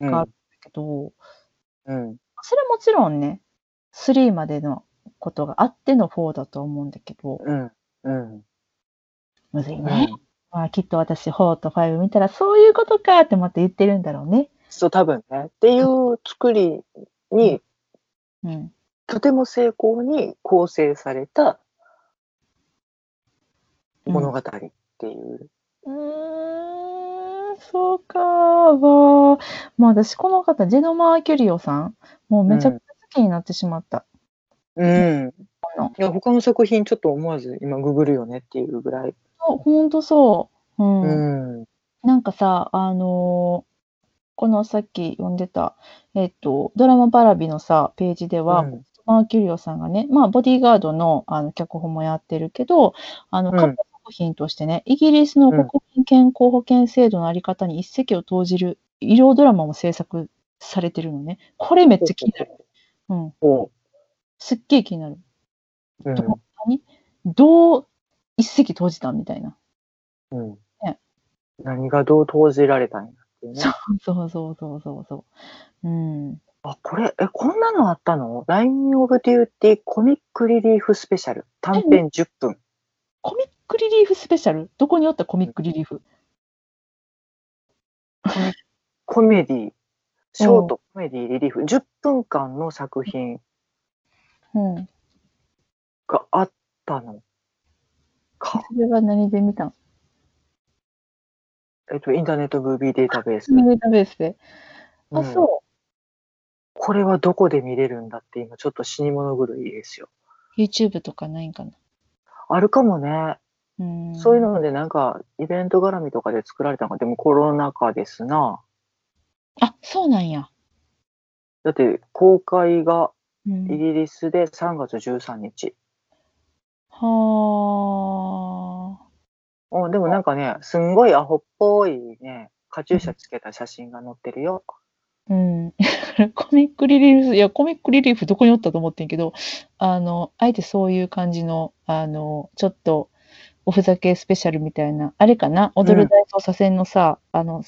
Speaker 2: う
Speaker 1: があ
Speaker 2: ん
Speaker 1: るんだけど、
Speaker 2: うん、
Speaker 1: それもちろんね、3までのことがあっての4だと思うんだけど、
Speaker 2: うん、うん。
Speaker 1: むずいね。まあ、きっと私、4と5見たら、そういうことかって思って言ってるんだろうね。
Speaker 2: そう、多分ね。っていう作りに、
Speaker 1: うん。
Speaker 2: とても精巧に構成された物語っていう。
Speaker 1: うーん、そうかわーまあ、私、この方、ジェノマー・キュリオさん、もうめちゃくちゃ好きになってしまった。
Speaker 2: うん。
Speaker 1: の
Speaker 2: いや、他の作品ちょっと思わず今ググるよねっていうぐらい。
Speaker 1: そうほんとそう。うん。
Speaker 2: うん。
Speaker 1: なんかさ、あのーこのさっき読んでた、えっと、ドラマパラビのさ、ページでは、
Speaker 2: うん
Speaker 1: マーキュリオさんがね、まあ、ボディーガードのあの脚本もやってるけど、あの、
Speaker 2: うん
Speaker 1: 過去作品としてね、イギリスの国民健康保険制度のあり方に一石を投じる医療ドラマも制作されてるのね。これめっちゃ気になる。うん。
Speaker 2: お
Speaker 1: すっげえ気になる。
Speaker 2: う
Speaker 1: どう何どう一石投じたんみたいな。
Speaker 2: んうん
Speaker 1: ね
Speaker 2: 何がどう投じられたんやっていうね
Speaker 1: そ。そうそうそうそうそう。うん。
Speaker 2: あ、これ、え、こんなのあったの ?Line of Duty コミックリリーフスペシャル。短編10分。
Speaker 1: コミックリリーフスペシャルどこにおったコミックリリーフ
Speaker 2: コメディ。ショートコメディリリーフ。10分間の作品
Speaker 1: うん。
Speaker 2: があったのか。
Speaker 1: それは何で見たの
Speaker 2: えっと、インターネットムービーデータベース。
Speaker 1: データベースで。
Speaker 2: う
Speaker 1: あ、
Speaker 2: ん
Speaker 1: そ
Speaker 2: これはどこで見れるんだって今ちょっと死に物狂いですよ。
Speaker 1: う。YouTube とかないんかな。
Speaker 2: あるかもね。
Speaker 1: うん。
Speaker 2: そういうのでなんかイベント絡みとかで作られたのか。でもコロナ禍ですな。
Speaker 1: あ、そうなんや。
Speaker 2: だって公開が
Speaker 1: う
Speaker 2: イ
Speaker 1: ん、
Speaker 2: ギリスで3月13日。
Speaker 1: はあ。
Speaker 2: うん、でもなんかね、すんごいアホっぽいね、カチューシャつけた写真が載ってるよ。
Speaker 1: うん、 コミックリリーフ、いや、コミックリリーフどこにおったと思ってんけど、あの、あえてそういう感じの、あの、ちょっと、おふざけスペシャルみたいな、あれかな、踊る大捜査線のさ、あの、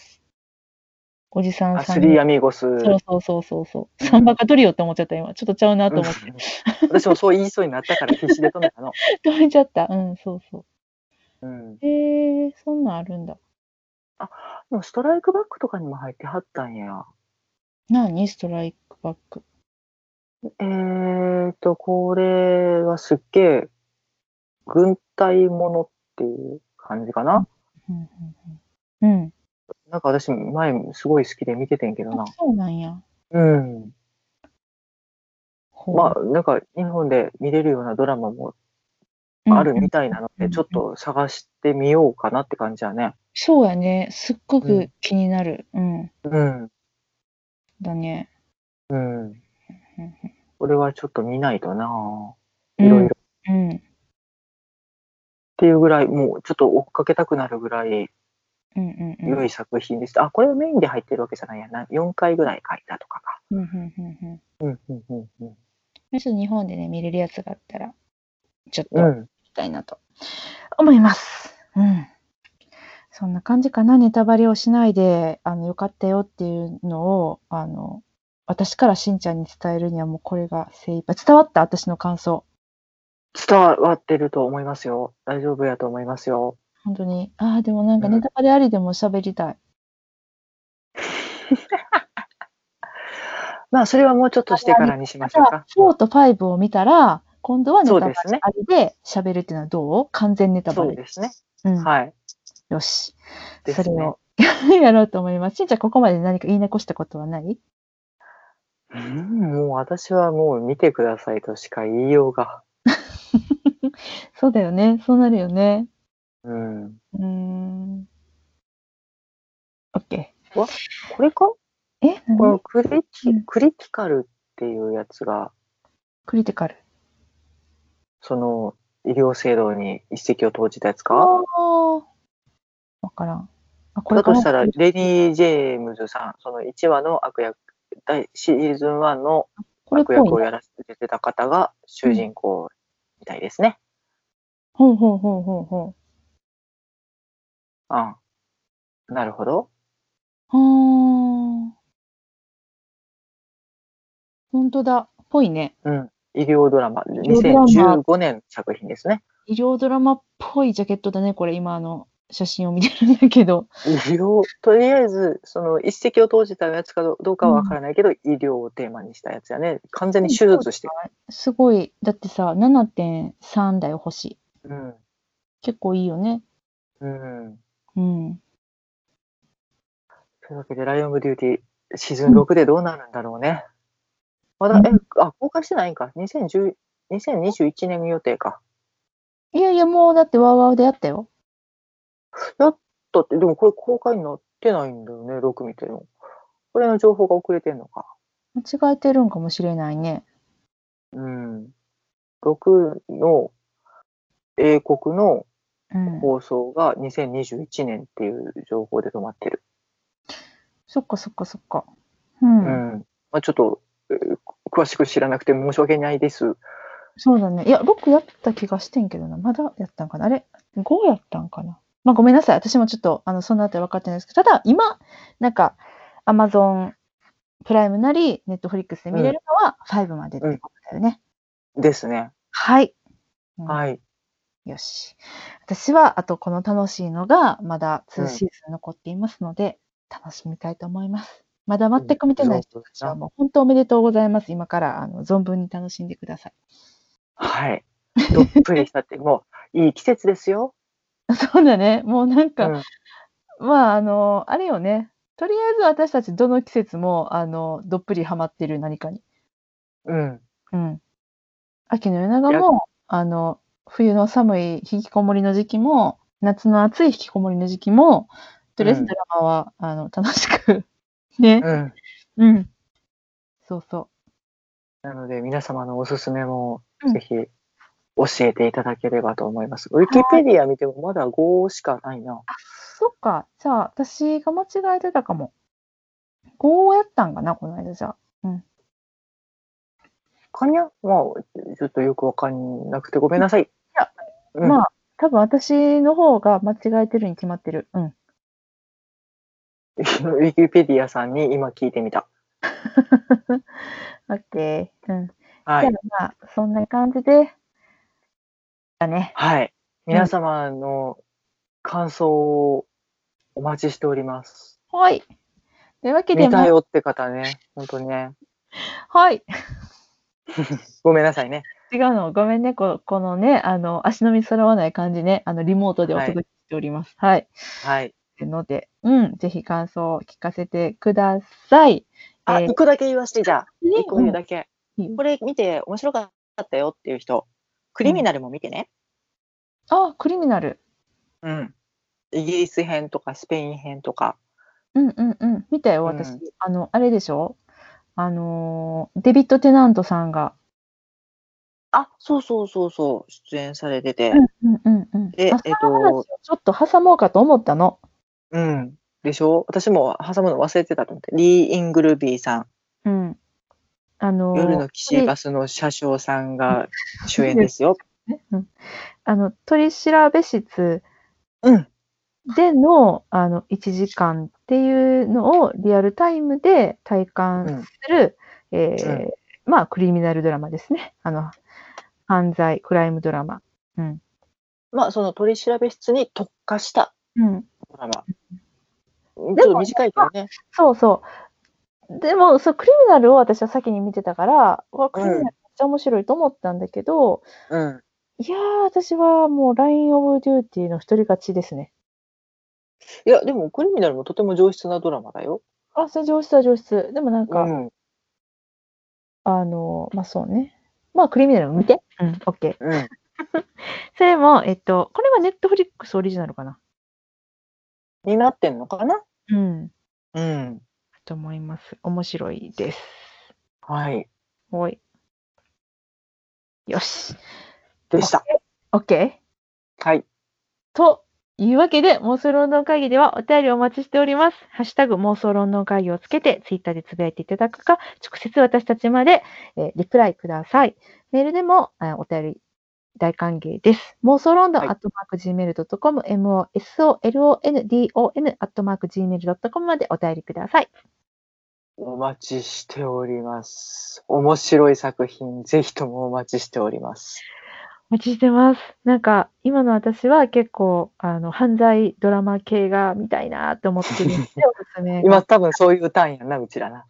Speaker 1: おじさん
Speaker 2: あ
Speaker 1: さ
Speaker 2: ス
Speaker 1: ん
Speaker 2: リー
Speaker 1: の。
Speaker 2: アミーゴス。
Speaker 1: そうそうそうそうそう。サンバカトリオって思っちゃった、今。ちょっとちゃうなと思って。
Speaker 2: うん私もそう言いそうになったから必死で止めたの。
Speaker 1: 止めちゃった。うん、そうそう。
Speaker 2: うん、で
Speaker 1: へえー、そんなんあるんだ。
Speaker 2: もストライクバックとかにも入ってはったんや。
Speaker 1: 何ストライクバック。
Speaker 2: えーと、これはすっげえ、軍隊ものっていう感じかな。
Speaker 1: うん。うんうん
Speaker 2: なんか私、前すごい好きで見ててんけど
Speaker 1: うん、あ
Speaker 2: な。
Speaker 1: そうなんや。
Speaker 2: うん。
Speaker 1: ほう
Speaker 2: まあ、なんか日本で見れるようなドラマもあるみたいなの
Speaker 1: う
Speaker 2: で、
Speaker 1: ん
Speaker 2: ちょっと探してみようかなって感じやね。
Speaker 1: そうやね。すっご
Speaker 2: う
Speaker 1: く
Speaker 2: ん
Speaker 1: 気になる。うん。
Speaker 2: うん。
Speaker 1: だね。
Speaker 2: うん。
Speaker 1: うん
Speaker 2: これはちょっと見ないとな
Speaker 1: うん
Speaker 2: いろいろっ
Speaker 1: うん。
Speaker 2: ていうぐらい、もうちょっと追っかけたくなるぐらい
Speaker 1: うんうんうん。
Speaker 2: 良い作品でした。あ、これはメインで入ってるわけじゃないやな。4回ぐらい書いたとかか。
Speaker 1: うんうんうんうん。
Speaker 2: うん、うん、うん、うん。
Speaker 1: もし日本でね、見れるやつがあったら、ちょっと
Speaker 2: う
Speaker 1: 見
Speaker 2: ん、
Speaker 1: たいなと思います。うん。そんな感じかな。ネタバレをしないで、あの、よかったよっていうのを、あの、私からしんちゃんに伝えるにはもうこれが精一杯。伝わった私の感想。
Speaker 2: 伝わってると思いますよ。大丈夫やと思いますよ。
Speaker 1: 本当に。ああ、でもなんか
Speaker 2: うん
Speaker 1: ネタバレありでも喋りたい。
Speaker 2: まあ、それはもうちょっとしてからにしましょう
Speaker 1: ただ
Speaker 2: か、。
Speaker 1: 4と5を見たら、今度はネタバ
Speaker 2: そう
Speaker 1: レ
Speaker 2: ですね
Speaker 1: ありで喋るっていうのはどう完全ネタバ
Speaker 2: そう
Speaker 1: レ。
Speaker 2: ですね。
Speaker 1: うん
Speaker 2: はい。
Speaker 1: よし。
Speaker 2: ですね
Speaker 1: それを やろうと思います。しんちゃん、ここまで何か言い残したことはない
Speaker 2: うん、もう私はもう見てくださいとしか言いようが。
Speaker 1: そうだよね。そうなるよね。
Speaker 2: うん。
Speaker 1: うーん。OK。
Speaker 2: これか
Speaker 1: え
Speaker 2: こ
Speaker 1: 何
Speaker 2: のクリティ
Speaker 1: うん
Speaker 2: クリティカルっていうやつが、
Speaker 1: クリティカル。
Speaker 2: その医療制度に一石を投じたやつか
Speaker 1: ああ。わからん。あ、こ
Speaker 2: だとしたら、
Speaker 1: こ
Speaker 2: レニー・ジェームズさん、その1話の悪役、第シーズン1の
Speaker 1: れっ
Speaker 2: 悪
Speaker 1: ぽ
Speaker 2: 役を
Speaker 1: い。
Speaker 2: やらせてた方が主人公みたいですね。
Speaker 1: ほうほうほうほうほ
Speaker 2: うん。なるほど。
Speaker 1: う。ああ。本当だ。ぽいね。
Speaker 2: うん。医療ドラマ、
Speaker 1: 療ドラマ
Speaker 2: 2015年作品ですね。
Speaker 1: 医療ドラマっぽいジャケットだね、これ、今、あの、写真を見てるんだけど、
Speaker 2: 医療とりあえずその一石を投じたやつかどどうかはわからないけど、医療をテーマにしたやつやね完全に手術して
Speaker 1: すごい、だってさ、7.3だよ、星。
Speaker 2: る、うん
Speaker 1: 結構いいよね。
Speaker 2: うん、
Speaker 1: うん。
Speaker 2: というわけで「ライオン・ブ・デューティー」シーズン6でどうなるんだろうね、まだえあ公開してないんか2010 2021年予定か
Speaker 1: いやいや、もうだってワーワーでやったよ。
Speaker 2: だってでもこれ公開になってないんだよね6見てもこれの情報が遅れてんのか
Speaker 1: 間違えてるんかもしれないね。
Speaker 2: うん6の英国の
Speaker 1: うん。
Speaker 2: 放送が2021年っていう情報で止まってる。
Speaker 1: そっかそっかそっか。うん。
Speaker 2: うんまあ、ちょっと、えー詳しく知らなくて申し訳ないです。
Speaker 1: そうだね。いや、6やった気がしてんけどな。まだやったんかな。あれ ?5 やったんかな。まあ、ごめんなさい。私もちょっと、あの、そのあたり分かってないですけど、ただ、今、なんか、アマゾンプライムなり、ネットフリックスで見れるのは、5までってことだよね。
Speaker 2: ですね。
Speaker 1: はい。うん
Speaker 2: はい。
Speaker 1: よし。私は、あと、この楽しいのが、まだ
Speaker 2: う
Speaker 1: 2
Speaker 2: ん
Speaker 1: シーズン残っていますので、楽しみたいと思います。まだ全く見てない人たちは、もう本当おめでとうございます。今から、あの、存分に楽しんでください。
Speaker 2: はい。どっぷりしたって、もう、いい季節ですよ。
Speaker 1: そうだね。もうなんか、
Speaker 2: うん
Speaker 1: まあ、あの、あれよね。とりあえず私たちどの季節も、あの、どっぷりハマってる何かに。
Speaker 2: うん。
Speaker 1: うん。秋の夜長も、あの、冬の寒い引きこもりの時期も、夏の暑い引きこもりの時期も、とりあえ
Speaker 2: う
Speaker 1: ず
Speaker 2: ん
Speaker 1: ドラマは、あの、楽しく。 ね。
Speaker 2: うん。
Speaker 1: うん。そうそ
Speaker 2: なので、皆様のおすすめも
Speaker 1: うん、
Speaker 2: ぜひ、教えていただければと思います。ウィキペディア見ても、まだ5しかないな。
Speaker 1: う。あ、そっか。じゃあ、私が間違えてたかも。5やったんかな、この間じゃあ。
Speaker 2: かにゃまあ、ちょっとよくわかんなくてごめんなさい。い
Speaker 1: や、
Speaker 2: うん、
Speaker 1: まあ、多分私の方が間違えてるに決まってる。うん。
Speaker 2: ウィキペディアさんに今聞いてみた。
Speaker 1: オッケー。うん。
Speaker 2: はい。
Speaker 1: じゃあ、まあ、そんな感じで、だね。
Speaker 2: はい。皆様の感想をお待ちしております。
Speaker 1: はい。というわけで、
Speaker 2: 見
Speaker 1: ま
Speaker 2: た
Speaker 1: あ
Speaker 2: よって方ね、本当にね。
Speaker 1: はい。
Speaker 2: ごめんなさいね。
Speaker 1: 違うの、ごめんね、ここのね、あの、足並み揃わない感じね、あの、リモートでお届けしております。はい。
Speaker 2: はい。
Speaker 1: ので、うん、ぜひ感想を聞かせてください。
Speaker 2: あ、
Speaker 1: えー
Speaker 2: 一個だけ言わせて、じゃあ。
Speaker 1: ね
Speaker 2: 一個言うだけ。
Speaker 1: うんいいよ
Speaker 2: これ見て面白かったよっていう人、クリミナルも見てね。
Speaker 1: あ、クリミナル。
Speaker 2: うん。イギリス編とかスペイン編とか。
Speaker 1: うんうんうん。見たよ、
Speaker 2: うん
Speaker 1: 私。あの、あれでしょあのー、デビッド・テナントさんが。
Speaker 2: あ、そうそうそうそう、出演されてて。
Speaker 1: うんうんうん。
Speaker 2: で
Speaker 1: まあ
Speaker 2: えっと
Speaker 1: その話をちょっと挟もうかと思ったの。
Speaker 2: うん。でしょ私も挟むの忘れてたと思って。リー・イングルビーさん、
Speaker 1: うん。あのー
Speaker 2: 夜の騎士バスの車掌さんが主演ですよ。
Speaker 1: ねうんあの取調べ室
Speaker 2: うん。
Speaker 1: でのあの1時間っていうのをリアルタイムで体感する、えー
Speaker 2: う
Speaker 1: まあ、クリミナルドラマですね。あの犯罪、クライムドラマ。
Speaker 2: まあ、その取調室に特化した
Speaker 1: うん、
Speaker 2: ドラマ。ちょっと短いけどね。
Speaker 1: そうそう。でもそう、クリミナルを私は先に見てたから、うわクリミナルめっちゃ面白いと思ったんだけど、
Speaker 2: うん。
Speaker 1: いやー、私はもう、ライン・オブ・デューティーの一人勝ちですね。
Speaker 2: いや、でも、クリミナルもとても上質なドラマだよ。
Speaker 1: あ、それ上質は上質。でもなん
Speaker 2: う
Speaker 1: か、
Speaker 2: ん。
Speaker 1: あの、まあそうね。まあクリミナルも見て。うん、OK。
Speaker 2: うん。
Speaker 1: それも、えっと、これはネットフリックスオリジナルかな。
Speaker 2: になってんのかな
Speaker 1: うん。
Speaker 2: うん。
Speaker 1: と思います。面白いです。
Speaker 2: はい。
Speaker 1: おい。よし。
Speaker 2: でした。
Speaker 1: OK?
Speaker 2: はい。
Speaker 1: というわけで、妄想論論会議ではお便りをお待ちしております。ハッシュタグ妄想論論会議をつけて、ツイッターでつぶやいていただくか、直接私たちまで、えーリプライください。メールでも、えーお便り大歓迎です。妄想論論、
Speaker 2: はい
Speaker 1: アットマーク Gmail.com、mosolondon、アットマーク Gmail.com までお便りください。
Speaker 2: お待ちしております。面白い作品、ぜひともお待ちしております。
Speaker 1: お待ちしてます。なんか、今の私は結構、あの、犯罪ドラマ系が見たいなって思ってるんで、 おすすめが。
Speaker 2: 今多分そういうターンやんな、うちらな。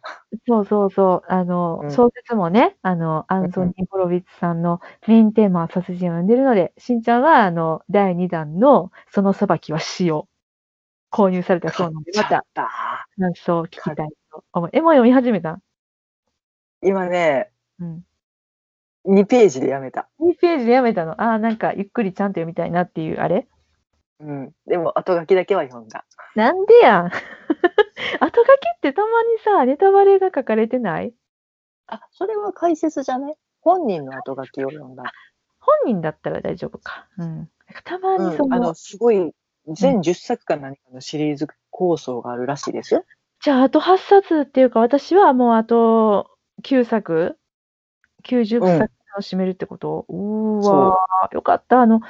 Speaker 1: そうそうそう。あの、
Speaker 2: うん
Speaker 1: 小説もね、あの、アンソニー・ホロビッツさんのメインテーマは殺人を呼んでるので、しんちゃんは、あの、第2弾の、その裁きは死を購入されたそうなんで、ま
Speaker 2: 買ったた。
Speaker 1: 感想を聞きたいと思う。え、もう読み始めた
Speaker 2: 今ね、
Speaker 1: うん。
Speaker 2: 2ページでやめた。
Speaker 1: 2ページでやめたの。ああ、なんか、ゆっくりちゃんと読みたいなっていう、あれ
Speaker 2: うん。でも、後書きだけは読んだ。
Speaker 1: なんでやん 後書きってたまにさ、ネタバレが書かれてない
Speaker 2: あ、それは解説じゃね本人の後書きを読んだ。
Speaker 1: 本人だったら大丈夫か。うん。たまにそ
Speaker 2: うん、あ
Speaker 1: の、
Speaker 2: の、すごい、全10作か何かのシリーズ構想があるらしいですよ。
Speaker 1: じゃああと8冊っていうか、私はもうあと9作、90
Speaker 2: うん
Speaker 1: 作楽しめるってこと、うーわー、よかった。あの、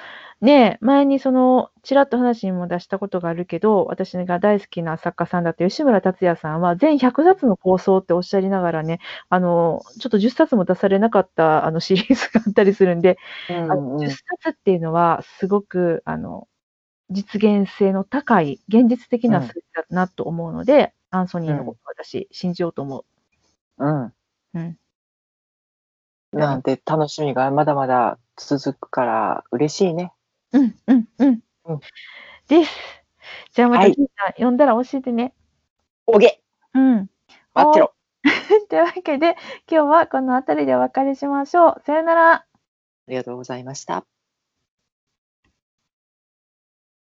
Speaker 1: ねえ、前にその、ちらっと話にも出したことがあるけど、私が大好きな作家さんだった吉村達也さんは、全100冊の構想っておっしゃりながらね、あの、ちょっと10冊も出されなかったあのシリーズがあったりするんで、
Speaker 2: うん
Speaker 1: あの
Speaker 2: うん
Speaker 1: 10冊っていうのは、すごくあの実現性の高い、現実的な
Speaker 2: うん
Speaker 1: 数字だなと思うので、アンソニーのこと
Speaker 2: う
Speaker 1: 私、信じようと思う。
Speaker 2: うん。
Speaker 1: うん
Speaker 2: なんて楽しみがまだまだ続くから嬉しいね。
Speaker 1: うん、うん、うん
Speaker 2: うん。
Speaker 1: です。じゃあまた、
Speaker 2: はい
Speaker 1: キーさん、呼んだら教えてね。
Speaker 2: おげ
Speaker 1: うん。
Speaker 2: 待ってろ
Speaker 1: というわけで、今日はこの辺りでお別れしましょう。さよなら。
Speaker 2: ありがとうございました。